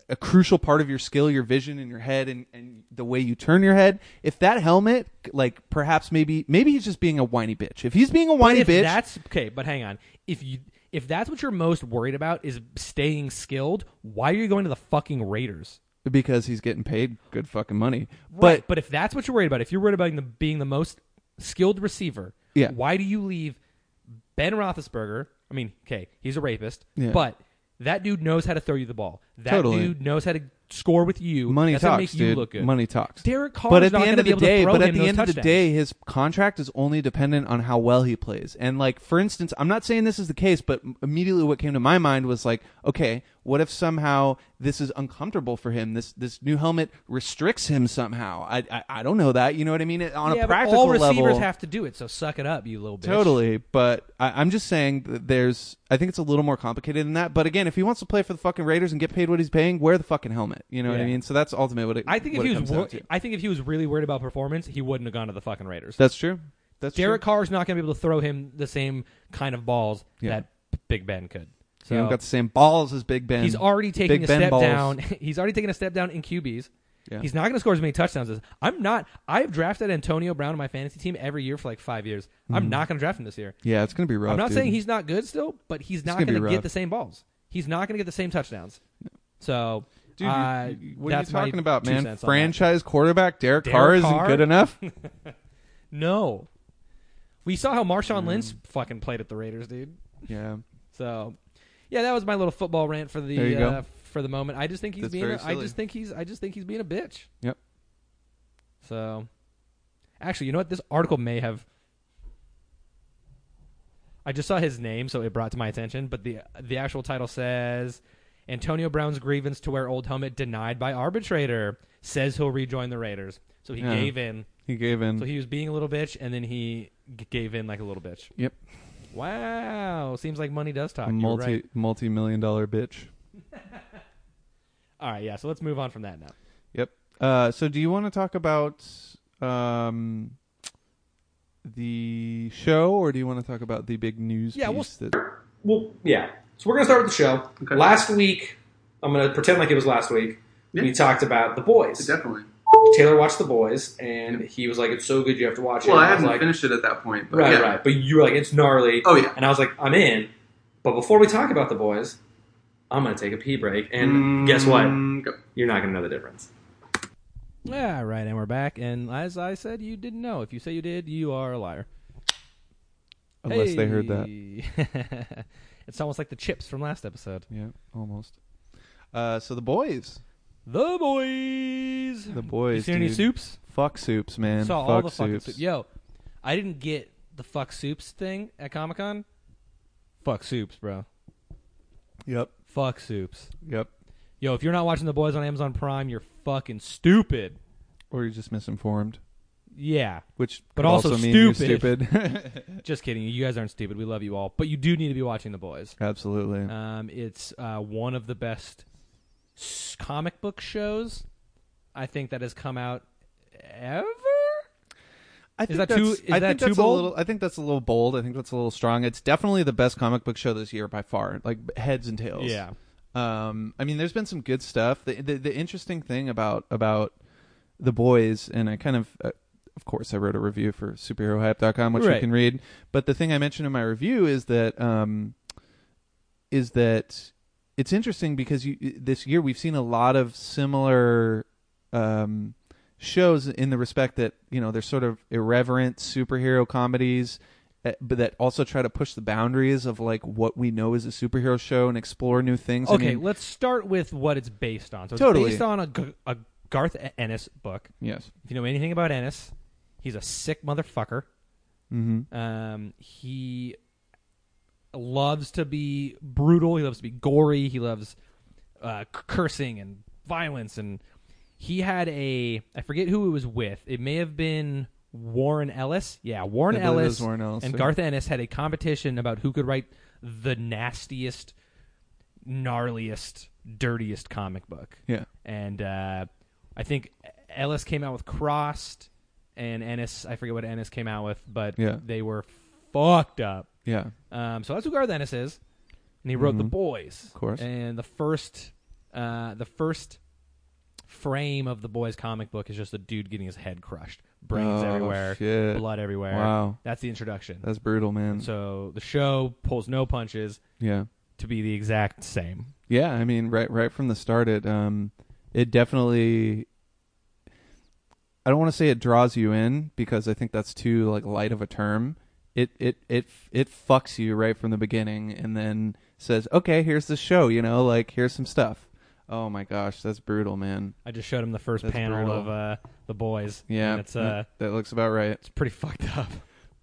[SPEAKER 2] a crucial part of your skill, your vision, and your head, and, and the way you turn your head. If that helmet, like, perhaps maybe maybe he's just being a whiny bitch. If he's being a whiny
[SPEAKER 1] if
[SPEAKER 2] bitch,
[SPEAKER 1] that's okay, but hang on. If you if that's what you're most worried about is staying skilled, why are you going to the fucking Raiders?
[SPEAKER 2] because he's getting paid good fucking money,
[SPEAKER 1] Right.
[SPEAKER 2] but
[SPEAKER 1] But if that's what you're worried about, if you're worried about being the, being the most skilled receiver,
[SPEAKER 2] Yeah.
[SPEAKER 1] why do you leave Ben Roethlisberger? I mean, okay, he's a rapist,
[SPEAKER 2] Yeah.
[SPEAKER 1] but that dude knows how to throw you the ball. That
[SPEAKER 2] Totally.
[SPEAKER 1] dude knows how to score with you.
[SPEAKER 2] money
[SPEAKER 1] That's how
[SPEAKER 2] talks,
[SPEAKER 1] make
[SPEAKER 2] dude.
[SPEAKER 1] you look good.
[SPEAKER 2] Money talks.
[SPEAKER 1] Derek Carr's
[SPEAKER 2] but at
[SPEAKER 1] not
[SPEAKER 2] the end
[SPEAKER 1] gonna
[SPEAKER 2] of
[SPEAKER 1] be
[SPEAKER 2] the
[SPEAKER 1] able to
[SPEAKER 2] day,
[SPEAKER 1] throw
[SPEAKER 2] but
[SPEAKER 1] him
[SPEAKER 2] at the
[SPEAKER 1] those
[SPEAKER 2] end of the
[SPEAKER 1] touchdowns.
[SPEAKER 2] day, his contract is only dependent on how well he plays. And like, for instance, I'm not saying this is the case, but m- immediately what came to my mind was like, okay, what if somehow this is uncomfortable for him? This this new helmet restricts him somehow. I I, I don't know that. You know what I mean? On
[SPEAKER 1] yeah,
[SPEAKER 2] a
[SPEAKER 1] but
[SPEAKER 2] practical
[SPEAKER 1] all receivers
[SPEAKER 2] level,
[SPEAKER 1] have to do it, so suck it up, you little bitch.
[SPEAKER 2] Totally, but I, I'm just saying that there's. I think it's a little more complicated than that. But again, if he wants to play for the fucking Raiders and get paid what he's paying, wear the fucking helmet. You know what I
[SPEAKER 1] Yeah.
[SPEAKER 2] mean? So that's ultimately what it.
[SPEAKER 1] I think if
[SPEAKER 2] what it
[SPEAKER 1] he was
[SPEAKER 2] comes
[SPEAKER 1] wor-
[SPEAKER 2] down to.
[SPEAKER 1] I think if he was really worried about performance, he wouldn't have gone to the fucking Raiders.
[SPEAKER 2] That's true. That's
[SPEAKER 1] Derek
[SPEAKER 2] true.
[SPEAKER 1] Carr's not going to be able to throw him the same kind of balls
[SPEAKER 2] Yeah.
[SPEAKER 1] that Big Ben could. So
[SPEAKER 2] He don't got the same balls as Big Ben.
[SPEAKER 1] He's already taking
[SPEAKER 2] Big
[SPEAKER 1] a
[SPEAKER 2] Ben
[SPEAKER 1] step
[SPEAKER 2] balls.
[SPEAKER 1] down. He's already taking a step down in QBs.
[SPEAKER 2] Yeah.
[SPEAKER 1] He's not going to score as many touchdowns as I'm not. I've drafted Antonio Brown on my fantasy team every year for like five years. I'm not going to draft him this year.
[SPEAKER 2] Yeah, it's gonna be Mm-hmm. rough.
[SPEAKER 1] I'm not
[SPEAKER 2] dude.
[SPEAKER 1] saying he's not good still, but he's not
[SPEAKER 2] gonna be
[SPEAKER 1] going to
[SPEAKER 2] rough.
[SPEAKER 1] get the same balls. He's not going to get the same touchdowns. So,
[SPEAKER 2] Dude, you-
[SPEAKER 1] uh,
[SPEAKER 2] you- what are you
[SPEAKER 1] that's my
[SPEAKER 2] talking about,
[SPEAKER 1] two
[SPEAKER 2] man?
[SPEAKER 1] cents on that.
[SPEAKER 2] Franchise quarterback Derek,
[SPEAKER 1] Derek
[SPEAKER 2] Carr isn't
[SPEAKER 1] Carr?
[SPEAKER 2] good enough.
[SPEAKER 1] No, we saw how
[SPEAKER 2] Mm.
[SPEAKER 1] Marshawn Lynch fucking played at the Raiders, dude.
[SPEAKER 2] yeah,
[SPEAKER 1] So, yeah, that was my little football rant for
[SPEAKER 2] There
[SPEAKER 1] the
[SPEAKER 2] you go.
[SPEAKER 1] uh, for the moment. I just think he's
[SPEAKER 2] That's
[SPEAKER 1] being.
[SPEAKER 2] very
[SPEAKER 1] A, I
[SPEAKER 2] silly.
[SPEAKER 1] just think he's. I just think he's being a bitch.
[SPEAKER 2] Yep.
[SPEAKER 1] So, actually, you know what? This article may have. I just saw his name, so it brought to my attention. But the the actual title says, "Antonio Brown's grievance to wear old helmet denied by arbitrator says he'll rejoin the Raiders." So he
[SPEAKER 2] Yeah.
[SPEAKER 1] gave in.
[SPEAKER 2] he gave
[SPEAKER 3] Mm.
[SPEAKER 2] in.
[SPEAKER 1] So he was being a little bitch, and then he g- gave in like a little bitch.
[SPEAKER 2] Yep.
[SPEAKER 1] Wow, seems like money does talk.
[SPEAKER 2] a
[SPEAKER 1] You're
[SPEAKER 2] multi
[SPEAKER 1] right.
[SPEAKER 2] multi million dollar bitch.
[SPEAKER 1] All right, yeah. So let's move on from that now.
[SPEAKER 2] Yep. Uh, so do you want to talk about um the show, or do you want to talk about the big news?
[SPEAKER 1] Yeah, we'll-
[SPEAKER 2] piece that,
[SPEAKER 1] Well, yeah. So we're gonna start with the show. Last week, I'm gonna pretend like it was last week. We talked about the boys.
[SPEAKER 3] Definitely.
[SPEAKER 1] Taylor watched the boys, and he was like, "It's so good, you have to watch it."
[SPEAKER 3] Well,
[SPEAKER 1] And
[SPEAKER 3] I hadn't
[SPEAKER 1] was like,
[SPEAKER 3] finished it at that point, but
[SPEAKER 1] Right,
[SPEAKER 3] yeah.
[SPEAKER 1] right. But you were like, "It's gnarly,"
[SPEAKER 3] Oh yeah.
[SPEAKER 1] and I was like, "I'm in." But before we talk about the boys, I'm gonna take a pee break, and guess what?
[SPEAKER 3] Mm, go.
[SPEAKER 1] You're not gonna know the difference. Yeah, right. And we're back. And as I said, you didn't know. If you say you did, you are a liar.
[SPEAKER 2] unless they heard that.
[SPEAKER 1] that. it's almost like the chips from last episode.
[SPEAKER 2] Yeah, almost. Uh, so the boys,
[SPEAKER 1] The boys.
[SPEAKER 2] the boys,
[SPEAKER 1] you seen any
[SPEAKER 2] dude.
[SPEAKER 1] soups?
[SPEAKER 2] Fuck soups, man.
[SPEAKER 1] Saw
[SPEAKER 2] fuck
[SPEAKER 1] all the fucking
[SPEAKER 2] soups.
[SPEAKER 1] soup. Yo, I didn't get the fuck soups thing at Comic Con. Fuck soups, bro.
[SPEAKER 2] Yep,
[SPEAKER 1] Fuck soups.
[SPEAKER 2] yep.
[SPEAKER 1] Yo, if you're not watching the boys on Amazon Prime, you're fucking stupid.
[SPEAKER 2] Or you're just misinformed,
[SPEAKER 1] Yeah,
[SPEAKER 2] which
[SPEAKER 1] But
[SPEAKER 2] could
[SPEAKER 1] also
[SPEAKER 2] mean you're
[SPEAKER 1] stupid.
[SPEAKER 2] stupid.
[SPEAKER 1] just kidding. You guys aren't stupid. We love you all, but you do need to be watching the boys.
[SPEAKER 2] Absolutely.
[SPEAKER 1] Um, it's uh, one of the best s- comic book shows I think that has come out ever.
[SPEAKER 2] I think
[SPEAKER 1] that
[SPEAKER 2] that's,
[SPEAKER 1] too- is
[SPEAKER 2] I
[SPEAKER 1] that
[SPEAKER 2] think
[SPEAKER 1] too
[SPEAKER 2] that's
[SPEAKER 1] bold?
[SPEAKER 2] A little, I think that's a little bold. I think that's a little strong. It's definitely the best comic book show this year by far, like heads and tails. Um, I mean, there's been some good stuff. The, the the interesting thing about about the boys, and I kind of, uh, of course, I wrote a review for superherohype.com, which
[SPEAKER 1] Right.
[SPEAKER 2] you can read. But the thing I mentioned in my review is that um, is that it's interesting because you this year we've seen a lot of similar um, shows in the respect that you know they're sort of irreverent superhero comedies eh, but that also try to push the boundaries of like what we know is a superhero show and explore new things I
[SPEAKER 1] Okay,
[SPEAKER 2] mean-
[SPEAKER 1] let's start with what it's based on. So it's
[SPEAKER 2] Totally.
[SPEAKER 1] based on a, G- a Garth E- Ennis book.
[SPEAKER 2] yes
[SPEAKER 1] If you know anything about Ennis, he's a sick motherfucker.
[SPEAKER 2] mm-hmm.
[SPEAKER 1] Um, he loves to be brutal. He loves to be gory. He loves uh, c- cursing and violence. And he had a I forget who it was with. It may have been Warren Ellis. Yeah, Warren
[SPEAKER 2] I believe it
[SPEAKER 1] Ellis.
[SPEAKER 2] was Warren Ellis,
[SPEAKER 1] and
[SPEAKER 2] yeah.
[SPEAKER 1] Garth Ennis had a competition about who could write the nastiest, gnarliest, dirtiest comic book
[SPEAKER 2] yeah
[SPEAKER 1] and uh, I think Ellis came out with Crossed, and Ennis I forget what Ennis came out with, but
[SPEAKER 2] Yeah.
[SPEAKER 1] they were fucked up.
[SPEAKER 2] yeah
[SPEAKER 1] Um, so that's who Garth Ennis is, and he wrote The
[SPEAKER 2] Mhm.
[SPEAKER 1] Boys, of
[SPEAKER 2] course.
[SPEAKER 1] And the first, uh, the first frame of the Boys comic book is just a dude getting his head crushed, brains
[SPEAKER 2] Oh,
[SPEAKER 1] everywhere,
[SPEAKER 2] shit.
[SPEAKER 1] blood everywhere.
[SPEAKER 2] wow
[SPEAKER 1] That's the introduction.
[SPEAKER 2] that's brutal man
[SPEAKER 1] so the show pulls no punches
[SPEAKER 2] yeah
[SPEAKER 1] to be the exact same.
[SPEAKER 2] Yeah, I mean, right right from the start, it um, it definitely. I don't want to say it draws you in because I think that's too like light of a term. It it it it fucks you right from the beginning, and then says, "Okay, here's the show. You know, like here's some stuff." Oh my gosh, that's brutal, man.
[SPEAKER 1] I just showed him the first
[SPEAKER 2] That's
[SPEAKER 1] panel
[SPEAKER 2] brutal.
[SPEAKER 1] of uh, the boys.
[SPEAKER 2] Yeah,
[SPEAKER 1] and it's uh,
[SPEAKER 2] that, that looks about right.
[SPEAKER 1] It's pretty fucked up.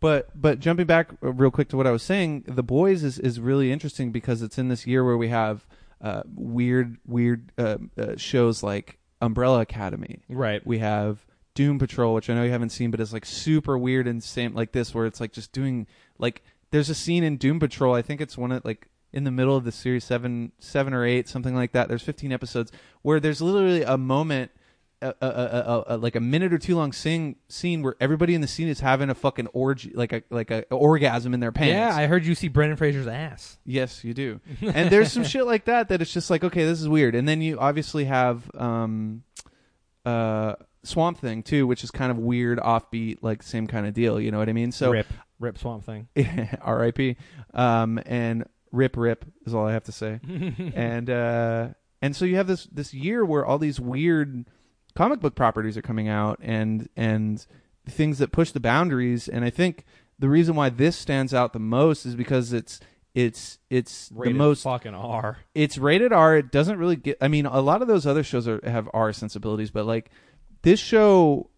[SPEAKER 2] But but jumping back uh, real quick to what I was saying, the boys is is really interesting because it's in this year where we have uh, weird weird uh, uh, shows like Umbrella Academy.
[SPEAKER 1] Right.
[SPEAKER 2] We have Doom Patrol, which I know you haven't seen, but it's like super weird and same like this where it's like just doing like there's a scene in Doom Patrol. I think it's one of like in the middle of the series seven seven or eight something like that. There's 15 episodes where there's literally a moment. A, a, a, a, a, like a minute or two long sing, scene where everybody in the scene is having a fucking orgy, like a like a orgasm in their pants.
[SPEAKER 1] Yeah, I heard you see Brendan Fraser's ass.
[SPEAKER 2] Yes, you do. And there's some shit like that that it's just like, okay, this is weird. And then you obviously have um, uh, Swamp Thing too, which is kind of weird, offbeat, like same kind of deal. You know what I mean? So
[SPEAKER 1] rip, rip Swamp Thing.
[SPEAKER 2] R.I.P. Um, and rip, rip is all I have to say. and uh, and so you have this this year where all these weird comic book properties are coming out, and and things that push the boundaries. And I think the reason why this stands out the most is because it's it's it's
[SPEAKER 1] Rated
[SPEAKER 2] the most
[SPEAKER 1] fucking R.
[SPEAKER 2] it's rated R. It doesn't really get. I mean, a lot of those other shows are, have R sensibilities, but like this show,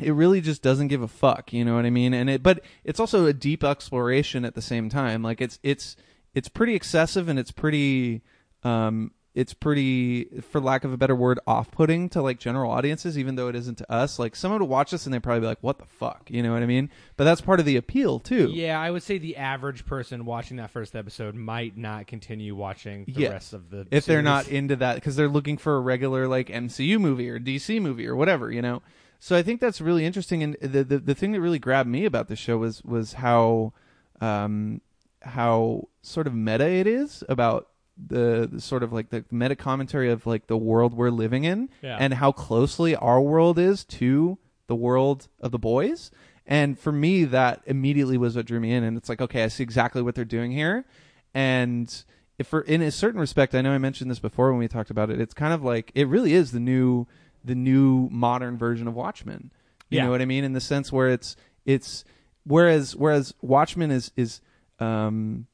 [SPEAKER 2] it really just doesn't give a fuck. You know what I mean? And it, but it's also a deep exploration at the same time. Like it's it's it's pretty excessive and it's pretty um it's pretty for lack of a better word off-putting to like general audiences even though it isn't to us like someone would watch this and they'd probably be like what the fuck you know what i mean but that's part of the appeal too
[SPEAKER 1] Yeah, I would say the average person watching that first episode might not continue watching the
[SPEAKER 2] Yeah.
[SPEAKER 1] rest of the.
[SPEAKER 2] if they're
[SPEAKER 1] series.
[SPEAKER 2] not into that because they're looking for a regular like MCU movie or DC movie or whatever, you know. So I think that's really interesting, and the the, the thing that really grabbed me about this show was was how um, how sort of meta it is about the, the sort of like the meta commentary of like the world we're living in
[SPEAKER 1] Yeah.
[SPEAKER 2] and how closely our world is to the world of the boys. And for me, that immediately was what drew me in. And it's like, okay, I see exactly what they're doing here. And if for in a certain respect, I know I mentioned this before when we talked about it. It's kind of like it really is the new the new modern version of Watchmen. You
[SPEAKER 1] Yeah.
[SPEAKER 2] know what I mean? In the sense where it's it's whereas whereas Watchmen is is um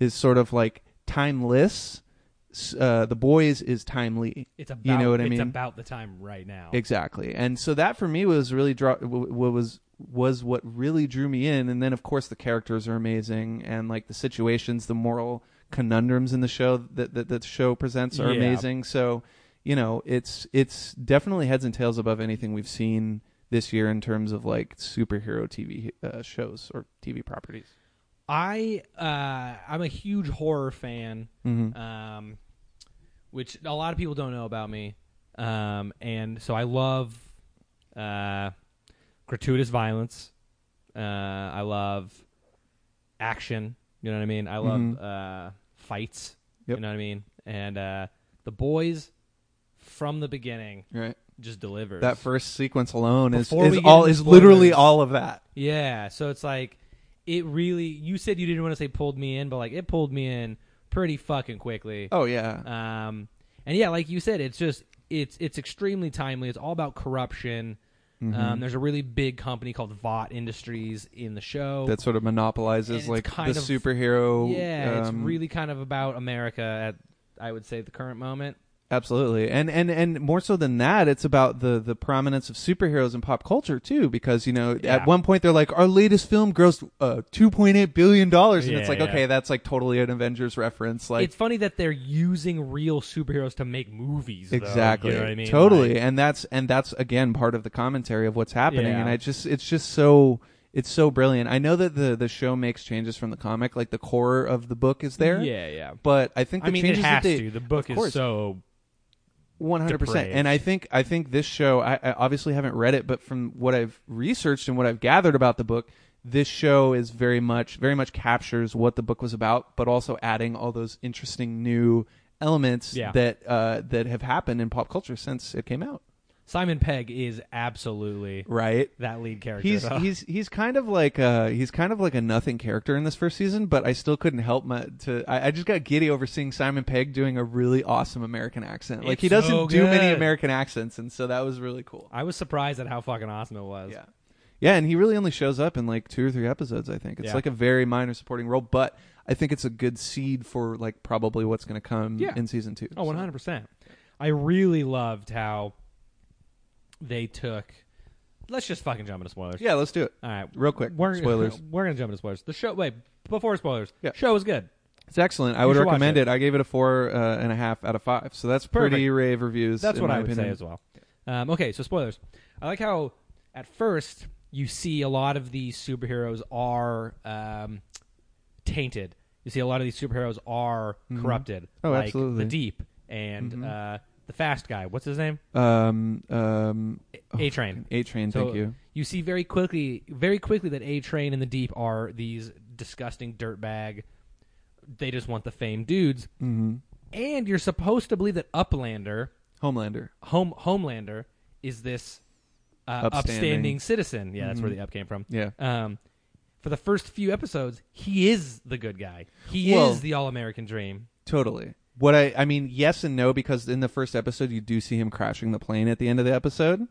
[SPEAKER 2] is sort of like timeless. s- Uh, the boys is timely.
[SPEAKER 1] it's about,
[SPEAKER 2] you know what I
[SPEAKER 1] it's
[SPEAKER 2] mean?
[SPEAKER 1] about the time right now.
[SPEAKER 2] Exactly. And so that for me was really draw w- w- was was what really drew me in and then of course the characters are amazing and like the situations, the moral conundrums in the show that that, that the show presents are
[SPEAKER 1] Yeah.
[SPEAKER 2] amazing. So, you know, it's it's definitely heads and tails above anything we've seen this year in terms of like superhero TV uh, shows or TV properties.
[SPEAKER 1] I uh, I'm a huge horror fan,
[SPEAKER 2] Mhm.
[SPEAKER 1] um, which a lot of people don't know about me. Um, and so I love uh, gratuitous violence. Uh, I love action. You know what I mean? I love uh, fights.
[SPEAKER 2] Mm-hmm. Yep.
[SPEAKER 1] You know what I mean? And uh, the boys from the beginning
[SPEAKER 2] Right.
[SPEAKER 1] just delivers.
[SPEAKER 2] That first sequence alone is,
[SPEAKER 1] Before
[SPEAKER 2] is
[SPEAKER 1] we get
[SPEAKER 2] all
[SPEAKER 1] into
[SPEAKER 2] is literally
[SPEAKER 1] spoilers. Uh,
[SPEAKER 2] all of that.
[SPEAKER 1] Yeah, so it's like it really. You said you didn't want to say pulled me in, but like it pulled me in pretty fucking quickly.
[SPEAKER 2] Oh yeah.
[SPEAKER 1] Um, and yeah, like you said, it's just it's it's extremely timely. It's all about corruption.
[SPEAKER 2] Mm-hmm.
[SPEAKER 1] Um, there's a really big company called Vought Industries in the show.
[SPEAKER 2] that sort of
[SPEAKER 1] Oh. and
[SPEAKER 2] monopolizes
[SPEAKER 1] it's
[SPEAKER 2] like the
[SPEAKER 1] kind of-
[SPEAKER 2] superhero.
[SPEAKER 1] yeah, it's
[SPEAKER 2] um,
[SPEAKER 1] really kind of about America at I would say the current moment.
[SPEAKER 2] Absolutely, and and and more so than that, it's about the the prominence of superheroes in pop culture too. Because you know,
[SPEAKER 1] Yeah.
[SPEAKER 2] at one point they're like, our latest film grossed uh, two point eight billion dollars, and it's
[SPEAKER 1] Yeah,
[SPEAKER 2] like,
[SPEAKER 1] yeah.
[SPEAKER 2] okay, that's like totally an Avengers reference. Like,
[SPEAKER 1] it's funny that they're using real superheroes to make movies. though,
[SPEAKER 2] exactly,
[SPEAKER 1] you know what I mean?
[SPEAKER 2] totally,
[SPEAKER 1] Like,
[SPEAKER 2] and that's and that's again part of the commentary of what's happening.
[SPEAKER 1] Yeah.
[SPEAKER 2] And I just, it's just so. It's so brilliant. I know that the, the show makes changes from the comic, like the core of the book is there.
[SPEAKER 1] Yeah, yeah.
[SPEAKER 2] But I think the
[SPEAKER 1] I mean, it
[SPEAKER 2] changes
[SPEAKER 1] has
[SPEAKER 2] that they,
[SPEAKER 1] to. The book
[SPEAKER 2] of course.
[SPEAKER 1] is so
[SPEAKER 2] One hundred percent,
[SPEAKER 1] depraved.
[SPEAKER 2] and I think I think this show. I, I obviously haven't read it, but from what I've researched and what I've gathered about the book, this show is very much very much captures what the book was about, but also adding all those interesting new elements
[SPEAKER 1] Yeah.
[SPEAKER 2] that uh, that have happened in pop culture since it came out.
[SPEAKER 1] Simon Pegg is absolutely
[SPEAKER 2] Right?
[SPEAKER 1] that lead character.
[SPEAKER 2] He's
[SPEAKER 1] though.
[SPEAKER 2] he's he's kind of like uh he's kind of like a nothing character in this first season, but I still couldn't help my to I, I just got giddy over seeing Simon Pegg doing a really awesome American accent. Like he
[SPEAKER 1] It's
[SPEAKER 2] doesn't
[SPEAKER 1] so
[SPEAKER 2] do many
[SPEAKER 1] good.
[SPEAKER 2] American accents, and so that was really cool.
[SPEAKER 1] I was surprised at how fucking awesome it was.
[SPEAKER 2] Yeah. Yeah, and he really only shows up in like two or three episodes, I think. It's
[SPEAKER 1] Yeah.
[SPEAKER 2] like a very minor supporting role, but I think it's a good seed for like probably what's going to come
[SPEAKER 1] Yeah.
[SPEAKER 2] in season 2.
[SPEAKER 1] Oh,
[SPEAKER 2] So-
[SPEAKER 1] 100 percent. I really loved how they took. Let's just fucking jump into spoilers.
[SPEAKER 2] Yeah, let's do it.
[SPEAKER 1] All right.
[SPEAKER 2] Real quick.
[SPEAKER 1] We're,
[SPEAKER 2] spoilers.
[SPEAKER 1] We're gonna jump into spoilers. The show. Wait, before spoilers.
[SPEAKER 2] Yeah.
[SPEAKER 1] Show is good.
[SPEAKER 2] It's excellent. I
[SPEAKER 1] You
[SPEAKER 2] would
[SPEAKER 1] should watch
[SPEAKER 2] recommend
[SPEAKER 1] it.
[SPEAKER 2] it. I gave it a four uh, and a half out of 5. So that's pretty
[SPEAKER 1] Perfect.
[SPEAKER 2] rave reviews
[SPEAKER 1] That's
[SPEAKER 2] in
[SPEAKER 1] what
[SPEAKER 2] my
[SPEAKER 1] I would say
[SPEAKER 2] opinion.
[SPEAKER 1] as well. Um, okay, so spoilers. I like how at first you see a lot of these superheroes are um, tainted. You see a lot of these superheroes are corrupted.
[SPEAKER 2] Oh,
[SPEAKER 1] like
[SPEAKER 2] absolutely. Mm-hmm.
[SPEAKER 1] The Deep and uh, the Fast Guy. What's his name?
[SPEAKER 2] Um um
[SPEAKER 1] A Train.
[SPEAKER 2] A Train,
[SPEAKER 1] So
[SPEAKER 2] thank you.
[SPEAKER 1] You see very quickly, very quickly that A Train and the Deep are these disgusting dirtbag. They just want the fame dudes.
[SPEAKER 2] Mhm.
[SPEAKER 1] And you're supposed to believe that Uplander,
[SPEAKER 2] Homelander.
[SPEAKER 1] Home Homelander, is this uh,
[SPEAKER 2] Upstanding. Mm-hmm.
[SPEAKER 1] upstanding. citizen. Yeah, that's where the up came from.
[SPEAKER 2] Yeah.
[SPEAKER 1] Um, for the first few episodes, he is the good guy. He
[SPEAKER 2] Well-
[SPEAKER 1] is the all American dream.
[SPEAKER 2] Totally. What I I mean, yes and no, because in the first episode you do see him crashing the plane at the end of the episode.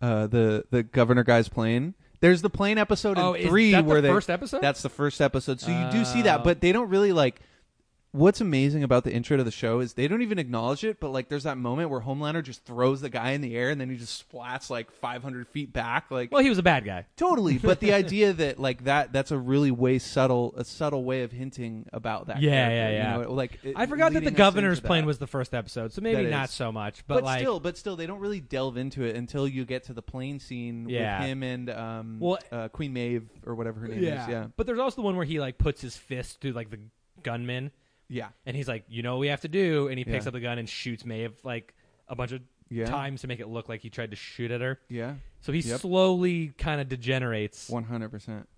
[SPEAKER 2] Uh, the the governor guy's plane. There's the plane episode
[SPEAKER 1] Oh,
[SPEAKER 2] in
[SPEAKER 1] is
[SPEAKER 2] three
[SPEAKER 1] that the
[SPEAKER 2] where they
[SPEAKER 1] first episode? Oh.
[SPEAKER 2] That's the first episode. So you do see that, but they don't really like. What's amazing about the intro to the show is they don't even acknowledge it, but like there's that moment where Homelander just throws the guy in the air and then he just splats like 500 feet back. Like
[SPEAKER 1] Well, he was a bad guy.
[SPEAKER 2] totally, but the idea that like that that's a really way subtle a subtle way of hinting about that.
[SPEAKER 1] Yeah,
[SPEAKER 2] character,
[SPEAKER 1] yeah,
[SPEAKER 2] you
[SPEAKER 1] yeah.
[SPEAKER 2] know, like it-
[SPEAKER 1] I forgot that the
[SPEAKER 2] leading us
[SPEAKER 1] governor's
[SPEAKER 2] into
[SPEAKER 1] plane
[SPEAKER 2] that.
[SPEAKER 1] was the first episode, so maybe
[SPEAKER 2] That
[SPEAKER 1] not
[SPEAKER 2] is.
[SPEAKER 1] so much. But,
[SPEAKER 2] But,
[SPEAKER 1] like,
[SPEAKER 2] still, but still, they don't really delve into it until you get to the plane scene
[SPEAKER 1] Yeah.
[SPEAKER 2] with him and um,
[SPEAKER 1] Well-
[SPEAKER 2] uh, Queen Maeve or whatever her name is. Yeah,
[SPEAKER 1] But there's also the one where he like puts his fist through like the gunman
[SPEAKER 2] yeah,
[SPEAKER 1] and he's like, you know what we have to do and he picks
[SPEAKER 2] Yeah.
[SPEAKER 1] up the gun and shoots Maeve like a bunch of
[SPEAKER 2] Yeah.
[SPEAKER 1] times to make it look like he tried to shoot at her.
[SPEAKER 2] yeah.
[SPEAKER 1] So he
[SPEAKER 2] Yep.
[SPEAKER 1] slowly kind of degenerates.
[SPEAKER 2] One hundred percent.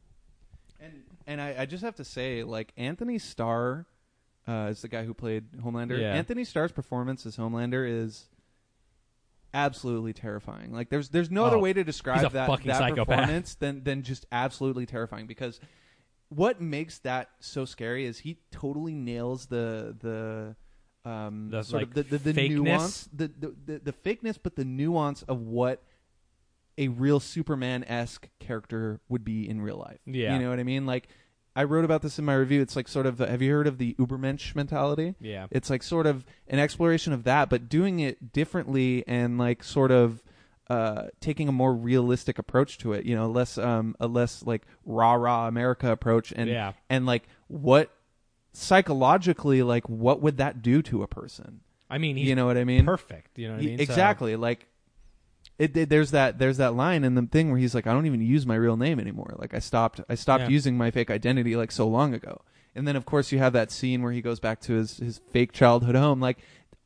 [SPEAKER 2] And and I, I just have to say, like Anthony Starr uh, is the guy who played Homelander.
[SPEAKER 1] Yeah.
[SPEAKER 2] Anthony Starr's performance as Homelander is absolutely terrifying. Like there's there's no other
[SPEAKER 1] Oh,
[SPEAKER 2] way to describe
[SPEAKER 1] he's a
[SPEAKER 2] that,
[SPEAKER 1] fucking
[SPEAKER 2] that
[SPEAKER 1] psychopath.
[SPEAKER 2] performance than than just absolutely terrifying because what makes that so scary is he totally nails the the um
[SPEAKER 1] The,
[SPEAKER 2] sort of
[SPEAKER 1] like,
[SPEAKER 2] the, the, the
[SPEAKER 1] fakeness?
[SPEAKER 2] nuance the, the the the fakeness but the nuance of what a real Superman esque character would be in real life.
[SPEAKER 1] Yeah.
[SPEAKER 2] You know what I mean? Like I wrote about this in my review. It's like sort of have you heard of the Ubermensch mentality?
[SPEAKER 1] Yeah.
[SPEAKER 2] It's like sort of an exploration of that, but doing it differently and like sort of uh, taking a more realistic approach to it, you know, less um, a less like rah rah America approach, and
[SPEAKER 1] Yeah.
[SPEAKER 2] and like what psychologically, like what would that do to a person?
[SPEAKER 1] I mean, he's
[SPEAKER 2] you know what I mean?
[SPEAKER 1] perfect, you know what I
[SPEAKER 2] Ye-
[SPEAKER 1] mean? So-
[SPEAKER 2] Exactly. Like it, it- there's that there's that line in the thing where he's like, I don't even use my real name anymore. Like I stopped I stopped
[SPEAKER 1] Yeah.
[SPEAKER 2] using my fake identity like so long ago. And then of course you have that scene where he goes back to his his fake childhood home. Like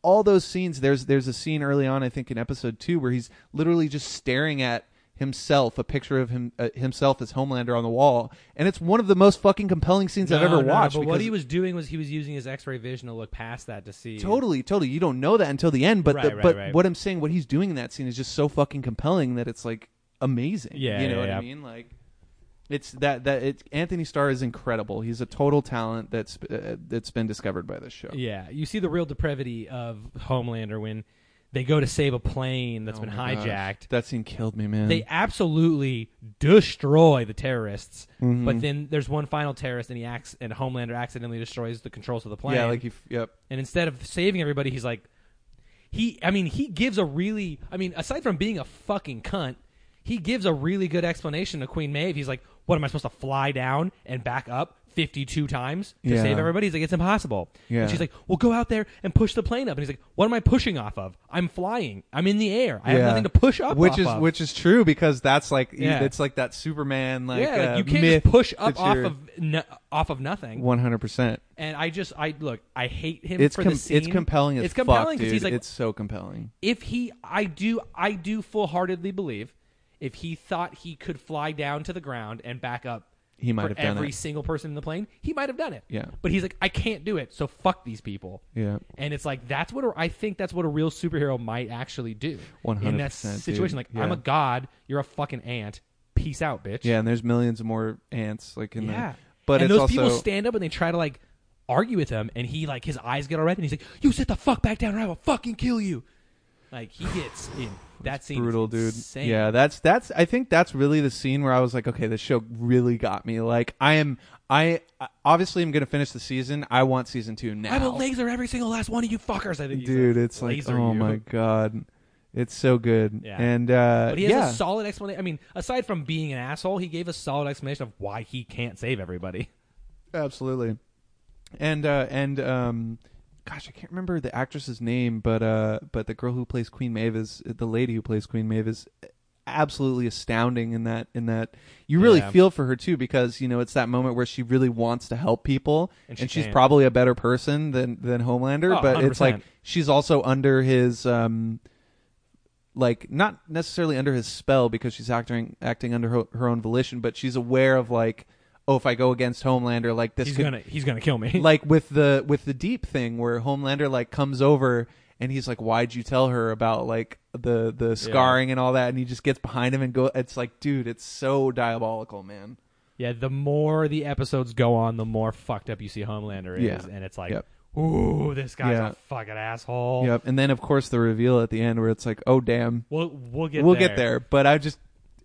[SPEAKER 2] all those scenes. There's there's a scene early on, I think, in episode two, where he's literally just staring at himself, a picture of him uh, himself as Homelander on the wall, and it's one of the most fucking compelling scenes I've
[SPEAKER 1] No,
[SPEAKER 2] ever
[SPEAKER 1] no,
[SPEAKER 2] watched.
[SPEAKER 1] But what
[SPEAKER 2] because-
[SPEAKER 1] he was doing was he was using his X-ray vision to look past that to see.
[SPEAKER 2] Totally, totally. You don't know that until the end, but
[SPEAKER 1] Right,
[SPEAKER 2] the,
[SPEAKER 1] right,
[SPEAKER 2] but
[SPEAKER 1] right.
[SPEAKER 2] what I'm saying, what he's doing in that scene is just so fucking compelling that it's like amazing.
[SPEAKER 1] Yeah,
[SPEAKER 2] you know
[SPEAKER 1] yeah,
[SPEAKER 2] what I
[SPEAKER 1] yeah.
[SPEAKER 2] mean? Like it's that that it's Anthony Starr is incredible. He's a total talent that's uh, that's been discovered by this show.
[SPEAKER 1] Yeah, you see the real depravity of Homelander when they go to save a plane that's
[SPEAKER 2] Oh
[SPEAKER 1] been
[SPEAKER 2] my gosh.
[SPEAKER 1] hijacked.
[SPEAKER 2] That scene killed me, man.
[SPEAKER 1] They absolutely destroy the terrorists,
[SPEAKER 2] Mm-hmm.
[SPEAKER 1] but then there's one final terrorist, and he acts, and Homelander accidentally destroys the controls of the plane.
[SPEAKER 2] yeah, like you. f- Yep.
[SPEAKER 1] and instead of saving everybody, he's like, he. I mean, he gives a really. I mean, aside from being a fucking cunt, he gives a really good explanation to Queen Maeve. He's like, "What am I supposed to fly down and back up fifty-two times to
[SPEAKER 2] Yeah.
[SPEAKER 1] save everybody?" He's like, "It's impossible."
[SPEAKER 2] Yeah.
[SPEAKER 1] And she's like, "Well, go out there and push the plane up." And he's like, "What am I pushing off of? I'm flying. I'm in the air. I have
[SPEAKER 2] Yeah.
[SPEAKER 1] nothing to push up."
[SPEAKER 2] which
[SPEAKER 1] off
[SPEAKER 2] is
[SPEAKER 1] of."
[SPEAKER 2] which is true because that's like
[SPEAKER 1] Yeah.
[SPEAKER 2] it's like that Superman like
[SPEAKER 1] yeah,
[SPEAKER 2] uh,
[SPEAKER 1] like you can't
[SPEAKER 2] myth
[SPEAKER 1] just push up
[SPEAKER 2] that
[SPEAKER 1] off
[SPEAKER 2] you're-
[SPEAKER 1] of no, off of nothing.
[SPEAKER 2] 100%.
[SPEAKER 1] And I just, I look, I hate him
[SPEAKER 2] It's
[SPEAKER 1] for
[SPEAKER 2] com-
[SPEAKER 1] the scene.
[SPEAKER 2] it's compelling as
[SPEAKER 1] It's compelling
[SPEAKER 2] fuck, dude.
[SPEAKER 1] he's like,
[SPEAKER 2] it's so compelling.
[SPEAKER 1] if he, I do, I do full heartedly believe, if he thought he could fly down to the ground and back up,
[SPEAKER 2] He might
[SPEAKER 1] for
[SPEAKER 2] have done
[SPEAKER 1] every
[SPEAKER 2] it.
[SPEAKER 1] single person in the plane, he might have done it.
[SPEAKER 2] Yeah.
[SPEAKER 1] but he's like, I can't do it, so fuck these people.
[SPEAKER 2] Yeah.
[SPEAKER 1] And it's like that's what a, I think that's what a real superhero might actually do in that
[SPEAKER 2] 100%,
[SPEAKER 1] situation.
[SPEAKER 2] dude.
[SPEAKER 1] Like I'm
[SPEAKER 2] Yeah.
[SPEAKER 1] a god, you're a fucking ant. Peace out, bitch.
[SPEAKER 2] Yeah, and there's millions more ants like in
[SPEAKER 1] Yeah.
[SPEAKER 2] the but
[SPEAKER 1] and
[SPEAKER 2] it's
[SPEAKER 1] those
[SPEAKER 2] also
[SPEAKER 1] people stand up and they try to like argue with him, and he like his eyes get all red, and he's like, "You sit the fuck back down, or I will fucking kill you." Like he gets in that scene. is
[SPEAKER 2] brutal, dude.
[SPEAKER 1] insane.
[SPEAKER 2] Yeah, that's that's I think that's really the scene where I was like, okay, this show really got me. Like I am I I- obviously I'm going to finish the season. I want season 2 now.
[SPEAKER 1] I will laser every single last one of you fuckers. I think, he
[SPEAKER 2] dude,
[SPEAKER 1] says.
[SPEAKER 2] it's like
[SPEAKER 1] laser
[SPEAKER 2] oh
[SPEAKER 1] you.
[SPEAKER 2] my god. It's so good.
[SPEAKER 1] Yeah.
[SPEAKER 2] And uh
[SPEAKER 1] But he has
[SPEAKER 2] yeah.
[SPEAKER 1] a solid explanation. I mean, aside from being an asshole, he gave a solid explanation of why he can't save everybody.
[SPEAKER 2] Absolutely. And uh and um gosh, I can't remember the actress's name, but uh but the girl who plays Queen Maeve is the lady who plays Queen Maeve is absolutely astounding in that in that you really
[SPEAKER 1] Yeah.
[SPEAKER 2] feel for her too because you know it's that moment where she really wants to help people
[SPEAKER 1] And
[SPEAKER 2] and,
[SPEAKER 1] she
[SPEAKER 2] she's
[SPEAKER 1] can't.
[SPEAKER 2] probably a better person than than Homelander
[SPEAKER 1] Oh,
[SPEAKER 2] but it's like
[SPEAKER 1] 100%.
[SPEAKER 2] she's also under his um like not necessarily under his spell because she's acting acting under her, her own volition, but she's aware of like, oh, if I go against Homelander, like this
[SPEAKER 1] He's
[SPEAKER 2] could
[SPEAKER 1] gonna, he's gonna kill me.
[SPEAKER 2] like with the with the deep thing where Homelander like comes over and he's like, why'd you tell her about like the the scarring and all that, and he just gets behind him and go. It's like, dude, it's so diabolical, man.
[SPEAKER 1] yeah, the more the episodes go on, the more fucked up you see Homelander is,
[SPEAKER 2] Yeah.
[SPEAKER 1] and it's like,
[SPEAKER 2] Yep.
[SPEAKER 1] ooh, this guy's
[SPEAKER 2] Yeah.
[SPEAKER 1] a fucking asshole.
[SPEAKER 2] Yep. And then of course the reveal at the end where it's like, oh damn,
[SPEAKER 1] We'll we'll get
[SPEAKER 2] we'll
[SPEAKER 1] there.
[SPEAKER 2] get there. But I just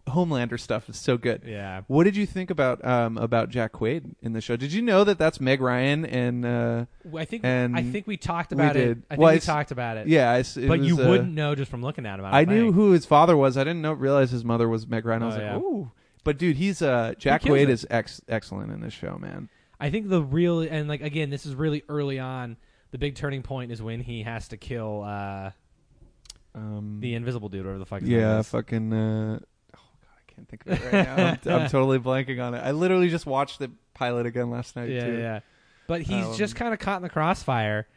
[SPEAKER 2] Homelander stuff is so good.
[SPEAKER 1] Yeah.
[SPEAKER 2] What did you think about um, about Jack Quaid in the show? Did you know that that's Meg Ryan and uh,
[SPEAKER 1] I think
[SPEAKER 2] And
[SPEAKER 1] I think we talked
[SPEAKER 2] we
[SPEAKER 1] about it.
[SPEAKER 2] did.
[SPEAKER 1] I think
[SPEAKER 2] Well,
[SPEAKER 1] we
[SPEAKER 2] it's-
[SPEAKER 1] talked about it.
[SPEAKER 2] yeah, it's, it
[SPEAKER 1] but
[SPEAKER 2] was,
[SPEAKER 1] you
[SPEAKER 2] uh,
[SPEAKER 1] wouldn't know just from looking at him.
[SPEAKER 2] I
[SPEAKER 1] don't
[SPEAKER 2] knew
[SPEAKER 1] think.
[SPEAKER 2] who his father was. I didn't know realize his mother was Meg Ryan. I was
[SPEAKER 1] Uh, Oh,
[SPEAKER 2] like,
[SPEAKER 1] yeah.
[SPEAKER 2] ooh. But dude, he's uh, Jack
[SPEAKER 1] kills
[SPEAKER 2] Quaid
[SPEAKER 1] it.
[SPEAKER 2] is ex- excellent in this show, man.
[SPEAKER 1] I think the real and like again, this is really early on. The big turning point is when he has to kill uh,
[SPEAKER 2] Um,
[SPEAKER 1] the invisible dude, whatever the fuck. His name
[SPEAKER 2] yeah,
[SPEAKER 1] is.
[SPEAKER 2] fucking. Uh, oh god, I can't think of it right now. I'm, I'm totally blanking on it. I literally just watched the pilot again last night.
[SPEAKER 1] yeah,
[SPEAKER 2] too.
[SPEAKER 1] yeah. But he's
[SPEAKER 2] Um,
[SPEAKER 1] just kind of caught in the crossfire,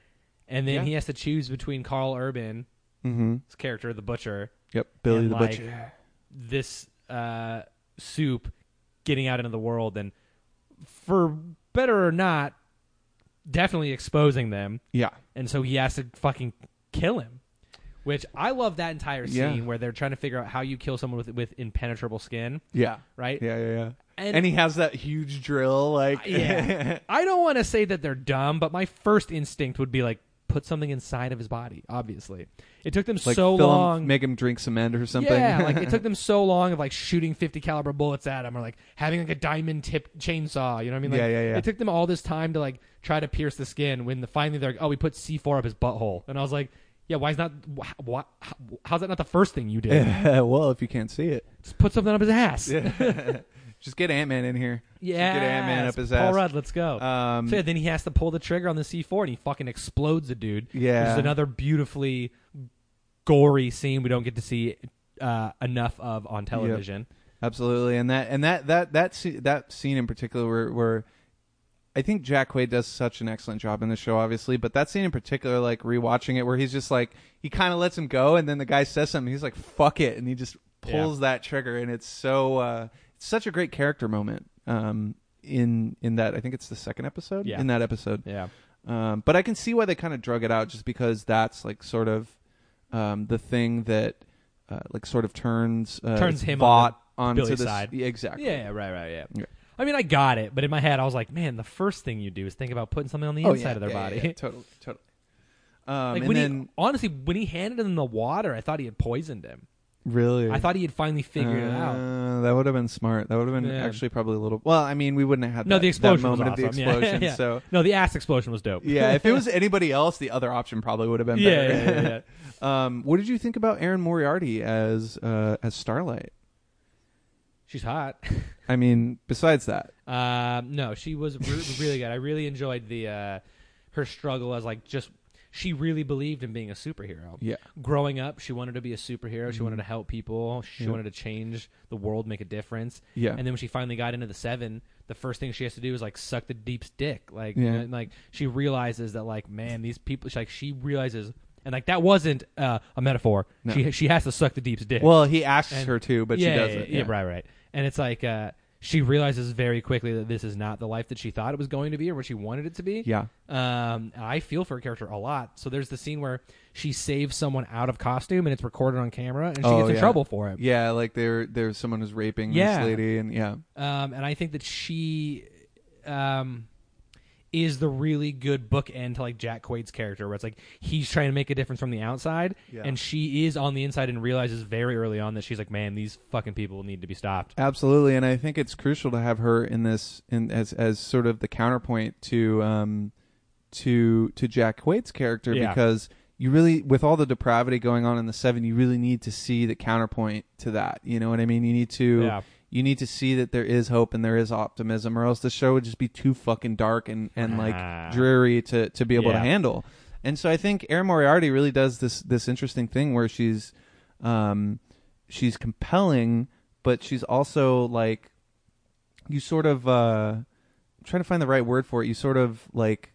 [SPEAKER 1] and then
[SPEAKER 2] Yeah.
[SPEAKER 1] he has to choose between Carl Urban's
[SPEAKER 2] Mm-hmm.
[SPEAKER 1] character, the butcher,
[SPEAKER 2] Yep. Billy
[SPEAKER 1] And,
[SPEAKER 2] the
[SPEAKER 1] like,
[SPEAKER 2] Butcher.
[SPEAKER 1] this uh, soup getting out into the world and for better or not definitely exposing them
[SPEAKER 2] Yeah.
[SPEAKER 1] and so he has to fucking kill him which i love that entire scene
[SPEAKER 2] Yeah.
[SPEAKER 1] where they're trying to figure out how you kill someone with with impenetrable skin
[SPEAKER 2] Yeah.
[SPEAKER 1] right
[SPEAKER 2] Yeah. Yeah. Yeah.
[SPEAKER 1] And-
[SPEAKER 2] And, he has that huge drill, like
[SPEAKER 1] yeah i don't want to say that they're dumb but my first instinct would be like put something inside of his body obviously it took them
[SPEAKER 2] like
[SPEAKER 1] so
[SPEAKER 2] fill him-
[SPEAKER 1] long
[SPEAKER 2] make him drink cement or something.
[SPEAKER 1] Yeah, like it took them so long of like shooting 50 caliber bullets at him or like having like a diamond tipped chainsaw, you know what I mean? Like,
[SPEAKER 2] Yeah, yeah, yeah.
[SPEAKER 1] It took them all this time to like try to pierce the skin when the, finally they're like, oh, we put C4 up his butthole. And I was like, yeah, why is not, wh- wh- how, how's that not the first thing you did?
[SPEAKER 2] well, if you can't see it,
[SPEAKER 1] Just put something up his ass. Yeah.
[SPEAKER 2] just get Ant Man in here.
[SPEAKER 1] Yes.
[SPEAKER 2] Just get Ant Man up his
[SPEAKER 1] Paul
[SPEAKER 2] ass.
[SPEAKER 1] Rudd, let's go.
[SPEAKER 2] Um,
[SPEAKER 1] so yeah, then he has to pull the trigger on the C4 and he fucking explodes the dude.
[SPEAKER 2] Yeah.
[SPEAKER 1] Which is another beautifully gory scene we don't get to see uh, enough of on television.
[SPEAKER 2] Absolutely, and that and that that that scene, that scene in particular where where I think Jack Quaid does such an excellent job in the show, obviously, but that scene in particular, like rewatching it, where he's just like he kind of lets him go, and then the guy says something, he's like "fuck it," and he just pulls that trigger, and it's so uh, it's such a great character moment um, in in that I think it's the second episode
[SPEAKER 1] Yeah.
[SPEAKER 2] in that episode,
[SPEAKER 1] Yeah.
[SPEAKER 2] um, but I can see why they kind of drug it out, just because that's like sort of um, the thing that uh, like sort of turns uh,
[SPEAKER 1] Turns him
[SPEAKER 2] bot
[SPEAKER 1] on the
[SPEAKER 2] onto
[SPEAKER 1] Billy's
[SPEAKER 2] this
[SPEAKER 1] side.
[SPEAKER 2] Yeah, exactly.
[SPEAKER 1] Yeah, right, right, yeah.
[SPEAKER 2] Yeah.
[SPEAKER 1] I mean, I got it, but in my head, I was like, man, the first thing you do is think about putting something on the
[SPEAKER 2] Oh,
[SPEAKER 1] inside
[SPEAKER 2] yeah,
[SPEAKER 1] of their
[SPEAKER 2] yeah,
[SPEAKER 1] body.
[SPEAKER 2] yeah, yeah, totally, totally. Um,
[SPEAKER 1] like
[SPEAKER 2] and
[SPEAKER 1] when
[SPEAKER 2] then
[SPEAKER 1] he, honestly, when he handed him the water, I thought he had poisoned him.
[SPEAKER 2] really,
[SPEAKER 1] I thought he had finally figured it out.
[SPEAKER 2] Uh, That would have been smart. That would have been
[SPEAKER 1] Yeah.
[SPEAKER 2] actually probably a little. Well, I mean, we wouldn't have had
[SPEAKER 1] No,
[SPEAKER 2] that,
[SPEAKER 1] the explosion
[SPEAKER 2] that moment
[SPEAKER 1] was
[SPEAKER 2] of the
[SPEAKER 1] awesome. Yeah,
[SPEAKER 2] explosion.
[SPEAKER 1] yeah.
[SPEAKER 2] So
[SPEAKER 1] No, the ass explosion was dope.
[SPEAKER 2] yeah, if it was anybody else, the other option probably would have been
[SPEAKER 1] yeah,
[SPEAKER 2] better.
[SPEAKER 1] yeah, yeah, yeah.
[SPEAKER 2] um, what did you think about Aaron Moriarty as uh, as Starlight?
[SPEAKER 1] She's hot.
[SPEAKER 2] I mean, besides that,
[SPEAKER 1] Um, no, she was re- really good. I really enjoyed the uh, her struggle as like just she really believed in being a superhero.
[SPEAKER 2] yeah,
[SPEAKER 1] Growing up, she wanted to be a superhero. She wanted to help people. She
[SPEAKER 2] Mm-hmm. Yeah.
[SPEAKER 1] wanted to change the world, make a difference.
[SPEAKER 2] yeah,
[SPEAKER 1] And then when she finally got into the seven, the first thing she has to do is like suck the deep's dick. Like,
[SPEAKER 2] Yeah.
[SPEAKER 1] and, like she realizes that like man, these people. She, like she realizes, and like that wasn't uh, a metaphor.
[SPEAKER 2] No.
[SPEAKER 1] She she has to suck the deep's dick
[SPEAKER 2] well, he asks
[SPEAKER 1] And-
[SPEAKER 2] her to, but
[SPEAKER 1] yeah,
[SPEAKER 2] she
[SPEAKER 1] yeah,
[SPEAKER 2] doesn't.
[SPEAKER 1] Yeah, right, right. And it's like uh, she realizes very quickly that this is not the life that she thought it was going to be or what she wanted it to be.
[SPEAKER 2] Yeah.
[SPEAKER 1] Um, I feel for her character a lot. So there's the scene where she saves someone out of costume and it's recorded on camera and she
[SPEAKER 2] Oh,
[SPEAKER 1] gets in
[SPEAKER 2] yeah.
[SPEAKER 1] trouble for it.
[SPEAKER 2] Yeah, like there, there's someone who's raping
[SPEAKER 1] Yeah.
[SPEAKER 2] this lady, and yeah,
[SPEAKER 1] Um, and I think that she um, is the really good bookend to like Jack Quaid's character, where it's like he's trying to make a difference from the outside,
[SPEAKER 2] Yeah.
[SPEAKER 1] and she is on the inside and realizes very early on that she's like, man, these fucking people need to be stopped.
[SPEAKER 2] Absolutely, and I think it's crucial to have her in this in as as sort of the counterpoint to um to to Jack Quaid's character
[SPEAKER 1] Yeah.
[SPEAKER 2] because you really with all the depravity going on in the 7 you really need to see the counterpoint to that. You know what I mean? You need to
[SPEAKER 1] Yeah.
[SPEAKER 2] you need to see that there is hope and there is optimism or else the show would just be too fucking dark and and
[SPEAKER 1] Ah.
[SPEAKER 2] like dreary to to be able to
[SPEAKER 1] Yeah.
[SPEAKER 2] handle. And so I think Erin Moriarty really does this this interesting thing where she's um she's compelling but she's also like you sort of uh I'm trying to find the right word for it you sort of like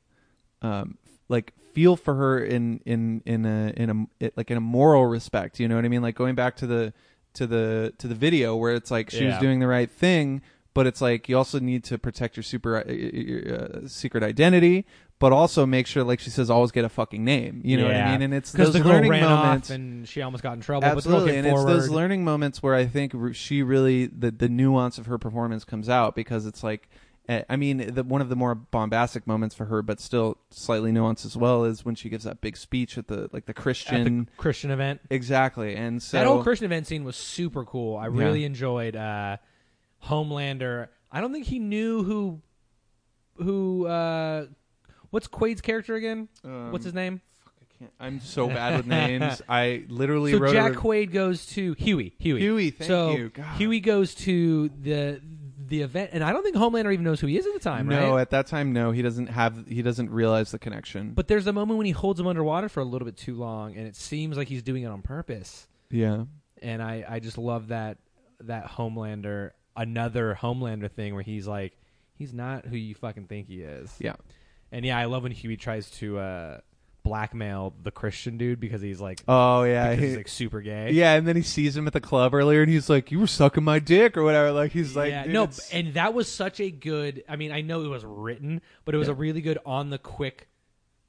[SPEAKER 2] um like feel for her in in in a in a it, like in a moral respect you know what i mean like going back to the to the to the video where it's like she was
[SPEAKER 1] Yeah.
[SPEAKER 2] doing the right thing but it's like you also need to protect your super uh, your, uh, secret identity but also make sure like she says always get a fucking name you know what i
[SPEAKER 1] Yeah.
[SPEAKER 2] mean and it's
[SPEAKER 1] because
[SPEAKER 2] those
[SPEAKER 1] the girl
[SPEAKER 2] learning
[SPEAKER 1] ran
[SPEAKER 2] moments
[SPEAKER 1] off and she almost got in trouble.
[SPEAKER 2] Absolutely,
[SPEAKER 1] but
[SPEAKER 2] and
[SPEAKER 1] the girl came forward.
[SPEAKER 2] it's those learning moments where I think r- she really the the nuance of her performance comes out because it's like, eh, I mean, the, one of the more bombastic moments for her, but still slightly nuanced as well, is when she gives that big speech at the like the
[SPEAKER 1] at the
[SPEAKER 2] Christian
[SPEAKER 1] Christian event.
[SPEAKER 2] exactly, and so
[SPEAKER 1] that whole Christian event scene was super cool. I really enjoyed uh, Homelander. I don't think he knew who who uh, what's Quaid's character again?
[SPEAKER 2] Um,
[SPEAKER 1] what's his name?
[SPEAKER 2] I can't- I'm so bad with names. I literally
[SPEAKER 1] So
[SPEAKER 2] wrote
[SPEAKER 1] Jack
[SPEAKER 2] a, re-
[SPEAKER 1] Quaid goes to Huey. Huey.
[SPEAKER 2] Huey, thank
[SPEAKER 1] so
[SPEAKER 2] you. God.
[SPEAKER 1] Huey goes to the the event, and I don't think Homelander even knows who he is at the time.
[SPEAKER 2] no
[SPEAKER 1] right?
[SPEAKER 2] at that time. No, he doesn't have. He doesn't realize the connection.
[SPEAKER 1] but there's a moment when he holds him underwater for a little bit too long, and it seems like he's doing it on purpose.
[SPEAKER 2] yeah,
[SPEAKER 1] and I, I just love that that Homelander another Homelander thing where he's like he's not who you fucking think he is.
[SPEAKER 2] yeah.
[SPEAKER 1] And yeah, I love when Huey tries to uh, blackmail the Christian dude because he's like
[SPEAKER 2] Oh yeah,
[SPEAKER 1] because
[SPEAKER 2] he-
[SPEAKER 1] he's like super gay.
[SPEAKER 2] Yeah, and then he sees him at the club earlier, and he's like, "You were sucking my dick" or whatever. Like he's like,
[SPEAKER 1] yeah,
[SPEAKER 2] dude,
[SPEAKER 1] no,
[SPEAKER 2] it's-
[SPEAKER 1] and that was such a good. I mean, I know it was written, but it was
[SPEAKER 2] Yeah.
[SPEAKER 1] a really good on the quick,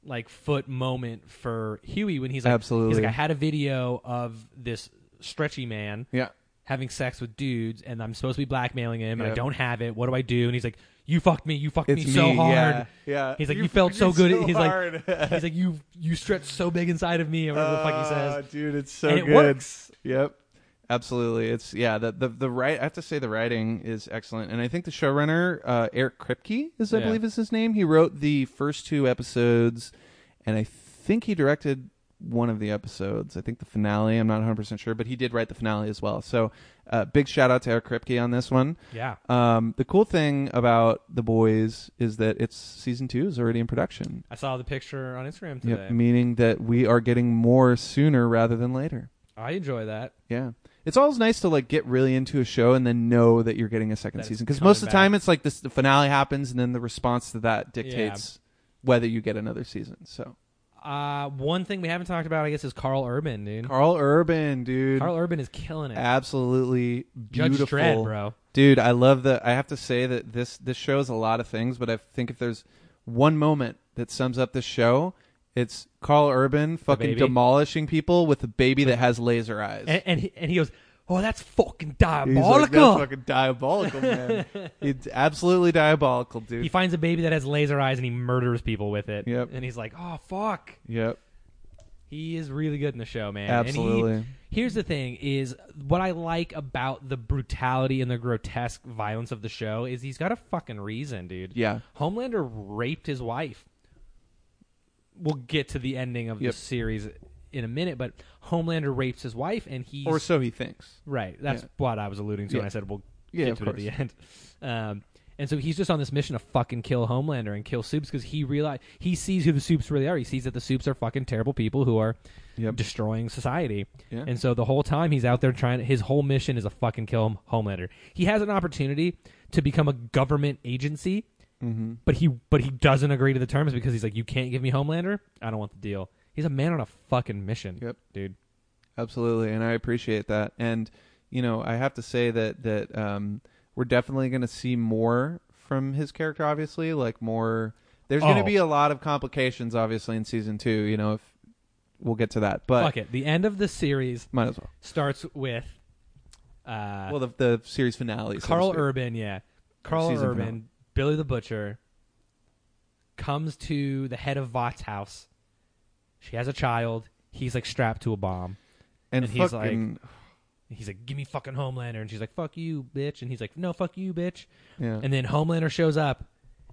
[SPEAKER 1] like foot moment for Huey when he's like,
[SPEAKER 2] Absolutely.
[SPEAKER 1] he's like, I had a video of this stretchy man,
[SPEAKER 2] yeah,
[SPEAKER 1] having sex with dudes and I'm supposed to be blackmailing him and
[SPEAKER 2] Yeah.
[SPEAKER 1] I don't have it. What do I do? And he's like, "You fucked me. You fucked
[SPEAKER 2] it's
[SPEAKER 1] me so hard."
[SPEAKER 2] Yeah, yeah.
[SPEAKER 1] He's like, "You felt so
[SPEAKER 2] fucking
[SPEAKER 1] good." He's like-
[SPEAKER 2] hard.
[SPEAKER 1] He's like, "You you stretched so big inside of me," or whatever the fuck he
[SPEAKER 2] Ah,
[SPEAKER 1] says.
[SPEAKER 2] dude, it's so
[SPEAKER 1] and it
[SPEAKER 2] good.
[SPEAKER 1] works.
[SPEAKER 2] Yep, absolutely. It's yeah. The the the right. I have to say the writing is excellent, and I think the showrunner uh, Eric Kripke is I
[SPEAKER 1] Yeah.
[SPEAKER 2] believe is his name. He wrote the first two episodes, and I think he directed one of the episodes. I think the finale. I'm not 100 percent sure, but he did write the finale as well. So, uh, big shout out to Eric Kripke on this one.
[SPEAKER 1] Yeah.
[SPEAKER 2] Um, the cool thing about the boys is that it's season two is already in production.
[SPEAKER 1] I saw the picture on Instagram today.
[SPEAKER 2] Yep, meaning that we are getting more sooner rather than later.
[SPEAKER 1] I enjoy that.
[SPEAKER 2] Yeah, it's always nice to like get really into a show and then know that you're getting a second
[SPEAKER 1] That it's
[SPEAKER 2] season because
[SPEAKER 1] coming
[SPEAKER 2] most of the
[SPEAKER 1] back.
[SPEAKER 2] time it's like this the finale happens and then the response to that dictates whether you get another season. So
[SPEAKER 1] Uh, one thing we haven't talked about, I guess, is Carl Urban, dude. Carl,
[SPEAKER 2] Carl Urban, dude,
[SPEAKER 1] Urban is killing it.
[SPEAKER 2] absolutely beautiful,
[SPEAKER 1] Judge Dredd, bro.
[SPEAKER 2] dude. I love the. I have to say that this this show is a lot of things, but I think if there's one moment that sums up this show. It's Carl Urban fucking
[SPEAKER 1] baby.
[SPEAKER 2] demolishing people with a baby that has laser eyes.
[SPEAKER 1] And and he, and he goes, "Oh, that's fucking
[SPEAKER 2] He's like,
[SPEAKER 1] diabolical."
[SPEAKER 2] "That's fucking diabolical, man. it's absolutely diabolical, dude.
[SPEAKER 1] he finds a baby that has laser eyes and he murders people with it.
[SPEAKER 2] Yep.
[SPEAKER 1] And he's like, "Oh, fuck."
[SPEAKER 2] yep.
[SPEAKER 1] He is really good in the show, man. And
[SPEAKER 2] Absolutely.
[SPEAKER 1] he, here's the thing: is what I like about the brutality and the grotesque violence of the show is he's got a fucking reason, dude.
[SPEAKER 2] Yeah.
[SPEAKER 1] Homelander raped his wife. We'll get to the ending of
[SPEAKER 2] Yep.
[SPEAKER 1] the series in a minute, but Homelander rapes his wife, and he's
[SPEAKER 2] Or so he thinks.
[SPEAKER 1] right. That's
[SPEAKER 2] Yeah.
[SPEAKER 1] what I was alluding to
[SPEAKER 2] Yeah.
[SPEAKER 1] when I said we'll
[SPEAKER 2] Yeah,
[SPEAKER 1] get
[SPEAKER 2] of
[SPEAKER 1] to it at the end. Um, and so he's just on this mission to fucking kill Homelander and kill Soups because he realize he sees who the Soups really are. He sees that the Soups are fucking terrible people who are
[SPEAKER 2] Yep.
[SPEAKER 1] destroying society.
[SPEAKER 2] Yeah.
[SPEAKER 1] And so the whole time he's out there trying, his whole mission is a fucking kill him, Homelander. He has an opportunity to become a government agency,
[SPEAKER 2] Mm-hmm.
[SPEAKER 1] but he but he doesn't agree to the terms because he's like, you can't give me Homelander. I don't want the deal. He's a man on a fucking mission,
[SPEAKER 2] Yep.
[SPEAKER 1] dude.
[SPEAKER 2] Absolutely, and I appreciate that. And you know, I have to say that that um, we're definitely going to see more from his character. Obviously, like more. There's going
[SPEAKER 1] Oh.
[SPEAKER 2] to be a lot of complications, obviously, in season two. You know, if we'll get to that, but
[SPEAKER 1] Fuck it. The end of the series
[SPEAKER 2] might as well.
[SPEAKER 1] starts with uh,
[SPEAKER 2] Well, the, the series finale. so to
[SPEAKER 1] Carl
[SPEAKER 2] speak.
[SPEAKER 1] Urban, yeah. Carl
[SPEAKER 2] Season
[SPEAKER 1] Urban,
[SPEAKER 2] finale.
[SPEAKER 1] Billy the Butcher, comes to the head of Vought's house. She has a child. He's like strapped to a bomb.
[SPEAKER 2] and,
[SPEAKER 1] and he's
[SPEAKER 2] fucking,
[SPEAKER 1] He's like, "Give me fucking Homelander," and she's like, "Fuck you, bitch," and he's like, "No, fuck you, bitch."
[SPEAKER 2] yeah.
[SPEAKER 1] And then Homelander shows up,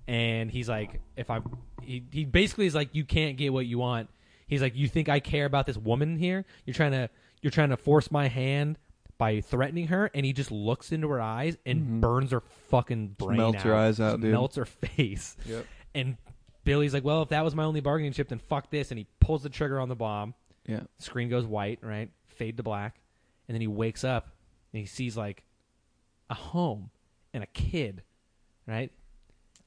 [SPEAKER 1] and he's like, "If I," he, he basically is like, "You can't get what you want." He's like, "You think I care about this woman here? You're trying to you're trying to force my hand by threatening her." And he just looks into her eyes and burns her fucking brain
[SPEAKER 2] Mm-hmm. melts
[SPEAKER 1] out.
[SPEAKER 2] her eyes out,
[SPEAKER 1] Just
[SPEAKER 2] dude.
[SPEAKER 1] Melts her face.
[SPEAKER 2] Yep.
[SPEAKER 1] And Billy's like, "Well, if that was my only bargaining chip, then fuck this." And he pulls the trigger on the bomb
[SPEAKER 2] yeah.
[SPEAKER 1] screen goes white, right? Fade to black. And then he wakes up and he sees like a home and a kid, right?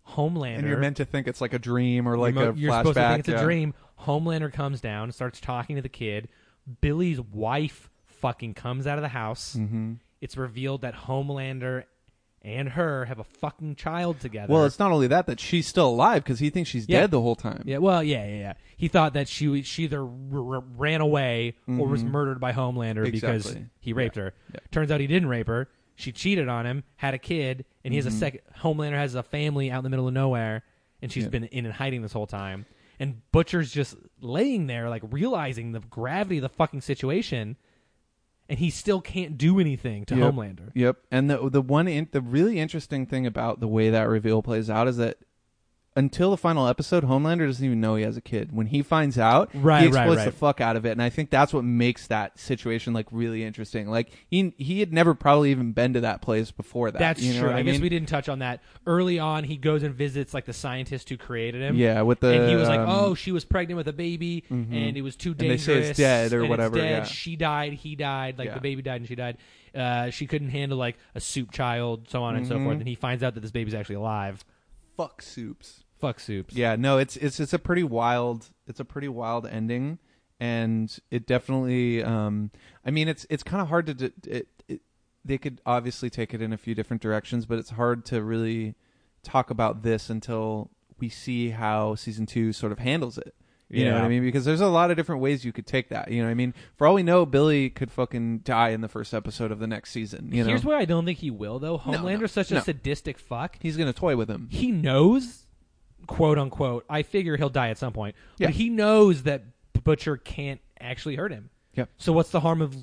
[SPEAKER 1] Homelander.
[SPEAKER 2] And you're meant to think it's like a dream or like
[SPEAKER 1] you're mo-
[SPEAKER 2] a
[SPEAKER 1] you're
[SPEAKER 2] flashback.
[SPEAKER 1] supposed to think it's
[SPEAKER 2] yeah.
[SPEAKER 1] a dream. Homelander comes down and starts talking to the kid. Billy's wife fucking comes out of the house.
[SPEAKER 2] Mm-hmm.
[SPEAKER 1] It's revealed that Homelander and her have a fucking child together.
[SPEAKER 2] Well, it's not only that that she's still alive because he thinks she's
[SPEAKER 1] Yeah.
[SPEAKER 2] dead the whole time.
[SPEAKER 1] Yeah, well, yeah, yeah, yeah. He thought that she she either r- r- ran away or was murdered by Homelander because
[SPEAKER 2] Mm-hmm. Exactly.
[SPEAKER 1] he raped her. Turns out he didn't rape her. She cheated on him, had a kid, and he has a
[SPEAKER 2] Mm-hmm.
[SPEAKER 1] second. Homelander has a family out in the middle of nowhere, and she's
[SPEAKER 2] Yeah.
[SPEAKER 1] been in and hiding this whole time. And Butcher's just laying there, like realizing the gravity of the fucking situation, and he still can't do anything to
[SPEAKER 2] Yep.
[SPEAKER 1] Homelander.
[SPEAKER 2] Yep. And the the one in, the really interesting thing about the way that reveal plays out is that until the final episode, Homelander doesn't even know he has a kid. When he finds out,
[SPEAKER 1] Right,
[SPEAKER 2] he
[SPEAKER 1] right,
[SPEAKER 2] exploits
[SPEAKER 1] right.
[SPEAKER 2] the fuck out of it, and I think that's what makes that situation like really interesting. Like he he had never probably even been to that place before that.
[SPEAKER 1] That's
[SPEAKER 2] you know
[SPEAKER 1] true.
[SPEAKER 2] what
[SPEAKER 1] I,
[SPEAKER 2] I,
[SPEAKER 1] guess
[SPEAKER 2] mean?
[SPEAKER 1] we didn't touch on that early on. He goes and visits like the scientist who created him.
[SPEAKER 2] Yeah, with the
[SPEAKER 1] and he was like,
[SPEAKER 2] um, Mm-hmm.
[SPEAKER 1] "Oh, she was pregnant with a baby, and it was too
[SPEAKER 2] they
[SPEAKER 1] dangerous."
[SPEAKER 2] say it's dead or
[SPEAKER 1] and it's
[SPEAKER 2] whatever,
[SPEAKER 1] dead.
[SPEAKER 2] yeah.
[SPEAKER 1] She died. He died. Like
[SPEAKER 2] Yeah.
[SPEAKER 1] the baby died and she died. Uh, she couldn't handle like a soup child, so on and so
[SPEAKER 2] Mm-hmm.
[SPEAKER 1] forth. And he finds out that this baby's actually alive.
[SPEAKER 2] fuck soups."
[SPEAKER 1] Fuck soups.
[SPEAKER 2] Yeah, no, it's it's it's a pretty wild it's a pretty wild ending, and it definitely. Um, I mean, it's it's kind of hard to. d it, it, they could obviously take it in a few different directions, but it's hard to really talk about this until we see how season two sort of handles it. You know
[SPEAKER 1] Yeah.
[SPEAKER 2] what I mean? Because there's a lot of different ways you could take that. You know what I mean? For all we know, Billy could fucking die in the first episode of the next season. You know,
[SPEAKER 1] Here's where I don't think he will though.
[SPEAKER 2] No, no,
[SPEAKER 1] Homelander's such a
[SPEAKER 2] no.
[SPEAKER 1] sadistic fuck.
[SPEAKER 2] he's gonna toy with him.
[SPEAKER 1] He knows, quote unquote. I figure he'll die at some point,
[SPEAKER 2] Yeah.
[SPEAKER 1] but he knows that Butcher can't actually hurt him.
[SPEAKER 2] Yeah.
[SPEAKER 1] So what's the harm of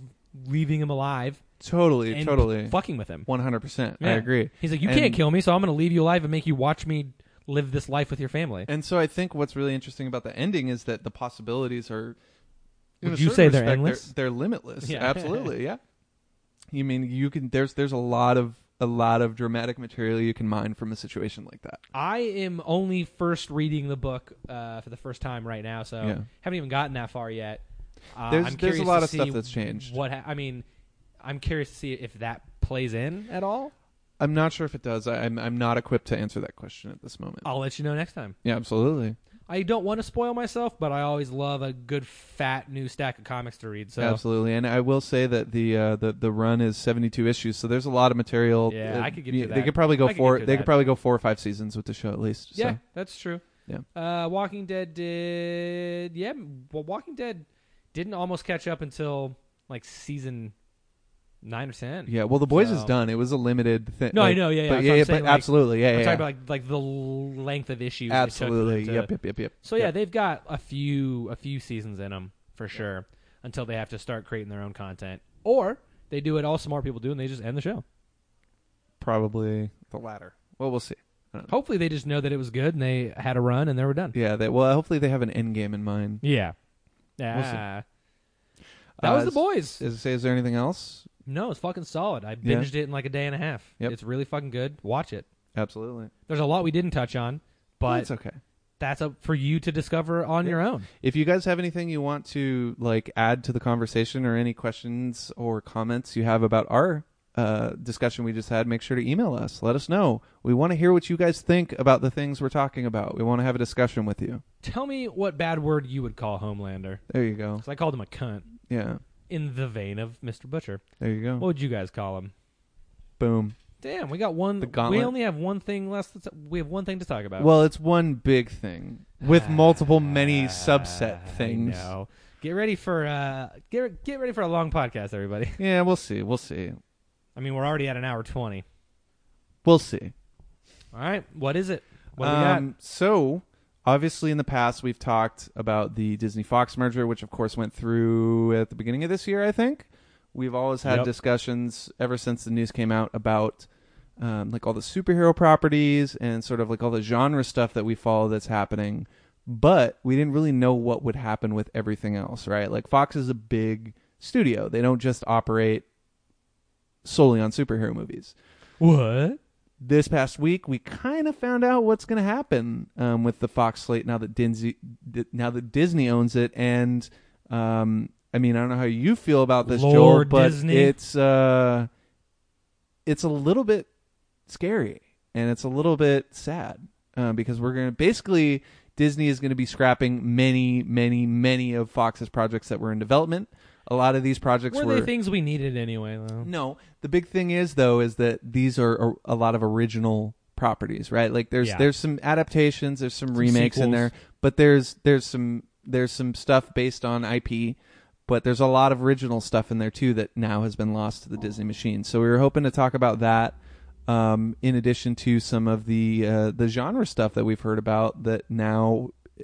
[SPEAKER 1] leaving him alive
[SPEAKER 2] Totally,
[SPEAKER 1] and
[SPEAKER 2] totally,
[SPEAKER 1] fucking with him?
[SPEAKER 2] one hundred percent. I
[SPEAKER 1] Yeah.
[SPEAKER 2] agree.
[SPEAKER 1] He's like, you
[SPEAKER 2] And-
[SPEAKER 1] can't kill me, so I'm going to leave you alive and make you watch me live this life with your family.
[SPEAKER 2] And so I think what's really interesting about the ending is that the possibilities are. in
[SPEAKER 1] Would
[SPEAKER 2] a
[SPEAKER 1] you
[SPEAKER 2] certain
[SPEAKER 1] say they're
[SPEAKER 2] respect,
[SPEAKER 1] endless?
[SPEAKER 2] They're, limitless.
[SPEAKER 1] Yeah.
[SPEAKER 2] Absolutely. Yeah. You mean you can? There's there's a lot of a lot of dramatic material you can mine from a situation like that.
[SPEAKER 1] I am only first reading the book uh, for the first time right now, so
[SPEAKER 2] Yeah.
[SPEAKER 1] haven't even gotten that far yet. Uh,
[SPEAKER 2] There's-
[SPEAKER 1] I'm
[SPEAKER 2] there's a
[SPEAKER 1] curious
[SPEAKER 2] lot
[SPEAKER 1] to
[SPEAKER 2] of stuff
[SPEAKER 1] see
[SPEAKER 2] that's changed.
[SPEAKER 1] What ha- I mean, I'm curious to see if that plays in at all.
[SPEAKER 2] I'm not sure if it does. I, I'm I'm not equipped to answer that question at this moment.
[SPEAKER 1] I'll let you know next time.
[SPEAKER 2] Yeah, absolutely,
[SPEAKER 1] I don't want to spoil myself, but I always love a good fat new stack of comics to read. So
[SPEAKER 2] absolutely. And I will say that the uh, the the run is 72 issues, so there's a lot of material.
[SPEAKER 1] Yeah,
[SPEAKER 2] Uh,
[SPEAKER 1] I could get
[SPEAKER 2] y-
[SPEAKER 1] to
[SPEAKER 2] They
[SPEAKER 1] that.
[SPEAKER 2] could probably go
[SPEAKER 1] I could
[SPEAKER 2] four.
[SPEAKER 1] get to
[SPEAKER 2] they
[SPEAKER 1] that.
[SPEAKER 2] could probably go four or five seasons with the show at least.
[SPEAKER 1] yeah,
[SPEAKER 2] so.
[SPEAKER 1] that's true.
[SPEAKER 2] Yeah.
[SPEAKER 1] Uh, Walking Dead did yeah. Well, Walking Dead didn't almost catch up until like season nine or ten.
[SPEAKER 2] Yeah, well, the boys is
[SPEAKER 1] So-
[SPEAKER 2] done. It was a limited thing.
[SPEAKER 1] No, I know, yeah, yeah,
[SPEAKER 2] but
[SPEAKER 1] that's
[SPEAKER 2] yeah,
[SPEAKER 1] what I'm
[SPEAKER 2] yeah,
[SPEAKER 1] saying,
[SPEAKER 2] but
[SPEAKER 1] like,
[SPEAKER 2] absolutely, yeah,
[SPEAKER 1] I'm
[SPEAKER 2] yeah,
[SPEAKER 1] talking about like like the l- length of issues. it took for them
[SPEAKER 2] absolutely.
[SPEAKER 1] to-
[SPEAKER 2] Yep, yep, yep, yep.
[SPEAKER 1] So yeah,
[SPEAKER 2] Yep.
[SPEAKER 1] they've got a few a few seasons in them for sure until they have to start creating their own content, or they do what all smart people do and they just end the show.
[SPEAKER 2] probably the latter. Well, we'll see. I don't know.
[SPEAKER 1] Hopefully, they just know that it was good and they had a run and they were done.
[SPEAKER 2] Yeah, they, well, hopefully they have an end game in mind.
[SPEAKER 1] Yeah.
[SPEAKER 2] We'll see.
[SPEAKER 1] Ah. that was
[SPEAKER 2] Uh,
[SPEAKER 1] the boys.
[SPEAKER 2] Is, is there anything else?
[SPEAKER 1] No, it's fucking solid. I
[SPEAKER 2] Yeah.
[SPEAKER 1] binged it in like a day and a half.
[SPEAKER 2] Yep.
[SPEAKER 1] It's really fucking good. Watch it.
[SPEAKER 2] Absolutely,
[SPEAKER 1] There's a lot we didn't touch on,
[SPEAKER 2] but
[SPEAKER 1] but
[SPEAKER 2] it's okay.
[SPEAKER 1] that's up for you to discover on
[SPEAKER 2] Yeah.
[SPEAKER 1] your own.
[SPEAKER 2] If you guys have anything you want to like add to the conversation or any questions or comments you have about our uh, discussion we just had, make sure to email us. Let us know. We want to hear what you guys think about the things we're talking about. We want to have a discussion with you.
[SPEAKER 1] Tell me what bad word you would call Homelander.
[SPEAKER 2] There you go.
[SPEAKER 1] Because I called him a cunt
[SPEAKER 2] Yeah.
[SPEAKER 1] in the vein of Mr. Butcher.
[SPEAKER 2] There you go.
[SPEAKER 1] What would you guys call him?
[SPEAKER 2] Boom.
[SPEAKER 1] Damn, we got one.
[SPEAKER 2] The gauntlet.
[SPEAKER 1] We only have one thing less. To t- we have one thing to talk about.
[SPEAKER 2] Well, it's one big thing with multiple, many
[SPEAKER 1] Ah,
[SPEAKER 2] subset things.
[SPEAKER 1] I know. Get ready for uh, get get ready for a long podcast, everybody.
[SPEAKER 2] Yeah, we'll see. We'll see.
[SPEAKER 1] I mean, we're already at an hour twenty.
[SPEAKER 2] We'll see.
[SPEAKER 1] All right, what is it? What do we got?
[SPEAKER 2] Um, so, obviously, in the past, we've talked about the Disney Fox merger, which, of course, went through at the beginning of this year, I think. We've always had
[SPEAKER 1] Yep.
[SPEAKER 2] discussions ever since the news came out about. Um, like all the superhero properties and sort of like all the genre stuff that we follow that's happening, but we didn't really know what would happen with everything else, right? Like Fox is a big studio; they don't just operate solely on superhero movies
[SPEAKER 1] What?
[SPEAKER 2] this past week, we kind of found out what's going to happen um, with the Fox slate now that Disney now that Disney owns it. And um, I mean, I don't know how you feel about this,
[SPEAKER 1] Lord
[SPEAKER 2] Joel, but
[SPEAKER 1] Disney.
[SPEAKER 2] it's uh, it's a little bit scary and it's a little bit sad uh, because we're going to basically Disney is going to be scrapping many, many, many of Fox's projects that were in development. A lot of these projects
[SPEAKER 1] Were
[SPEAKER 2] were
[SPEAKER 1] they things we needed anyway? Though
[SPEAKER 2] no, the big thing is though is that these are a, a lot of original properties, right? Like there's
[SPEAKER 1] Yeah.
[SPEAKER 2] there's some adaptations, there's some, remakes in
[SPEAKER 1] sequels.
[SPEAKER 2] there, but there's there's some there's some stuff based on IP, but there's a lot of original stuff in there too that now has been lost to the Disney machine. So we were hoping to talk about that um, in addition to some of the uh, the genre stuff that we've heard about that now eh,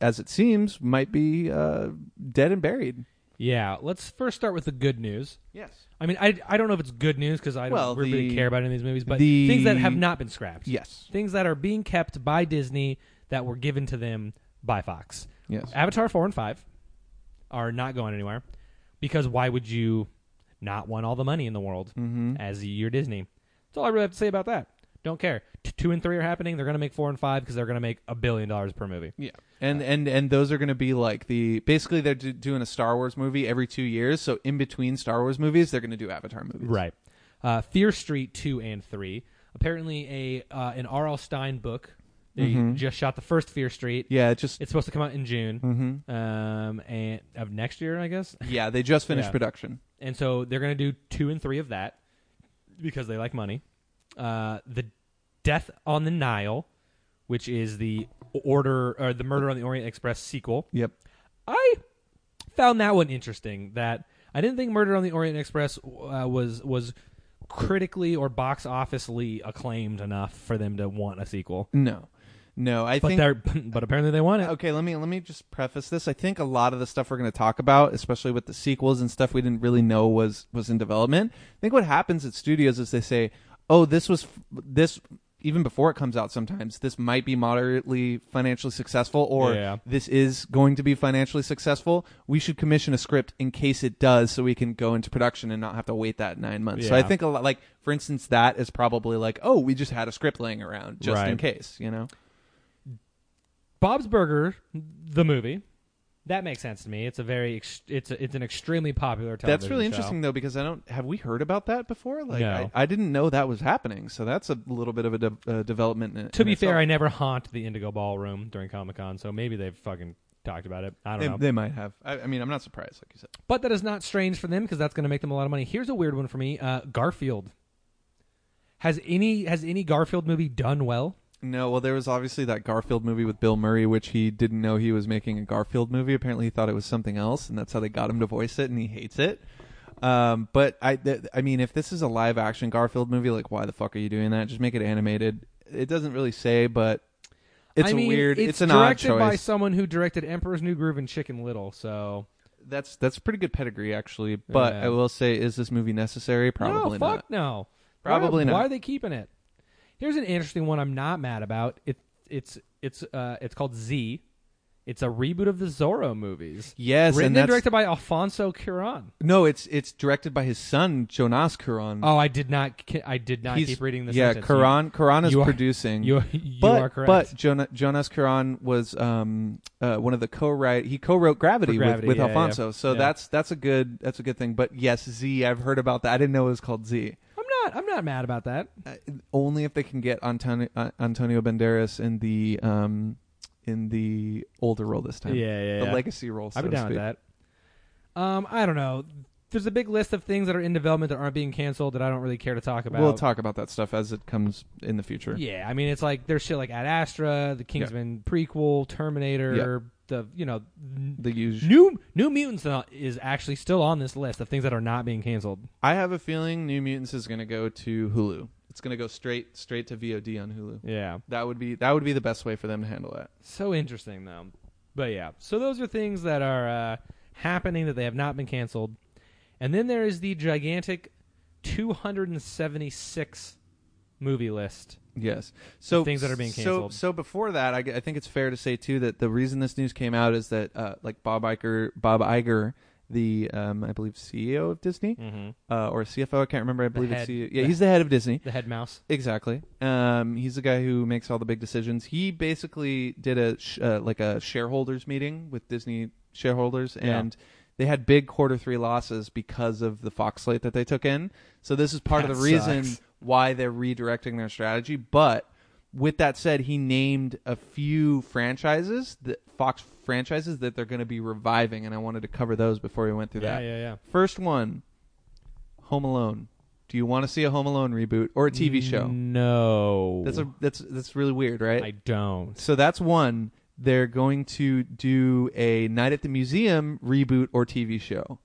[SPEAKER 2] as it seems might be uh, dead and buried.
[SPEAKER 1] Yeah, let's first start with the good news.
[SPEAKER 2] Yes.
[SPEAKER 1] I mean, I, I don't know if it's good news because I don't
[SPEAKER 2] Well,
[SPEAKER 1] really
[SPEAKER 2] the-
[SPEAKER 1] care about any of these movies, but
[SPEAKER 2] the-
[SPEAKER 1] things that have not been scrapped.
[SPEAKER 2] Yes.
[SPEAKER 1] Things that are being kept by Disney that were given to them by Fox.
[SPEAKER 2] Yes.
[SPEAKER 1] Avatar 4 and 5 are not going anywhere because why would you not want all the money in the world
[SPEAKER 2] Mhm.
[SPEAKER 1] as you're Disney? That's all I really have to say about that. Don't care. T- two and three are happening. They're going to make four and five because they're going to make a billion dollars per movie.
[SPEAKER 2] Yeah, and and and those are going to be like the basically they're do, doing a Star Wars movie every two years. So in between Star Wars movies, they're going to do Avatar movies.
[SPEAKER 1] Right. Uh, Fear Street two and three. Apparently, a uh, an R.L. Stein book. They just shot the first Fear Street.
[SPEAKER 2] Yeah. It just
[SPEAKER 1] It's supposed to come out in June
[SPEAKER 2] Mhm.
[SPEAKER 1] um, and of next year, I guess.
[SPEAKER 2] yeah they just finished
[SPEAKER 1] Yeah.
[SPEAKER 2] production.
[SPEAKER 1] And so they're going to do two and three of that because they like money. Uh, the Death on the Nile, which is the order or the Murder on the Orient Express sequel.
[SPEAKER 2] Yep.
[SPEAKER 1] I found that one interesting. That I didn't think Murder on the Orient Express uh, was was critically or box officely acclaimed enough for them to want a sequel.
[SPEAKER 2] No, no. I
[SPEAKER 1] But
[SPEAKER 2] think
[SPEAKER 1] they're but apparently they want it.
[SPEAKER 2] Uh, okay. Let me let me just preface this. I think a lot of the stuff we're going to talk about, especially with the sequels and stuff we didn't really know was was in development. I think what happens at studios is they say, "Oh, this was f- this." Even before it comes out, sometimes this might be moderately financially successful, or
[SPEAKER 1] Yeah.
[SPEAKER 2] this is going to be financially successful. We should commission a script in case it does, so we can go into production and not have to wait that nine months. So I
[SPEAKER 1] Yeah.
[SPEAKER 2] think a lot, like for instance, that is probably like, oh, we just had a script laying around just in
[SPEAKER 1] Right.
[SPEAKER 2] case, you know?
[SPEAKER 1] Bob's Burger, the movie, That makes sense to me. It's a very ex- it's a, it's an extremely popular television
[SPEAKER 2] That's really
[SPEAKER 1] show.
[SPEAKER 2] interesting though because I don't have we heard about that before. Like
[SPEAKER 1] No.
[SPEAKER 2] I, I didn't know that was happening. So that's a little bit of a de- uh, development. In,
[SPEAKER 1] To
[SPEAKER 2] in
[SPEAKER 1] be fair,
[SPEAKER 2] itself.
[SPEAKER 1] I never haunt the Indigo Ballroom during Comic Con, so maybe they've fucking talked about it. I don't
[SPEAKER 2] they,
[SPEAKER 1] know.
[SPEAKER 2] they might have. I, I mean, I'm not surprised. Like you said,
[SPEAKER 1] But that is not strange for them because that's going to make them a lot of money. Here's a weird one for me: uh, Garfield. Has any has any Garfield movie done well?
[SPEAKER 2] no. Well, there was obviously that Garfield movie with Bill Murray, which he didn't know he was making a Garfield movie. Apparently, he thought it was something else, and that's how they got him to voice it, and he hates it. Um, but I, th- I mean, if this is a live action Garfield movie, like why the fuck are you doing that? Just make it animated. It doesn't really say, but it's
[SPEAKER 1] I
[SPEAKER 2] a
[SPEAKER 1] mean,
[SPEAKER 2] weird. It's,
[SPEAKER 1] It's,
[SPEAKER 2] an odd
[SPEAKER 1] directed
[SPEAKER 2] choice.
[SPEAKER 1] by someone who directed Emperor's New Groove and Chicken Little. So
[SPEAKER 2] that's that's pretty good pedigree actually. But
[SPEAKER 1] Yeah.
[SPEAKER 2] I will say, is this movie necessary? Probably
[SPEAKER 1] no, fuck
[SPEAKER 2] not.
[SPEAKER 1] no.
[SPEAKER 2] Probably
[SPEAKER 1] why,
[SPEAKER 2] not.
[SPEAKER 1] Why are they keeping it? Here's an interesting one. I'm not mad about it. It's it's uh it's called Z. It's a reboot of the Zorro movies.
[SPEAKER 2] Yes,
[SPEAKER 1] Written and
[SPEAKER 2] and that's
[SPEAKER 1] directed by Alfonso Cuarón.
[SPEAKER 2] no. It's it's directed by his son Jonas Curon.
[SPEAKER 1] Oh, I did not. ki- I did not keep reading this.
[SPEAKER 2] Mm. Yeah,
[SPEAKER 1] sentence.
[SPEAKER 2] Curon. Curon is
[SPEAKER 1] you are-
[SPEAKER 2] producing.
[SPEAKER 1] You, you, you
[SPEAKER 2] but,
[SPEAKER 1] are correct.
[SPEAKER 2] But Jonah, Jonas Curon was um uh, one of the co-write. He co-wrote Gravity,
[SPEAKER 1] For Gravity,
[SPEAKER 2] with, with
[SPEAKER 1] yeah,
[SPEAKER 2] Alfonso.
[SPEAKER 1] yeah.
[SPEAKER 2] So
[SPEAKER 1] Yeah.
[SPEAKER 2] that's that's a good that's a good thing. But yes, Z. I've heard about that. I didn't know it was called Z.
[SPEAKER 1] I'm not. I'm not mad about that.
[SPEAKER 2] Uh, only if they can get Antonio, uh, Antonio Banderas in the um in the older role this time.
[SPEAKER 1] yeah,
[SPEAKER 2] the legacy role. So
[SPEAKER 1] I've been
[SPEAKER 2] to
[SPEAKER 1] down with
[SPEAKER 2] speak.
[SPEAKER 1] that. Um, I don't know. There's a big list of things that are in development that aren't being canceled that I don't really care to talk about.
[SPEAKER 2] We'll talk about that stuff as it comes in the future.
[SPEAKER 1] Yeah, I mean, it's like there's shit like Ad Astra, the Kingsman prequel, Terminator, the you know, n-
[SPEAKER 2] The usual.
[SPEAKER 1] New New Mutants is not- is actually still on this list of things that are not being canceled.
[SPEAKER 2] I have a feeling New Mutants is going to go to Hulu. It's going to go straight straight to VOD on Hulu.
[SPEAKER 1] Yeah,
[SPEAKER 2] That would be that would be the best way for them to handle that.
[SPEAKER 1] so interesting though. But yeah, so those are things that are uh, happening that they have not been canceled. And then there is the gigantic 276 movie list.
[SPEAKER 2] Yes. So
[SPEAKER 1] things that are being canceled.
[SPEAKER 2] So so before that, I, g- I think it's fair to say too that the reason this news came out is that uh, like Bob Iger, Bob Iger, the um, I believe CEO of Disney
[SPEAKER 1] Mm-hmm.
[SPEAKER 2] uh, or CFO, I can't remember. I believe
[SPEAKER 1] head.
[SPEAKER 2] it's CEO. Yeah,
[SPEAKER 1] The-
[SPEAKER 2] he's the head of Disney.
[SPEAKER 1] The head mouse.
[SPEAKER 2] Exactly. Um, he's the guy who makes all the big decisions. He basically did a sh- uh, like a shareholders meeting with Disney shareholders,
[SPEAKER 1] Yeah.
[SPEAKER 2] and they had big quarter three losses because of the Fox slate that they took in. So this is part
[SPEAKER 1] That
[SPEAKER 2] of the reason
[SPEAKER 1] sucks.
[SPEAKER 2] why they're redirecting their strategy. But with that said, he named a few franchises, that Fox franchises that they're going to be reviving, and I wanted to cover those before we went through that.
[SPEAKER 1] yeah, yeah.
[SPEAKER 2] First one, Home Alone. Do you want to see a Home Alone reboot or a TV show?
[SPEAKER 1] No,
[SPEAKER 2] That's a that's that's really weird, right?
[SPEAKER 1] I don't.
[SPEAKER 2] so that's one. They're going to do a Night at the Museum reboot or TV show.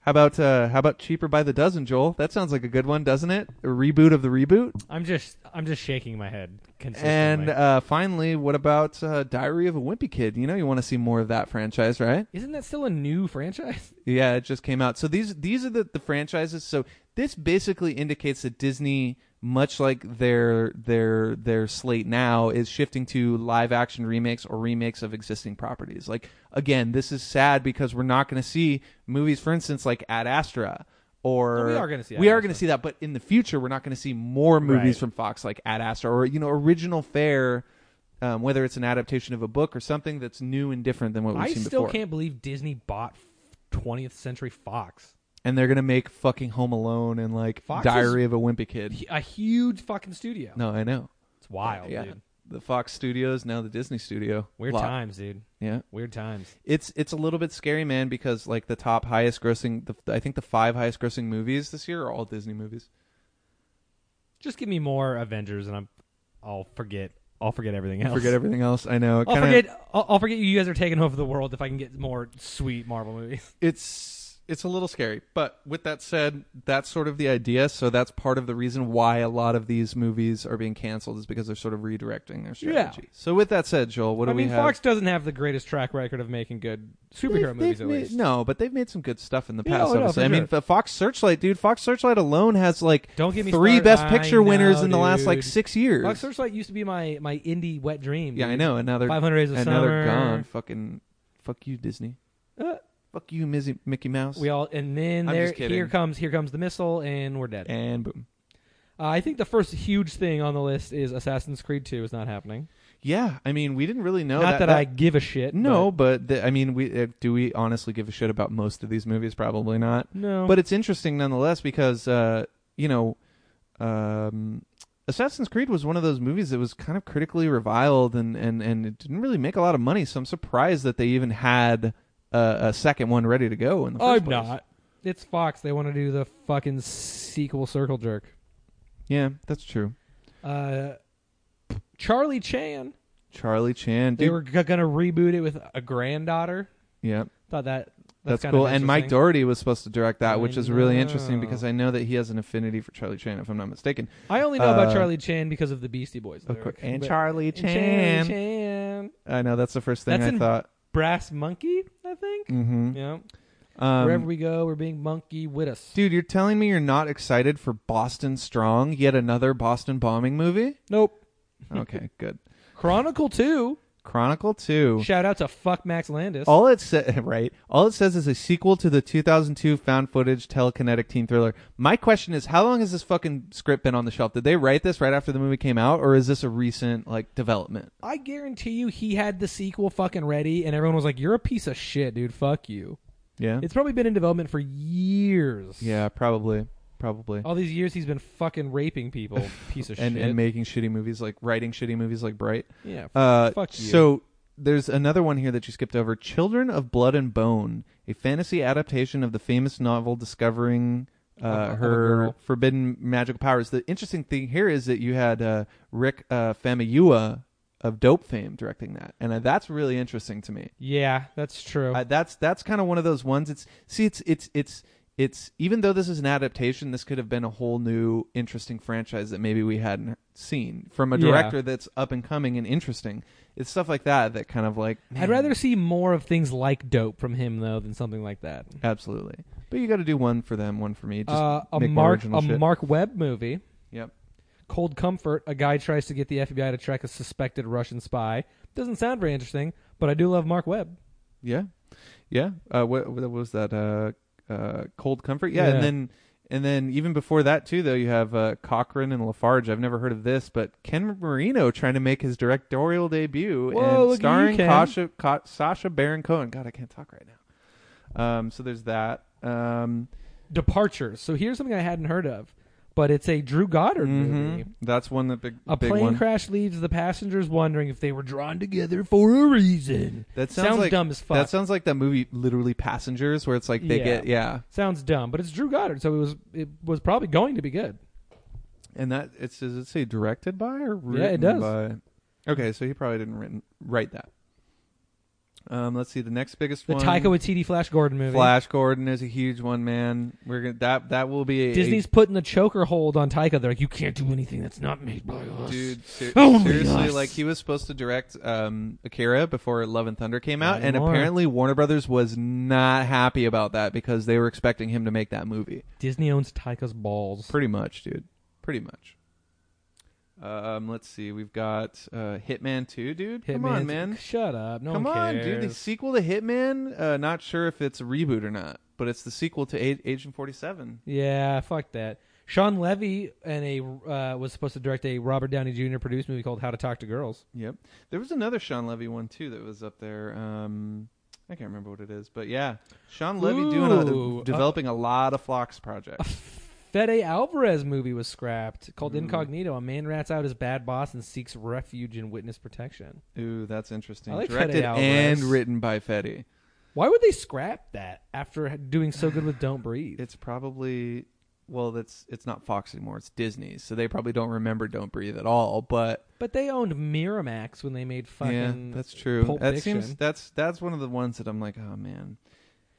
[SPEAKER 2] How about uh, how about cheaper by the dozen, Joel? That sounds like a good one, doesn't it? A reboot of the reboot.
[SPEAKER 1] I'm just I'm just shaking my head consistently.
[SPEAKER 2] And uh, finally, what about uh, Diary of a Wimpy Kid? You know, you want to see more of that franchise, right?
[SPEAKER 1] isn't that still a new franchise?
[SPEAKER 2] Yeah, it just came out. So these these are the, the franchises. So this basically indicates that Disney, much like their their their slate now, is shifting to live action remakes or remakes of existing properties. Like again, this is sad because we're not going to see movies, for instance, like Ad Astra. Or
[SPEAKER 1] No, we are gonna see Ad
[SPEAKER 2] we are
[SPEAKER 1] Astra.
[SPEAKER 2] gonna see that, but in the future we're not going to see more movies
[SPEAKER 1] Right.
[SPEAKER 2] from Fox like Ad Astra or you know original fare, um, whether it's an adaptation of a book or something that's new and different than what we've
[SPEAKER 1] I
[SPEAKER 2] seen
[SPEAKER 1] still
[SPEAKER 2] before.
[SPEAKER 1] can't believe Disney bought 20th Century Fox.
[SPEAKER 2] and they're gonna make fucking Home Alone and like
[SPEAKER 1] Fox
[SPEAKER 2] Diary of a Wimpy Kid.
[SPEAKER 1] H- A huge fucking studio.
[SPEAKER 2] No, I know.
[SPEAKER 1] It's wild,
[SPEAKER 2] yeah,
[SPEAKER 1] dude.
[SPEAKER 2] the Fox Studios now the Disney Studio.
[SPEAKER 1] Weird
[SPEAKER 2] Lot.
[SPEAKER 1] times, dude.
[SPEAKER 2] Yeah,
[SPEAKER 1] Weird times.
[SPEAKER 2] it's it's a little bit scary, man, because like the top highest grossing, the, I think the five highest grossing movies this year are all Disney movies.
[SPEAKER 1] Just give me more Avengers, and I'm I'll forget. I'll forget everything else.
[SPEAKER 2] Forget everything else. I know. It
[SPEAKER 1] I'll
[SPEAKER 2] kinda-
[SPEAKER 1] forget. I'll, I'll forget you guys are taking over the world if I can get more sweet Marvel movies.
[SPEAKER 2] it's it's a little scary but with that said that's sort of the idea so that's part of the reason why a lot of these movies are being canceled is because they're sort of redirecting their strategy so with that said joel what
[SPEAKER 1] I
[SPEAKER 2] do
[SPEAKER 1] mean,
[SPEAKER 2] we have
[SPEAKER 1] Fox doesn't have the greatest track record of making good superhero
[SPEAKER 2] They've-
[SPEAKER 1] movies.
[SPEAKER 2] they've
[SPEAKER 1] at
[SPEAKER 2] made-
[SPEAKER 1] least
[SPEAKER 2] No, but they've made some good stuff in the
[SPEAKER 1] Yeah,
[SPEAKER 2] past.
[SPEAKER 1] oh, no,
[SPEAKER 2] obviously.
[SPEAKER 1] for
[SPEAKER 2] I mean,
[SPEAKER 1] sure.
[SPEAKER 2] the Fox Searchlight, dude. Fox Searchlight alone has like
[SPEAKER 1] Don't get me
[SPEAKER 2] three
[SPEAKER 1] started.
[SPEAKER 2] best
[SPEAKER 1] I
[SPEAKER 2] picture winners
[SPEAKER 1] know,
[SPEAKER 2] in the last like
[SPEAKER 1] dude.
[SPEAKER 2] six years.
[SPEAKER 1] Fox Searchlight used to be my my indie wet dream.
[SPEAKER 2] yeah, I know. And now they're
[SPEAKER 1] Five Hundred Days of
[SPEAKER 2] and now
[SPEAKER 1] Summer.
[SPEAKER 2] they're gone. Fucking fuck you, Disney.
[SPEAKER 1] Uh.
[SPEAKER 2] fuck you, Mizzy, Mickey Mouse.
[SPEAKER 1] We all and then
[SPEAKER 2] I'm
[SPEAKER 1] there
[SPEAKER 2] just kidding.
[SPEAKER 1] here comes here comes the missile and we're dead.
[SPEAKER 2] and boom.
[SPEAKER 1] Uh, I think the first huge thing on the list is Assassin's Creed 2 is not happening.
[SPEAKER 2] Yeah, I mean, we didn't really know.
[SPEAKER 1] Not that, I give a shit.
[SPEAKER 2] No, but, the, I mean, we uh, do we honestly give a shit about most of these movies? Probably not.
[SPEAKER 1] but- no.
[SPEAKER 2] But it's interesting nonetheless because uh, you know, um, Assassin's Creed was one of those movies that was kind of critically reviled and and and it didn't really make a lot of money. So I'm surprised that they even had a, a second one ready to go in the first
[SPEAKER 1] I'm
[SPEAKER 2] place.
[SPEAKER 1] not. It's Fox. They want to do the fucking sequel circle jerk.
[SPEAKER 2] Yeah, that's true.
[SPEAKER 1] Uh, Charlie Chan.
[SPEAKER 2] Charlie Chan,
[SPEAKER 1] They
[SPEAKER 2] dude.
[SPEAKER 1] were g- gonna reboot it with a granddaughter.
[SPEAKER 2] yeah,
[SPEAKER 1] Thought that
[SPEAKER 2] that's,
[SPEAKER 1] that's, kind
[SPEAKER 2] cool.
[SPEAKER 1] Of
[SPEAKER 2] And Mike
[SPEAKER 1] interesting.
[SPEAKER 2] Doherty was supposed to direct that,
[SPEAKER 1] I
[SPEAKER 2] which is really
[SPEAKER 1] know.
[SPEAKER 2] interesting because I know that he has an affinity for Charlie Chan, if I'm not mistaken.
[SPEAKER 1] I only know about
[SPEAKER 2] uh,
[SPEAKER 1] Charlie Chan because of the Beastie Boys.
[SPEAKER 2] Of course.
[SPEAKER 1] lyric,
[SPEAKER 2] And
[SPEAKER 1] but-
[SPEAKER 2] Charlie
[SPEAKER 1] and Charlie
[SPEAKER 2] Chan.
[SPEAKER 1] Chan.
[SPEAKER 2] I know that's the first thing
[SPEAKER 1] That's
[SPEAKER 2] I
[SPEAKER 1] in-
[SPEAKER 2] thought.
[SPEAKER 1] Brass Monkey, I think.
[SPEAKER 2] Mm-hmm.
[SPEAKER 1] Yeah.
[SPEAKER 2] Um,
[SPEAKER 1] Wherever we go, we're being monkey with us.
[SPEAKER 2] Dude, you're telling me you're not excited for Boston Strong, yet another Boston bombing movie?
[SPEAKER 1] Nope.
[SPEAKER 2] Okay, good.
[SPEAKER 1] Chronicle Two.
[SPEAKER 2] Chronicle 2.
[SPEAKER 1] Shout out to fuck Max Landis.
[SPEAKER 2] All it says, right? All it says is a sequel to the 2002 found footage telekinetic teen thriller. My question is, how long has this fucking script been on the shelf? Did they write this right after the movie came out, or is this a recent like development?
[SPEAKER 1] I guarantee you, he had the sequel fucking ready, and everyone was like, "You're a piece of shit, dude. Fuck you."
[SPEAKER 2] Yeah,
[SPEAKER 1] It's probably been in development for years.
[SPEAKER 2] yeah, probably, probably.
[SPEAKER 1] All these years, he's been fucking raping people. Piece of
[SPEAKER 2] and
[SPEAKER 1] Oh, shit.
[SPEAKER 2] and making shitty movies like writing shitty movies like Bright.
[SPEAKER 1] yeah.
[SPEAKER 2] Uh,
[SPEAKER 1] Fuck you.
[SPEAKER 2] So there's another one here that you skipped over: "Children of Blood and Bone," a fantasy adaptation of the famous novel discovering uh,
[SPEAKER 1] Of a- of a
[SPEAKER 2] her
[SPEAKER 1] girl.
[SPEAKER 2] forbidden magical powers. The interesting thing here is that you had uh, Rick uh, Famuyiwa of Dope fame directing that, and uh, that's really interesting to me.
[SPEAKER 1] yeah, that's true.
[SPEAKER 2] Uh, that's that's kind of one of those ones. It's see, it's it's it's it's even though this is an adaptation, this could have been a whole new interesting franchise that maybe we hadn't seen from a
[SPEAKER 1] Yeah.
[SPEAKER 2] director that's up and coming and interesting. It's stuff like that that kind of like man,
[SPEAKER 1] I'd rather see more of things like dope from him though than something like that.
[SPEAKER 2] absolutely. But you got to do one for them, one for me. Just
[SPEAKER 1] Uh, a
[SPEAKER 2] make more
[SPEAKER 1] Mark
[SPEAKER 2] original
[SPEAKER 1] a
[SPEAKER 2] shit.
[SPEAKER 1] Mark Webb movie.
[SPEAKER 2] Yep.
[SPEAKER 1] Cold Comfort, a guy tries to get the FBI to track a suspected Russian spy. Doesn't sound very interesting, but I do love Mark Webb.
[SPEAKER 2] Yeah, yeah. Uh, what, what was that? Uh, uh, cold comfort. Yeah,
[SPEAKER 1] Yeah.
[SPEAKER 2] and then and then even before that too, though, you have uh, Cochran and Lafarge. I've never heard of this, but Ken Marino trying to make his directorial debut
[SPEAKER 1] Whoa,
[SPEAKER 2] and
[SPEAKER 1] look at you,
[SPEAKER 2] starring
[SPEAKER 1] Ken.
[SPEAKER 2] Kasha, Ka- Sasha Baron Cohen. God, I can't talk right now. Um, so there's that. Um,
[SPEAKER 1] Departures. So here's something I hadn't heard of, but it's a Drew Goddard movie.
[SPEAKER 2] mhm. That's one that big
[SPEAKER 1] A
[SPEAKER 2] big
[SPEAKER 1] plane
[SPEAKER 2] one.
[SPEAKER 1] crash leaves the passengers wondering if they were drawn together for a reason.
[SPEAKER 2] that sounds, like
[SPEAKER 1] dumb as fuck.
[SPEAKER 2] That sounds like that movie, literally Passengers, where it's like they
[SPEAKER 1] Yeah.
[SPEAKER 2] get yeah,
[SPEAKER 1] sounds dumb, but it's Drew Goddard, so it was it was probably going to be good.
[SPEAKER 2] And that it's does it say directed by or written
[SPEAKER 1] Yeah, it does.
[SPEAKER 2] by? Okay, so he probably didn't written, write that. Um, let's see the next biggest
[SPEAKER 1] The
[SPEAKER 2] one.
[SPEAKER 1] Taika Waititi Flash Gordon movie.
[SPEAKER 2] Flash Gordon is a huge one, man. We're gonna that that will be a,
[SPEAKER 1] Disney's putting the choker hold on Taika. They're like, you can't do anything that's not made by
[SPEAKER 2] a-
[SPEAKER 1] us.
[SPEAKER 2] dude. ser-
[SPEAKER 1] Only
[SPEAKER 2] seriously,
[SPEAKER 1] us.
[SPEAKER 2] like he was supposed to direct um, Akira before Love and Thunder came
[SPEAKER 1] Not
[SPEAKER 2] out, and
[SPEAKER 1] anymore.
[SPEAKER 2] apparently Warner Brothers was not happy about that because they were expecting him to make that movie.
[SPEAKER 1] Disney owns Taika's balls.
[SPEAKER 2] Pretty much, dude. Pretty much. Um, let's see. We've got uh, Hitman Two, dude. Come on,
[SPEAKER 1] Hitman's-
[SPEAKER 2] man.
[SPEAKER 1] Shut up. No
[SPEAKER 2] Come
[SPEAKER 1] one
[SPEAKER 2] on, dude. The
[SPEAKER 1] cares.
[SPEAKER 2] sequel to Hitman, uh, not sure if it's a reboot or not, but it's the sequel to a- Agent 47.
[SPEAKER 1] Yeah, fuck that. Sean Levy and a uh, was supposed to direct a Robert Downey Jr. produced movie called How to Talk to Girls.
[SPEAKER 2] Yep. There was another Sean Levy one, too, that was up there. Um, I can't remember what it is, but yeah. Sean Levy doing
[SPEAKER 1] Ooh,
[SPEAKER 2] a,
[SPEAKER 1] uh,
[SPEAKER 2] developing a lot of Phlox projects.
[SPEAKER 1] Fede Alvarez movie was scrapped called
[SPEAKER 2] Ooh.
[SPEAKER 1] Incognito. A man rats out his bad boss and seeks refuge in witness protection.
[SPEAKER 2] Ooh, that's interesting.
[SPEAKER 1] I like
[SPEAKER 2] Directed
[SPEAKER 1] Fede Alvarez.
[SPEAKER 2] and written by Fetty.
[SPEAKER 1] Why would they scrap that after doing so good with Don't Breathe?
[SPEAKER 2] It's probably well, that's it's not Fox anymore. It's Disney, so they probably don't remember "Don't Breathe" at all. But
[SPEAKER 1] But they owned Miramax when they made fucking.
[SPEAKER 2] yeah, that's true.
[SPEAKER 1] Pulp
[SPEAKER 2] that
[SPEAKER 1] Fiction.
[SPEAKER 2] seems that's that's one of the ones that I'm like, oh man.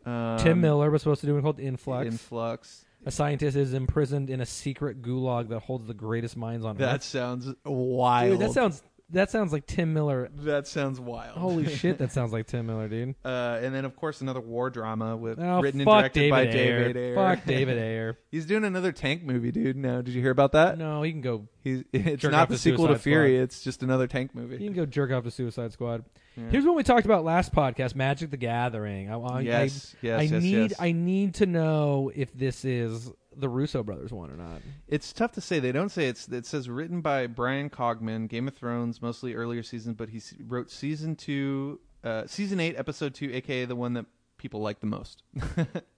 [SPEAKER 2] Um,
[SPEAKER 1] Tim Miller was supposed to do one called Influx.
[SPEAKER 2] Influx.
[SPEAKER 1] a scientist is imprisoned in a secret gulag that holds the greatest minds on
[SPEAKER 2] That
[SPEAKER 1] earth.
[SPEAKER 2] sounds wild.
[SPEAKER 1] Dude, that sounds that sounds like Tim Miller.
[SPEAKER 2] That sounds wild.
[SPEAKER 1] Holy shit, that sounds like Tim Miller, dude.
[SPEAKER 2] Uh, and then of course another war drama with
[SPEAKER 1] Oh,
[SPEAKER 2] written and
[SPEAKER 1] fuck
[SPEAKER 2] directed
[SPEAKER 1] David
[SPEAKER 2] by
[SPEAKER 1] Ayer.
[SPEAKER 2] David Ayer.
[SPEAKER 1] Fuck David Ayer.
[SPEAKER 2] He's doing another tank movie, dude. Now, did you hear about that?
[SPEAKER 1] No, he can go.
[SPEAKER 2] He's it's
[SPEAKER 1] Jerk
[SPEAKER 2] not
[SPEAKER 1] off
[SPEAKER 2] the
[SPEAKER 1] to
[SPEAKER 2] sequel to
[SPEAKER 1] Suicide
[SPEAKER 2] Fury. It's just another tank
[SPEAKER 1] He
[SPEAKER 2] movie.
[SPEAKER 1] can go jerk off to Suicide Squad.
[SPEAKER 2] Yeah.
[SPEAKER 1] Here's what we talked about last podcast: Magic the Gathering. I, I,
[SPEAKER 2] yes,
[SPEAKER 1] I,
[SPEAKER 2] yes,
[SPEAKER 1] I
[SPEAKER 2] yes,
[SPEAKER 1] need
[SPEAKER 2] yes.
[SPEAKER 1] I need to know if this is the Russo brothers one or not.
[SPEAKER 2] It's tough to say. They don't say it's. It says written by Brian Cogman, Game of Thrones, mostly earlier seasons, but he s- wrote season two, uh, season eight, episode two, aka the one that people like the most.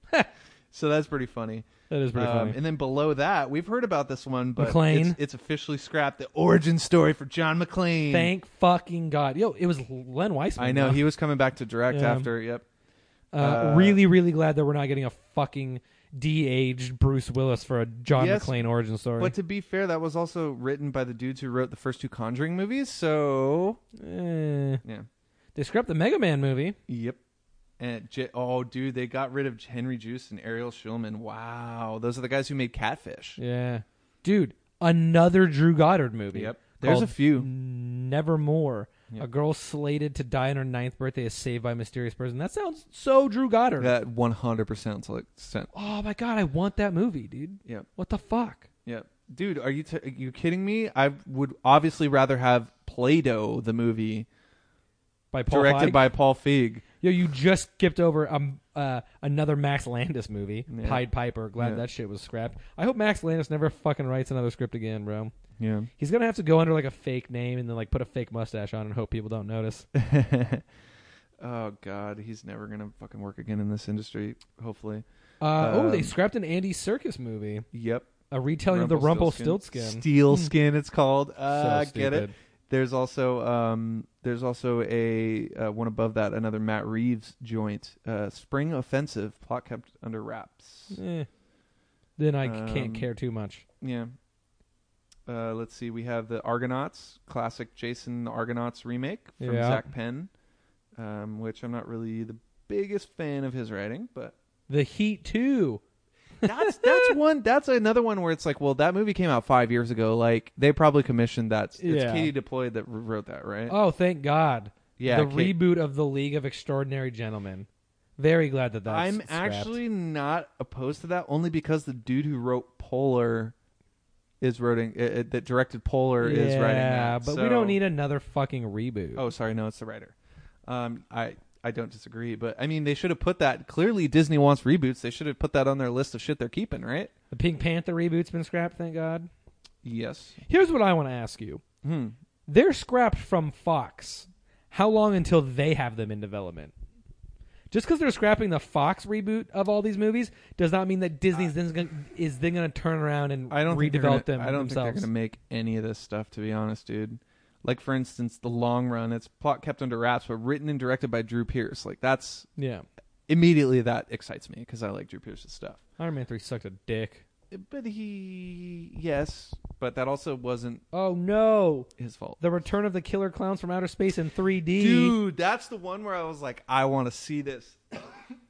[SPEAKER 2] so that's pretty funny.
[SPEAKER 1] That is
[SPEAKER 2] Um, And then below that, we've heard about this one, but
[SPEAKER 1] McLean.
[SPEAKER 2] It's, it's officially scrapped. The origin story for John McClane.
[SPEAKER 1] Thank fucking god. Yo, it was Len Weissman.
[SPEAKER 2] I know
[SPEAKER 1] huh?
[SPEAKER 2] he was coming back to direct
[SPEAKER 1] Yeah.
[SPEAKER 2] after. Yep.
[SPEAKER 1] Uh,
[SPEAKER 2] uh,
[SPEAKER 1] really, really glad that we're not getting a fucking de-aged Bruce Willis for a John
[SPEAKER 2] Yes,
[SPEAKER 1] McClane origin story.
[SPEAKER 2] But to be fair, that was also written by the dudes who wrote the first two Conjuring movies. So
[SPEAKER 1] Eh.
[SPEAKER 2] yeah.
[SPEAKER 1] they scrapped the Mega Man movie.
[SPEAKER 2] Yep. And J- oh, dude, they got rid of Henry Juice and Ariel Schulman. Wow, those are the guys who made Catfish.
[SPEAKER 1] Yeah, dude, another Drew Goddard movie.
[SPEAKER 2] Yep. There's a
[SPEAKER 1] called
[SPEAKER 2] few.
[SPEAKER 1] Nevermore.
[SPEAKER 2] Yep.
[SPEAKER 1] A girl slated to die on her ninth birthday is saved by a mysterious person. That sounds so Drew Goddard.
[SPEAKER 2] That 100 percent like sent.
[SPEAKER 1] Oh my god, I want that movie, dude.
[SPEAKER 2] Yep.
[SPEAKER 1] What the fuck?
[SPEAKER 2] Yep. Dude, are you t- are you kidding me? I would obviously rather have Play-Doh the movie
[SPEAKER 1] By Paul
[SPEAKER 2] directed
[SPEAKER 1] Feig?
[SPEAKER 2] by Paul Feig.
[SPEAKER 1] Yo, you just skipped over um uh another Max Landis movie,
[SPEAKER 2] Yeah.
[SPEAKER 1] Pied Piper. Glad
[SPEAKER 2] Yeah.
[SPEAKER 1] that shit was scrapped. I hope Max Landis never fucking writes another script again, bro.
[SPEAKER 2] Yeah.
[SPEAKER 1] He's gonna have to go under like a fake name and then like put a fake mustache on and hope people don't notice.
[SPEAKER 2] oh god, he's never going to fucking work again in this industry, hopefully.
[SPEAKER 1] Uh, oh, they
[SPEAKER 2] Um,
[SPEAKER 1] scrapped an Andy Circus movie,
[SPEAKER 2] Yep.
[SPEAKER 1] a retelling of the
[SPEAKER 2] Rumpelstiltskin.
[SPEAKER 1] Rumpelstiltskin. Hmm.
[SPEAKER 2] Steel skin it's called. Uh
[SPEAKER 1] so
[SPEAKER 2] get it.
[SPEAKER 1] stupid.
[SPEAKER 2] There's also um, there's also a uh, one above that another Matt Reeves joint, uh, Spring Offensive, plot kept under wraps.
[SPEAKER 1] Eh. Then I c-
[SPEAKER 2] Um,
[SPEAKER 1] can't care too much.
[SPEAKER 2] Yeah. Uh, let's see. We have the Argonauts, classic Jason the Argonauts remake from
[SPEAKER 1] Yeah.
[SPEAKER 2] Zach Penn, um, which I'm not really the biggest fan of his writing, but
[SPEAKER 1] The Heat Two.
[SPEAKER 2] that's that's one that's another one where it's like, well, that movie came out five years ago. Like they probably commissioned that. It's
[SPEAKER 1] Yeah.
[SPEAKER 2] Katie Deploy that wrote that, right?
[SPEAKER 1] Oh, thank God.
[SPEAKER 2] yeah,
[SPEAKER 1] the
[SPEAKER 2] Ka-
[SPEAKER 1] reboot of the League of Extraordinary Gentlemen. Very glad that that's.
[SPEAKER 2] I'm
[SPEAKER 1] scrapped.
[SPEAKER 2] actually not opposed to that, only because the dude who wrote Polar is writing uh, uh, that directed Polar is writing
[SPEAKER 1] Yeah,
[SPEAKER 2] that.
[SPEAKER 1] but
[SPEAKER 2] So-
[SPEAKER 1] we don't need another fucking reboot.
[SPEAKER 2] Oh, sorry, no, it's the writer. Um, I I don't disagree, but I mean they should have put that. Clearly, Disney wants reboots. They should have put that on their list of shit they're keeping, right?
[SPEAKER 1] The Pink Panther reboot's been scrapped, thank God.
[SPEAKER 2] Yes.
[SPEAKER 1] Here's what I want to ask you.
[SPEAKER 2] Hmm.
[SPEAKER 1] They're scrapped from Fox. How long until they have them in development? Just because they're scrapping the Fox reboot of all these movies does not mean that Disney's then gonna, is then going to turn around and
[SPEAKER 2] Uh, I don't think
[SPEAKER 1] redevelop
[SPEAKER 2] they're gonna-
[SPEAKER 1] them
[SPEAKER 2] I don't think
[SPEAKER 1] themselves.
[SPEAKER 2] they're going to make any of this stuff, to be honest, dude. Like for instance, the long run. It's plot kept under wraps, but written and directed by Drew Pierce. Like that's
[SPEAKER 1] yeah,
[SPEAKER 2] immediately that excites me because I like Drew Pierce's stuff.
[SPEAKER 1] Iron Man three sucked a dick.
[SPEAKER 2] But he, yes, but that also wasn't
[SPEAKER 1] Oh no,
[SPEAKER 2] his fault.
[SPEAKER 1] the Return of the Killer Clowns from Outer Space in 3D.
[SPEAKER 2] Dude, that's the one where I was like, I want to see this.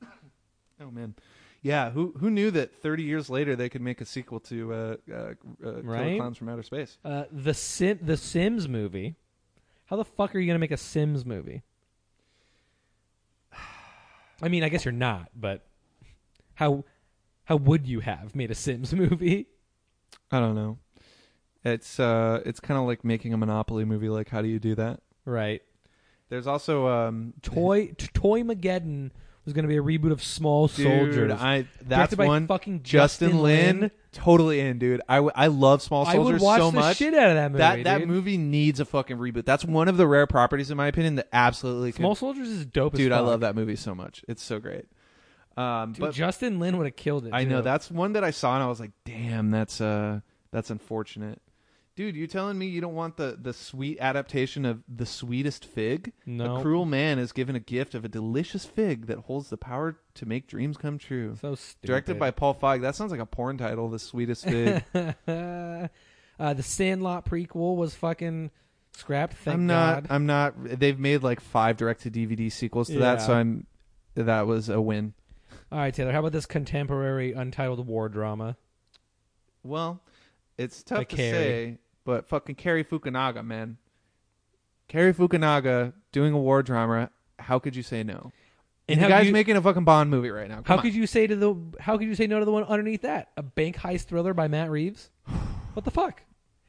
[SPEAKER 2] oh man, yeah. Who who knew that thirty years later they could make a sequel to uh, uh, uh, Killer
[SPEAKER 1] Right?
[SPEAKER 2] Clowns from Outer Space?
[SPEAKER 1] Uh, the Sim, the Sims movie. How the fuck are you gonna make a Sims movie? I mean, I guess you're not, but how how would you have made a Sims movie?
[SPEAKER 2] I don't know. It's uh, it's kind of like making a Monopoly movie. Like, how do you do that?
[SPEAKER 1] Right.
[SPEAKER 2] There's also um,
[SPEAKER 1] Toy t- Toy Mageddon was gonna be a reboot of Small
[SPEAKER 2] Dude,
[SPEAKER 1] Soldiers.
[SPEAKER 2] I that's
[SPEAKER 1] directed by
[SPEAKER 2] one.
[SPEAKER 1] fucking
[SPEAKER 2] Justin, Lin, totally in, dude. I, w- I love Small
[SPEAKER 1] I
[SPEAKER 2] Soldiers
[SPEAKER 1] would watch
[SPEAKER 2] so
[SPEAKER 1] the
[SPEAKER 2] much.
[SPEAKER 1] shit out of that movie.
[SPEAKER 2] that that
[SPEAKER 1] dude.
[SPEAKER 2] movie needs a fucking reboot. That's one of the rare properties, in my opinion, that absolutely could.
[SPEAKER 1] Small Soldiers is dope.
[SPEAKER 2] dude,
[SPEAKER 1] as
[SPEAKER 2] I
[SPEAKER 1] fuck.
[SPEAKER 2] love that movie so much. It's so great. Um,
[SPEAKER 1] Dude,
[SPEAKER 2] but
[SPEAKER 1] Justin Lin would have killed it.
[SPEAKER 2] I
[SPEAKER 1] too.
[SPEAKER 2] know that's one that I saw and I was like, damn, that's uh, that's unfortunate. Dude, you telling me you don't want the the sweet adaptation of the sweetest fig?
[SPEAKER 1] No.
[SPEAKER 2] A cruel man is given a gift of a delicious fig that holds the power to make dreams come true.
[SPEAKER 1] so stupid.
[SPEAKER 2] Directed by Paul Feig. That sounds like a porn title. The sweetest fig.
[SPEAKER 1] uh, the Sandlot prequel was fucking scrapped. Thank
[SPEAKER 2] I'm not.
[SPEAKER 1] God.
[SPEAKER 2] I'm not. They've made like five direct to DVD sequels to that,
[SPEAKER 1] Yeah.
[SPEAKER 2] so I'm. That was a win.
[SPEAKER 1] All right, Taylor. How about this contemporary untitled war drama?
[SPEAKER 2] Well, it's tough
[SPEAKER 1] But
[SPEAKER 2] to
[SPEAKER 1] Carrie.
[SPEAKER 2] say, but fucking Kerry Fukunaga, man. Kerry Fukunaga doing a war drama. How could you say no? And,
[SPEAKER 1] how
[SPEAKER 2] the guy's
[SPEAKER 1] could you,
[SPEAKER 2] making a fucking Bond movie right now. Come
[SPEAKER 1] how
[SPEAKER 2] on.
[SPEAKER 1] could you say to the how could you say no to the one underneath that? A bank heist thriller by Matt Reeves. what the fuck?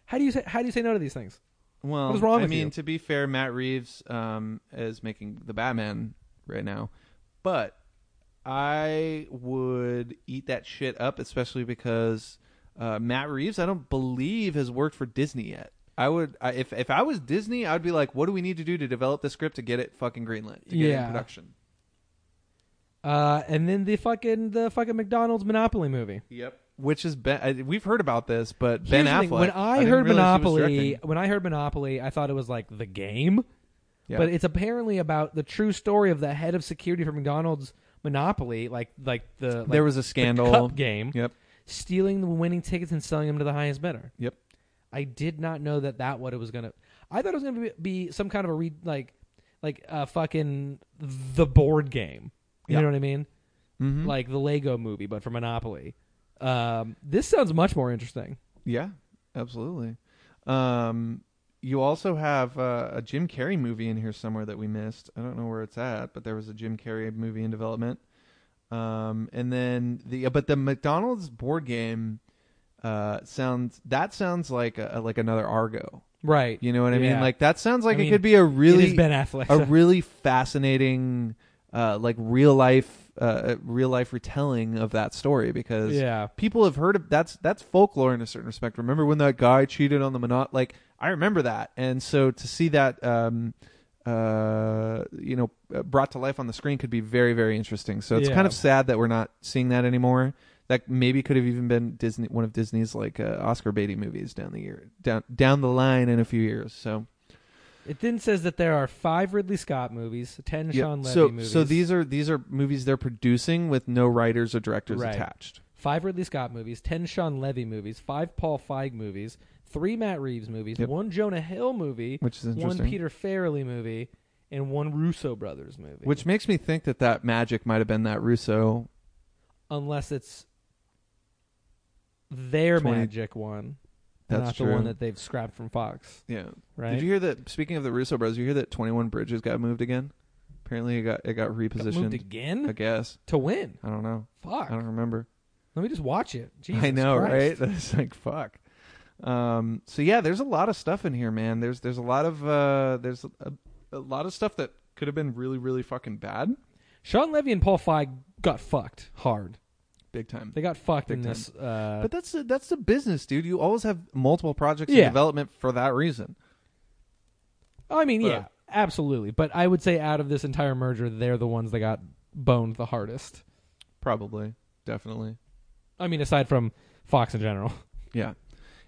[SPEAKER 1] How do you say how do you say no to these things?
[SPEAKER 2] Well,
[SPEAKER 1] What is wrong
[SPEAKER 2] I
[SPEAKER 1] with
[SPEAKER 2] mean,
[SPEAKER 1] you?
[SPEAKER 2] to be fair, Matt Reeves um, is making the Batman right now, but I would eat that shit up, especially because uh, Matt Reeves, I don't believe, has worked for Disney yet. I would, I, if if I was Disney, I'd be like, what do we need to do to develop the script to get it fucking greenlit, to get it
[SPEAKER 1] Yeah.
[SPEAKER 2] in production?
[SPEAKER 1] Uh, and then the fucking the fucking McDonald's Monopoly movie.
[SPEAKER 2] Yep. Which is Ben? I, we've heard about this, but
[SPEAKER 1] Here's
[SPEAKER 2] Ben
[SPEAKER 1] the
[SPEAKER 2] Affleck.
[SPEAKER 1] thing, When I,
[SPEAKER 2] didn't
[SPEAKER 1] heard
[SPEAKER 2] realize he was
[SPEAKER 1] Monopoly,
[SPEAKER 2] directing.
[SPEAKER 1] when I heard Monopoly, I thought it was like the game,
[SPEAKER 2] Yeah.
[SPEAKER 1] but it's apparently about the true story of the head of security for McDonald's Monopoly, like like the like
[SPEAKER 2] there was a
[SPEAKER 1] the
[SPEAKER 2] scandal.
[SPEAKER 1] cup game,
[SPEAKER 2] Yep.
[SPEAKER 1] stealing the winning tickets and selling them to the highest bidder.
[SPEAKER 2] Yep.
[SPEAKER 1] I did not know that that what it was gonna. I thought it was gonna be, be some kind of a re, like like uh, fucking the board game. You
[SPEAKER 2] Yeah.
[SPEAKER 1] know what I mean?
[SPEAKER 2] Mm-hmm.
[SPEAKER 1] Like the Lego Movie, but for Monopoly. Um, this sounds much more interesting.
[SPEAKER 2] Yeah, absolutely. Um, you also have uh, a Jim Carrey movie in here somewhere that we missed. I don't know where it's at, but there was a Jim Carrey movie in development. Um, and then the but the McDonald's board game uh, sounds that sounds like a, like another Argo.
[SPEAKER 1] Right.
[SPEAKER 2] You know what I mean?
[SPEAKER 1] Yeah.
[SPEAKER 2] Like that sounds like
[SPEAKER 1] I
[SPEAKER 2] it
[SPEAKER 1] mean,
[SPEAKER 2] could be a really
[SPEAKER 1] it is Ben Affleck.
[SPEAKER 2] a
[SPEAKER 1] so-
[SPEAKER 2] really fascinating uh, like real life uh, real life retelling of that story because
[SPEAKER 1] yeah.
[SPEAKER 2] people have heard of that's that's folklore in a certain respect. Remember when that guy cheated on the monot? Like I remember that, and so to see that, um, uh, you know, uh, brought to life on the screen could be very very interesting. So it's
[SPEAKER 1] Yeah.
[SPEAKER 2] kind of sad that we're not seeing that anymore. That maybe could have even been Disney, one of Disney's like uh, Oscar Beatty movies down the year down down the line in a few years. So
[SPEAKER 1] It then says that there are five Ridley Scott movies, ten
[SPEAKER 2] yeah.
[SPEAKER 1] Sean Levy
[SPEAKER 2] so
[SPEAKER 1] movies.
[SPEAKER 2] so these are these are movies they're producing with no writers or directors
[SPEAKER 1] Right.
[SPEAKER 2] attached.
[SPEAKER 1] five Ridley Scott movies, ten Sean Levy movies, five Paul Feig movies, three Matt Reeves movies,
[SPEAKER 2] Yep.
[SPEAKER 1] one Jonah Hill movie,
[SPEAKER 2] Which is
[SPEAKER 1] one
[SPEAKER 2] interesting.
[SPEAKER 1] Peter Farrelly movie, and one Russo brothers movie.
[SPEAKER 2] Which makes me think that that magic might have been that Russo
[SPEAKER 1] unless it's their
[SPEAKER 2] 20
[SPEAKER 1] magic one,
[SPEAKER 2] That's
[SPEAKER 1] not
[SPEAKER 2] true.
[SPEAKER 1] the one that they've scrapped from Fox,
[SPEAKER 2] Yeah.
[SPEAKER 1] right?
[SPEAKER 2] Did you hear that? Speaking of the Russo brothers, you hear that Twenty One Bridges got moved again? Apparently, it got it got
[SPEAKER 1] Got moved
[SPEAKER 2] repositioned.
[SPEAKER 1] again
[SPEAKER 2] I guess
[SPEAKER 1] to win?
[SPEAKER 2] I don't know.
[SPEAKER 1] Fuck!
[SPEAKER 2] I don't remember.
[SPEAKER 1] Let me just watch it. Jesus
[SPEAKER 2] I know,
[SPEAKER 1] Christ.
[SPEAKER 2] right? That's like fuck. Um. So yeah, there's a lot of stuff in here, man. There's there's a lot of uh there's a, a lot of stuff that could have been really really fucking bad,
[SPEAKER 1] Sean Levy and Paul Feig got fucked hard.
[SPEAKER 2] big time.
[SPEAKER 1] They got fucked
[SPEAKER 2] Big
[SPEAKER 1] in
[SPEAKER 2] time.
[SPEAKER 1] this. Uh,
[SPEAKER 2] But that's the, that's the business, dude. You always have multiple projects in
[SPEAKER 1] Yeah.
[SPEAKER 2] development for that reason.
[SPEAKER 1] I mean, yeah,
[SPEAKER 2] Uh,
[SPEAKER 1] absolutely. But I would say out of this entire merger, they're the ones that got boned the hardest.
[SPEAKER 2] Probably, definitely.
[SPEAKER 1] I mean, aside from Fox in general.
[SPEAKER 2] Yeah,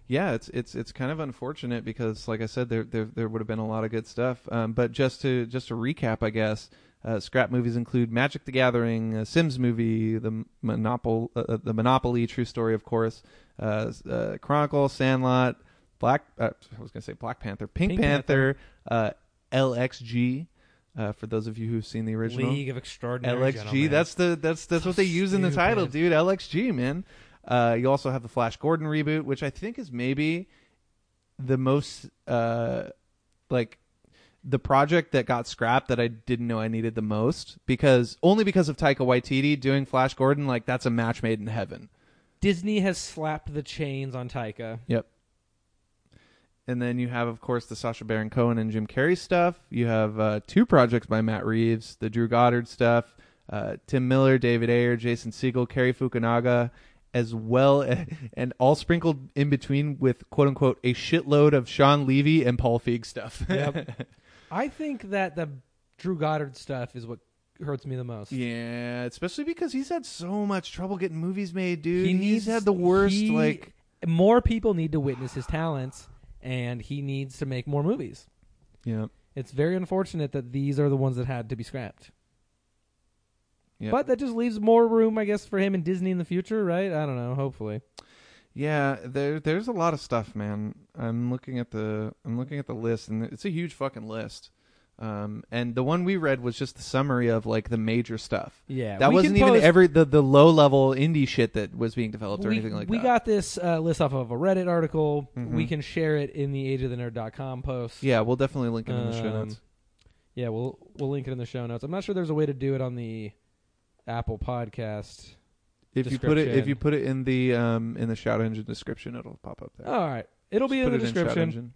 [SPEAKER 2] yeah. It's it's it's kind of unfortunate because, like I said, there there there would have been a lot of good stuff. Um, but just to just to recap, I guess uh, scrap movies include Magic: The Gathering, uh, Sims movie, the Monopol uh, uh, the Monopoly True Story, of course, uh, s- uh, Chronicle, Sandlot, Black. Uh, I was gonna say Black Panther, Pink,
[SPEAKER 1] Pink
[SPEAKER 2] Panther, Uh, LXG. Uh, for those of you who've seen the original,
[SPEAKER 1] of Extraordinary
[SPEAKER 2] LXG. That's the that's that's
[SPEAKER 1] So
[SPEAKER 2] what they use in the title,
[SPEAKER 1] stupid.
[SPEAKER 2] dude. LXG, man. Uh, you also have the Flash Gordon reboot, which I think is maybe the most uh, like the project that got scrapped that I didn't know I needed the most because only because of Taika Waititi doing Flash Gordon. Like that's a match made in heaven.
[SPEAKER 1] Disney has slapped the chains on Taika.
[SPEAKER 2] Yep. And then you have, of course, the Sasha Baron Cohen and Jim Carrey stuff. You have uh, two projects by Matt Reeves, the Drew Goddard stuff, uh, Tim Miller, David Ayer, Jason Siegel, Kerry Fukunaga, as well, a- and all sprinkled in between with "quote unquote" a shitload of Sean Levy and Paul Feig stuff.
[SPEAKER 1] Yep. I think that the Drew Goddard stuff is what hurts me the most.
[SPEAKER 2] yeah, especially because he's had so much trouble getting movies made, dude.
[SPEAKER 1] He needs-
[SPEAKER 2] he's had the worst,
[SPEAKER 1] he-
[SPEAKER 2] like,
[SPEAKER 1] More people need to witness his talents, and he needs to make more movies.
[SPEAKER 2] yeah.
[SPEAKER 1] It's very unfortunate that these are the ones that had to be scrapped.
[SPEAKER 2] Yeah.
[SPEAKER 1] But that just leaves more room, I guess, for him and Disney in the future, right? I don't know. Hopefully,
[SPEAKER 2] Yeah, there there's a lot of stuff, man. I'm looking at the I'm looking at the list, and it's a huge fucking list. Um, and the one we read was just the summary of like the major stuff.
[SPEAKER 1] yeah.
[SPEAKER 2] that
[SPEAKER 1] we
[SPEAKER 2] wasn't
[SPEAKER 1] can
[SPEAKER 2] even
[SPEAKER 1] post-
[SPEAKER 2] every the, the low level indie shit that was being developed or
[SPEAKER 1] we,
[SPEAKER 2] anything like
[SPEAKER 1] we
[SPEAKER 2] that.
[SPEAKER 1] got this uh, list off of a Reddit article.
[SPEAKER 2] Mhm.
[SPEAKER 1] We can share it in the ageofthenerd.com post.
[SPEAKER 2] yeah, we'll definitely link it in the show
[SPEAKER 1] Um,
[SPEAKER 2] notes.
[SPEAKER 1] Yeah, we'll we'll link it in the show notes. I'm not sure there's a way to do it on the Apple Podcast.
[SPEAKER 2] If you put it if
[SPEAKER 1] description.
[SPEAKER 2] you put it in the um in the Shout Engine description, it'll pop up there.
[SPEAKER 1] All right, Uh, it'll be
[SPEAKER 2] Just
[SPEAKER 1] in the
[SPEAKER 2] put it Shout
[SPEAKER 1] description.
[SPEAKER 2] Engine.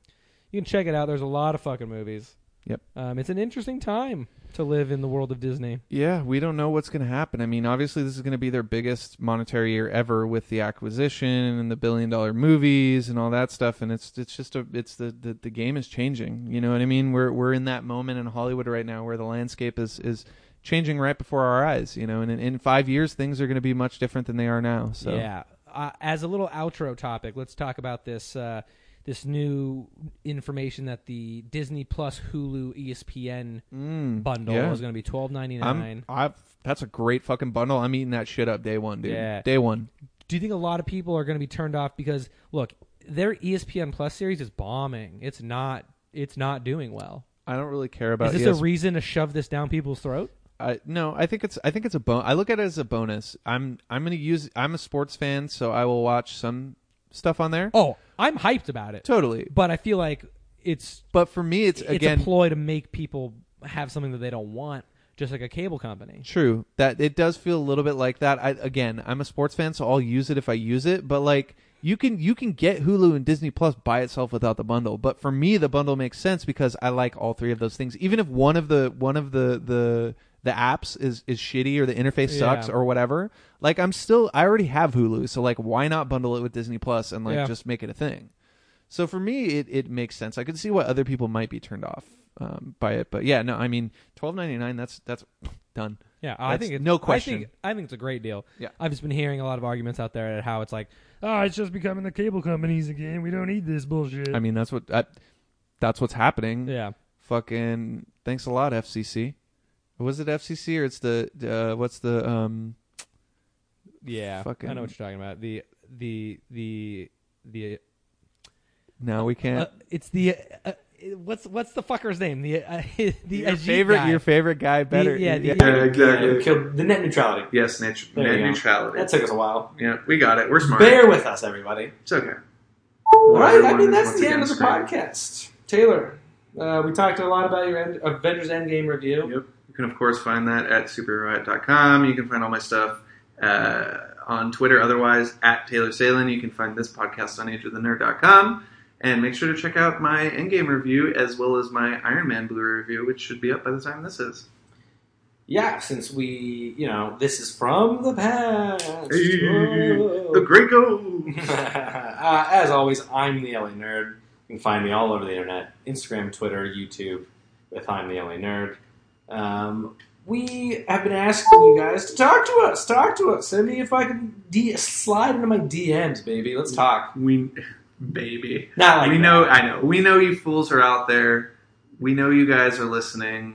[SPEAKER 1] you can check it out. There's a lot of fucking movies.
[SPEAKER 2] Yep.
[SPEAKER 1] Um, it's an interesting time to live in the world of Disney.
[SPEAKER 2] Yeah, we don't know what's going to happen. I mean, obviously, this is going to be their biggest monetary year ever with the acquisition and the billion dollar movies and all that stuff. And it's it's just a it's the, the the game is changing. You know what I mean? We're we're in that moment in Hollywood right now where the landscape is is changing right before our eyes. You know, and in, in five years things are going to be much different than they are now. So
[SPEAKER 1] Yeah. Uh, as a little outro topic, let's talk about this uh, this new information that the Disney Plus, Hulu, E ESPN
[SPEAKER 2] Mm,
[SPEAKER 1] bundle
[SPEAKER 2] yeah.
[SPEAKER 1] is going to be twelve ninety
[SPEAKER 2] I'm,
[SPEAKER 1] nine.
[SPEAKER 2] I've, that's a great fucking bundle. I'm eating that shit up day one, dude.
[SPEAKER 1] Yeah.
[SPEAKER 2] Day one.
[SPEAKER 1] Do you think a lot of people are going to be turned off because look, their E ESPN Plus series is bombing. It's not. It's not doing well.
[SPEAKER 2] I don't really care about E
[SPEAKER 1] is this
[SPEAKER 2] ESPN.
[SPEAKER 1] a reason to shove this down people's throat?
[SPEAKER 2] I no, I think it's I think it's a bon- I look at it as a bonus. I'm I'm gonna use. I'm a sports fan, so I will watch some stuff on there.
[SPEAKER 1] Oh, I'm hyped about it,
[SPEAKER 2] Totally.
[SPEAKER 1] but I feel like it's
[SPEAKER 2] But for me, it's
[SPEAKER 1] it's
[SPEAKER 2] again
[SPEAKER 1] a ploy to make people have something that they don't want, just like a cable company.
[SPEAKER 2] true that it does feel a little bit like that. I again, I'm a sports fan, so I'll use it if I use it. But like you can you can get Hulu and Disney Plus by itself without the bundle. But for me, the bundle makes sense because I like all three of those things. Even if one of the one of the the the apps is is shitty or the interface
[SPEAKER 1] Yeah.
[SPEAKER 2] sucks or whatever, like I'm still I already have Hulu, so like why not bundle it with Disney Plus and like
[SPEAKER 1] Yeah.
[SPEAKER 2] just make it a thing. So for me, it, it makes sense. I could see why other people might be turned off um, by it, but yeah, no, I mean, twelve ninety nine. That's that's done.
[SPEAKER 1] Yeah, I
[SPEAKER 2] That's
[SPEAKER 1] think it's,
[SPEAKER 2] no
[SPEAKER 1] I
[SPEAKER 2] question.
[SPEAKER 1] think, I think it's a great deal.
[SPEAKER 2] Yeah.
[SPEAKER 1] I've just been hearing a lot of arguments out there at how it's like, oh, it's just becoming the cable companies again. We don't need this bullshit.
[SPEAKER 2] I mean, that's what I, that's what's
[SPEAKER 3] Mm.
[SPEAKER 2] happening.
[SPEAKER 1] yeah,
[SPEAKER 2] Fucking thanks a lot, FCC. Was it FCC or it's the uh, what's the um?
[SPEAKER 1] yeah. I
[SPEAKER 2] Fucking-
[SPEAKER 1] know what you're talking about. The the the the.
[SPEAKER 2] Now we can't.
[SPEAKER 1] uh, it's the uh, uh, what's what's the fucker's name? The uh, the
[SPEAKER 2] your
[SPEAKER 1] Ajit
[SPEAKER 2] favorite,
[SPEAKER 1] guy.
[SPEAKER 2] your favorite guy, better.
[SPEAKER 1] yeah, the-
[SPEAKER 3] Yeah, exactly. Kill the net neutrality.
[SPEAKER 2] Yes, natu-
[SPEAKER 3] There you go.
[SPEAKER 2] neutrality.
[SPEAKER 3] That took us a while.
[SPEAKER 2] yeah, we got it. We're smart.
[SPEAKER 3] Bear with us, everybody.
[SPEAKER 2] It's okay.
[SPEAKER 3] All right, I
[SPEAKER 2] Everyone
[SPEAKER 3] mean
[SPEAKER 2] is
[SPEAKER 3] that's
[SPEAKER 2] once
[SPEAKER 3] the
[SPEAKER 2] again
[SPEAKER 3] end of the
[SPEAKER 2] screaming.
[SPEAKER 3] podcast. Taylor, uh, we talked a lot about your end, Avengers Endgame review.
[SPEAKER 2] Yep. You can, of course, find that at superheroite.com. You can find all my stuff uh, on Twitter, otherwise, at Taylor Salen. You can find this podcast on ageofthenerd.com. And make sure to check out my Endgame review as well as my Iron Man Blu ray review, which should be up by the time this is.
[SPEAKER 3] Yeah, since we, you know, this is from the past.
[SPEAKER 2] Hey,
[SPEAKER 3] Whoa.
[SPEAKER 2] The Great Go!
[SPEAKER 3] uh, as always, I'm the LA Nerd. You can find me all over the internet Instagram, Twitter, YouTube with I'm the LA Nerd. Um, we have been asking you guys to talk to us. Talk to us. Send me if I can D- slide into my DMs, baby. Let's talk.
[SPEAKER 2] We, baby.
[SPEAKER 3] Not like
[SPEAKER 2] Mm. we
[SPEAKER 3] that.
[SPEAKER 2] know, I know. We know you fools are out there. We know you guys are listening.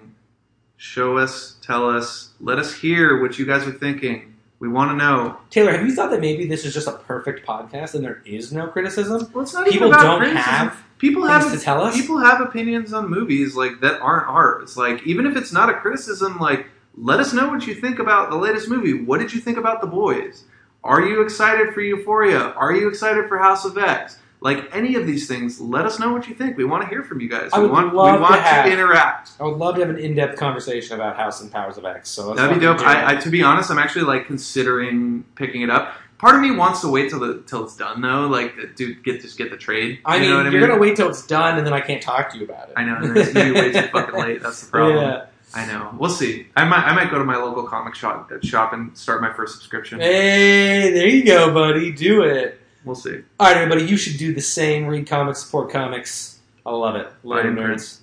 [SPEAKER 2] Show us, tell us, let us hear what you guys are thinking. We want to know.
[SPEAKER 3] Taylor, have you thought that maybe this is just a perfect podcast and there is no criticism?
[SPEAKER 2] Well, it's not
[SPEAKER 3] People
[SPEAKER 2] even about
[SPEAKER 3] don't
[SPEAKER 2] criticism.
[SPEAKER 3] have
[SPEAKER 2] people
[SPEAKER 3] things
[SPEAKER 2] have
[SPEAKER 3] to tell us?
[SPEAKER 2] people have opinions on movies like that aren't ours. Like even if it's not a criticism, like let us know what you think about the latest movie. What did you think about The Boys? Are you excited for Euphoria? Are you excited for House of X? Like any of these things, let us know what you think. We want to hear from you guys.
[SPEAKER 3] I
[SPEAKER 2] we
[SPEAKER 3] would
[SPEAKER 2] want
[SPEAKER 3] love
[SPEAKER 2] we want
[SPEAKER 3] to have-
[SPEAKER 2] interact.
[SPEAKER 3] I would love to have an in depth conversation about House and Powers of X. So let's
[SPEAKER 2] That'd be
[SPEAKER 3] fucking
[SPEAKER 2] dope.
[SPEAKER 3] do it.
[SPEAKER 2] I, I, to be honest, I'm actually like considering picking it up. Part of me wants to wait till the till it's done though. Like, uh, dude, get just get the trade.
[SPEAKER 3] I
[SPEAKER 2] you
[SPEAKER 3] mean,
[SPEAKER 2] know what I
[SPEAKER 3] you're
[SPEAKER 2] mean?
[SPEAKER 3] gonna wait till it's done, and then I can't talk to you about it.
[SPEAKER 2] I know, and then it's gonna be way too fucking late. That's the problem.
[SPEAKER 3] Yeah.
[SPEAKER 2] I know. We'll see. I might, I might go to my local comic shop shop and start my first subscription.
[SPEAKER 3] Hey, there you go, buddy. Do it.
[SPEAKER 2] We'll see.
[SPEAKER 3] All right, everybody, you should do the same. Read comics, support comics. I love it. Love
[SPEAKER 2] Fine,
[SPEAKER 3] nerds.
[SPEAKER 2] Prince.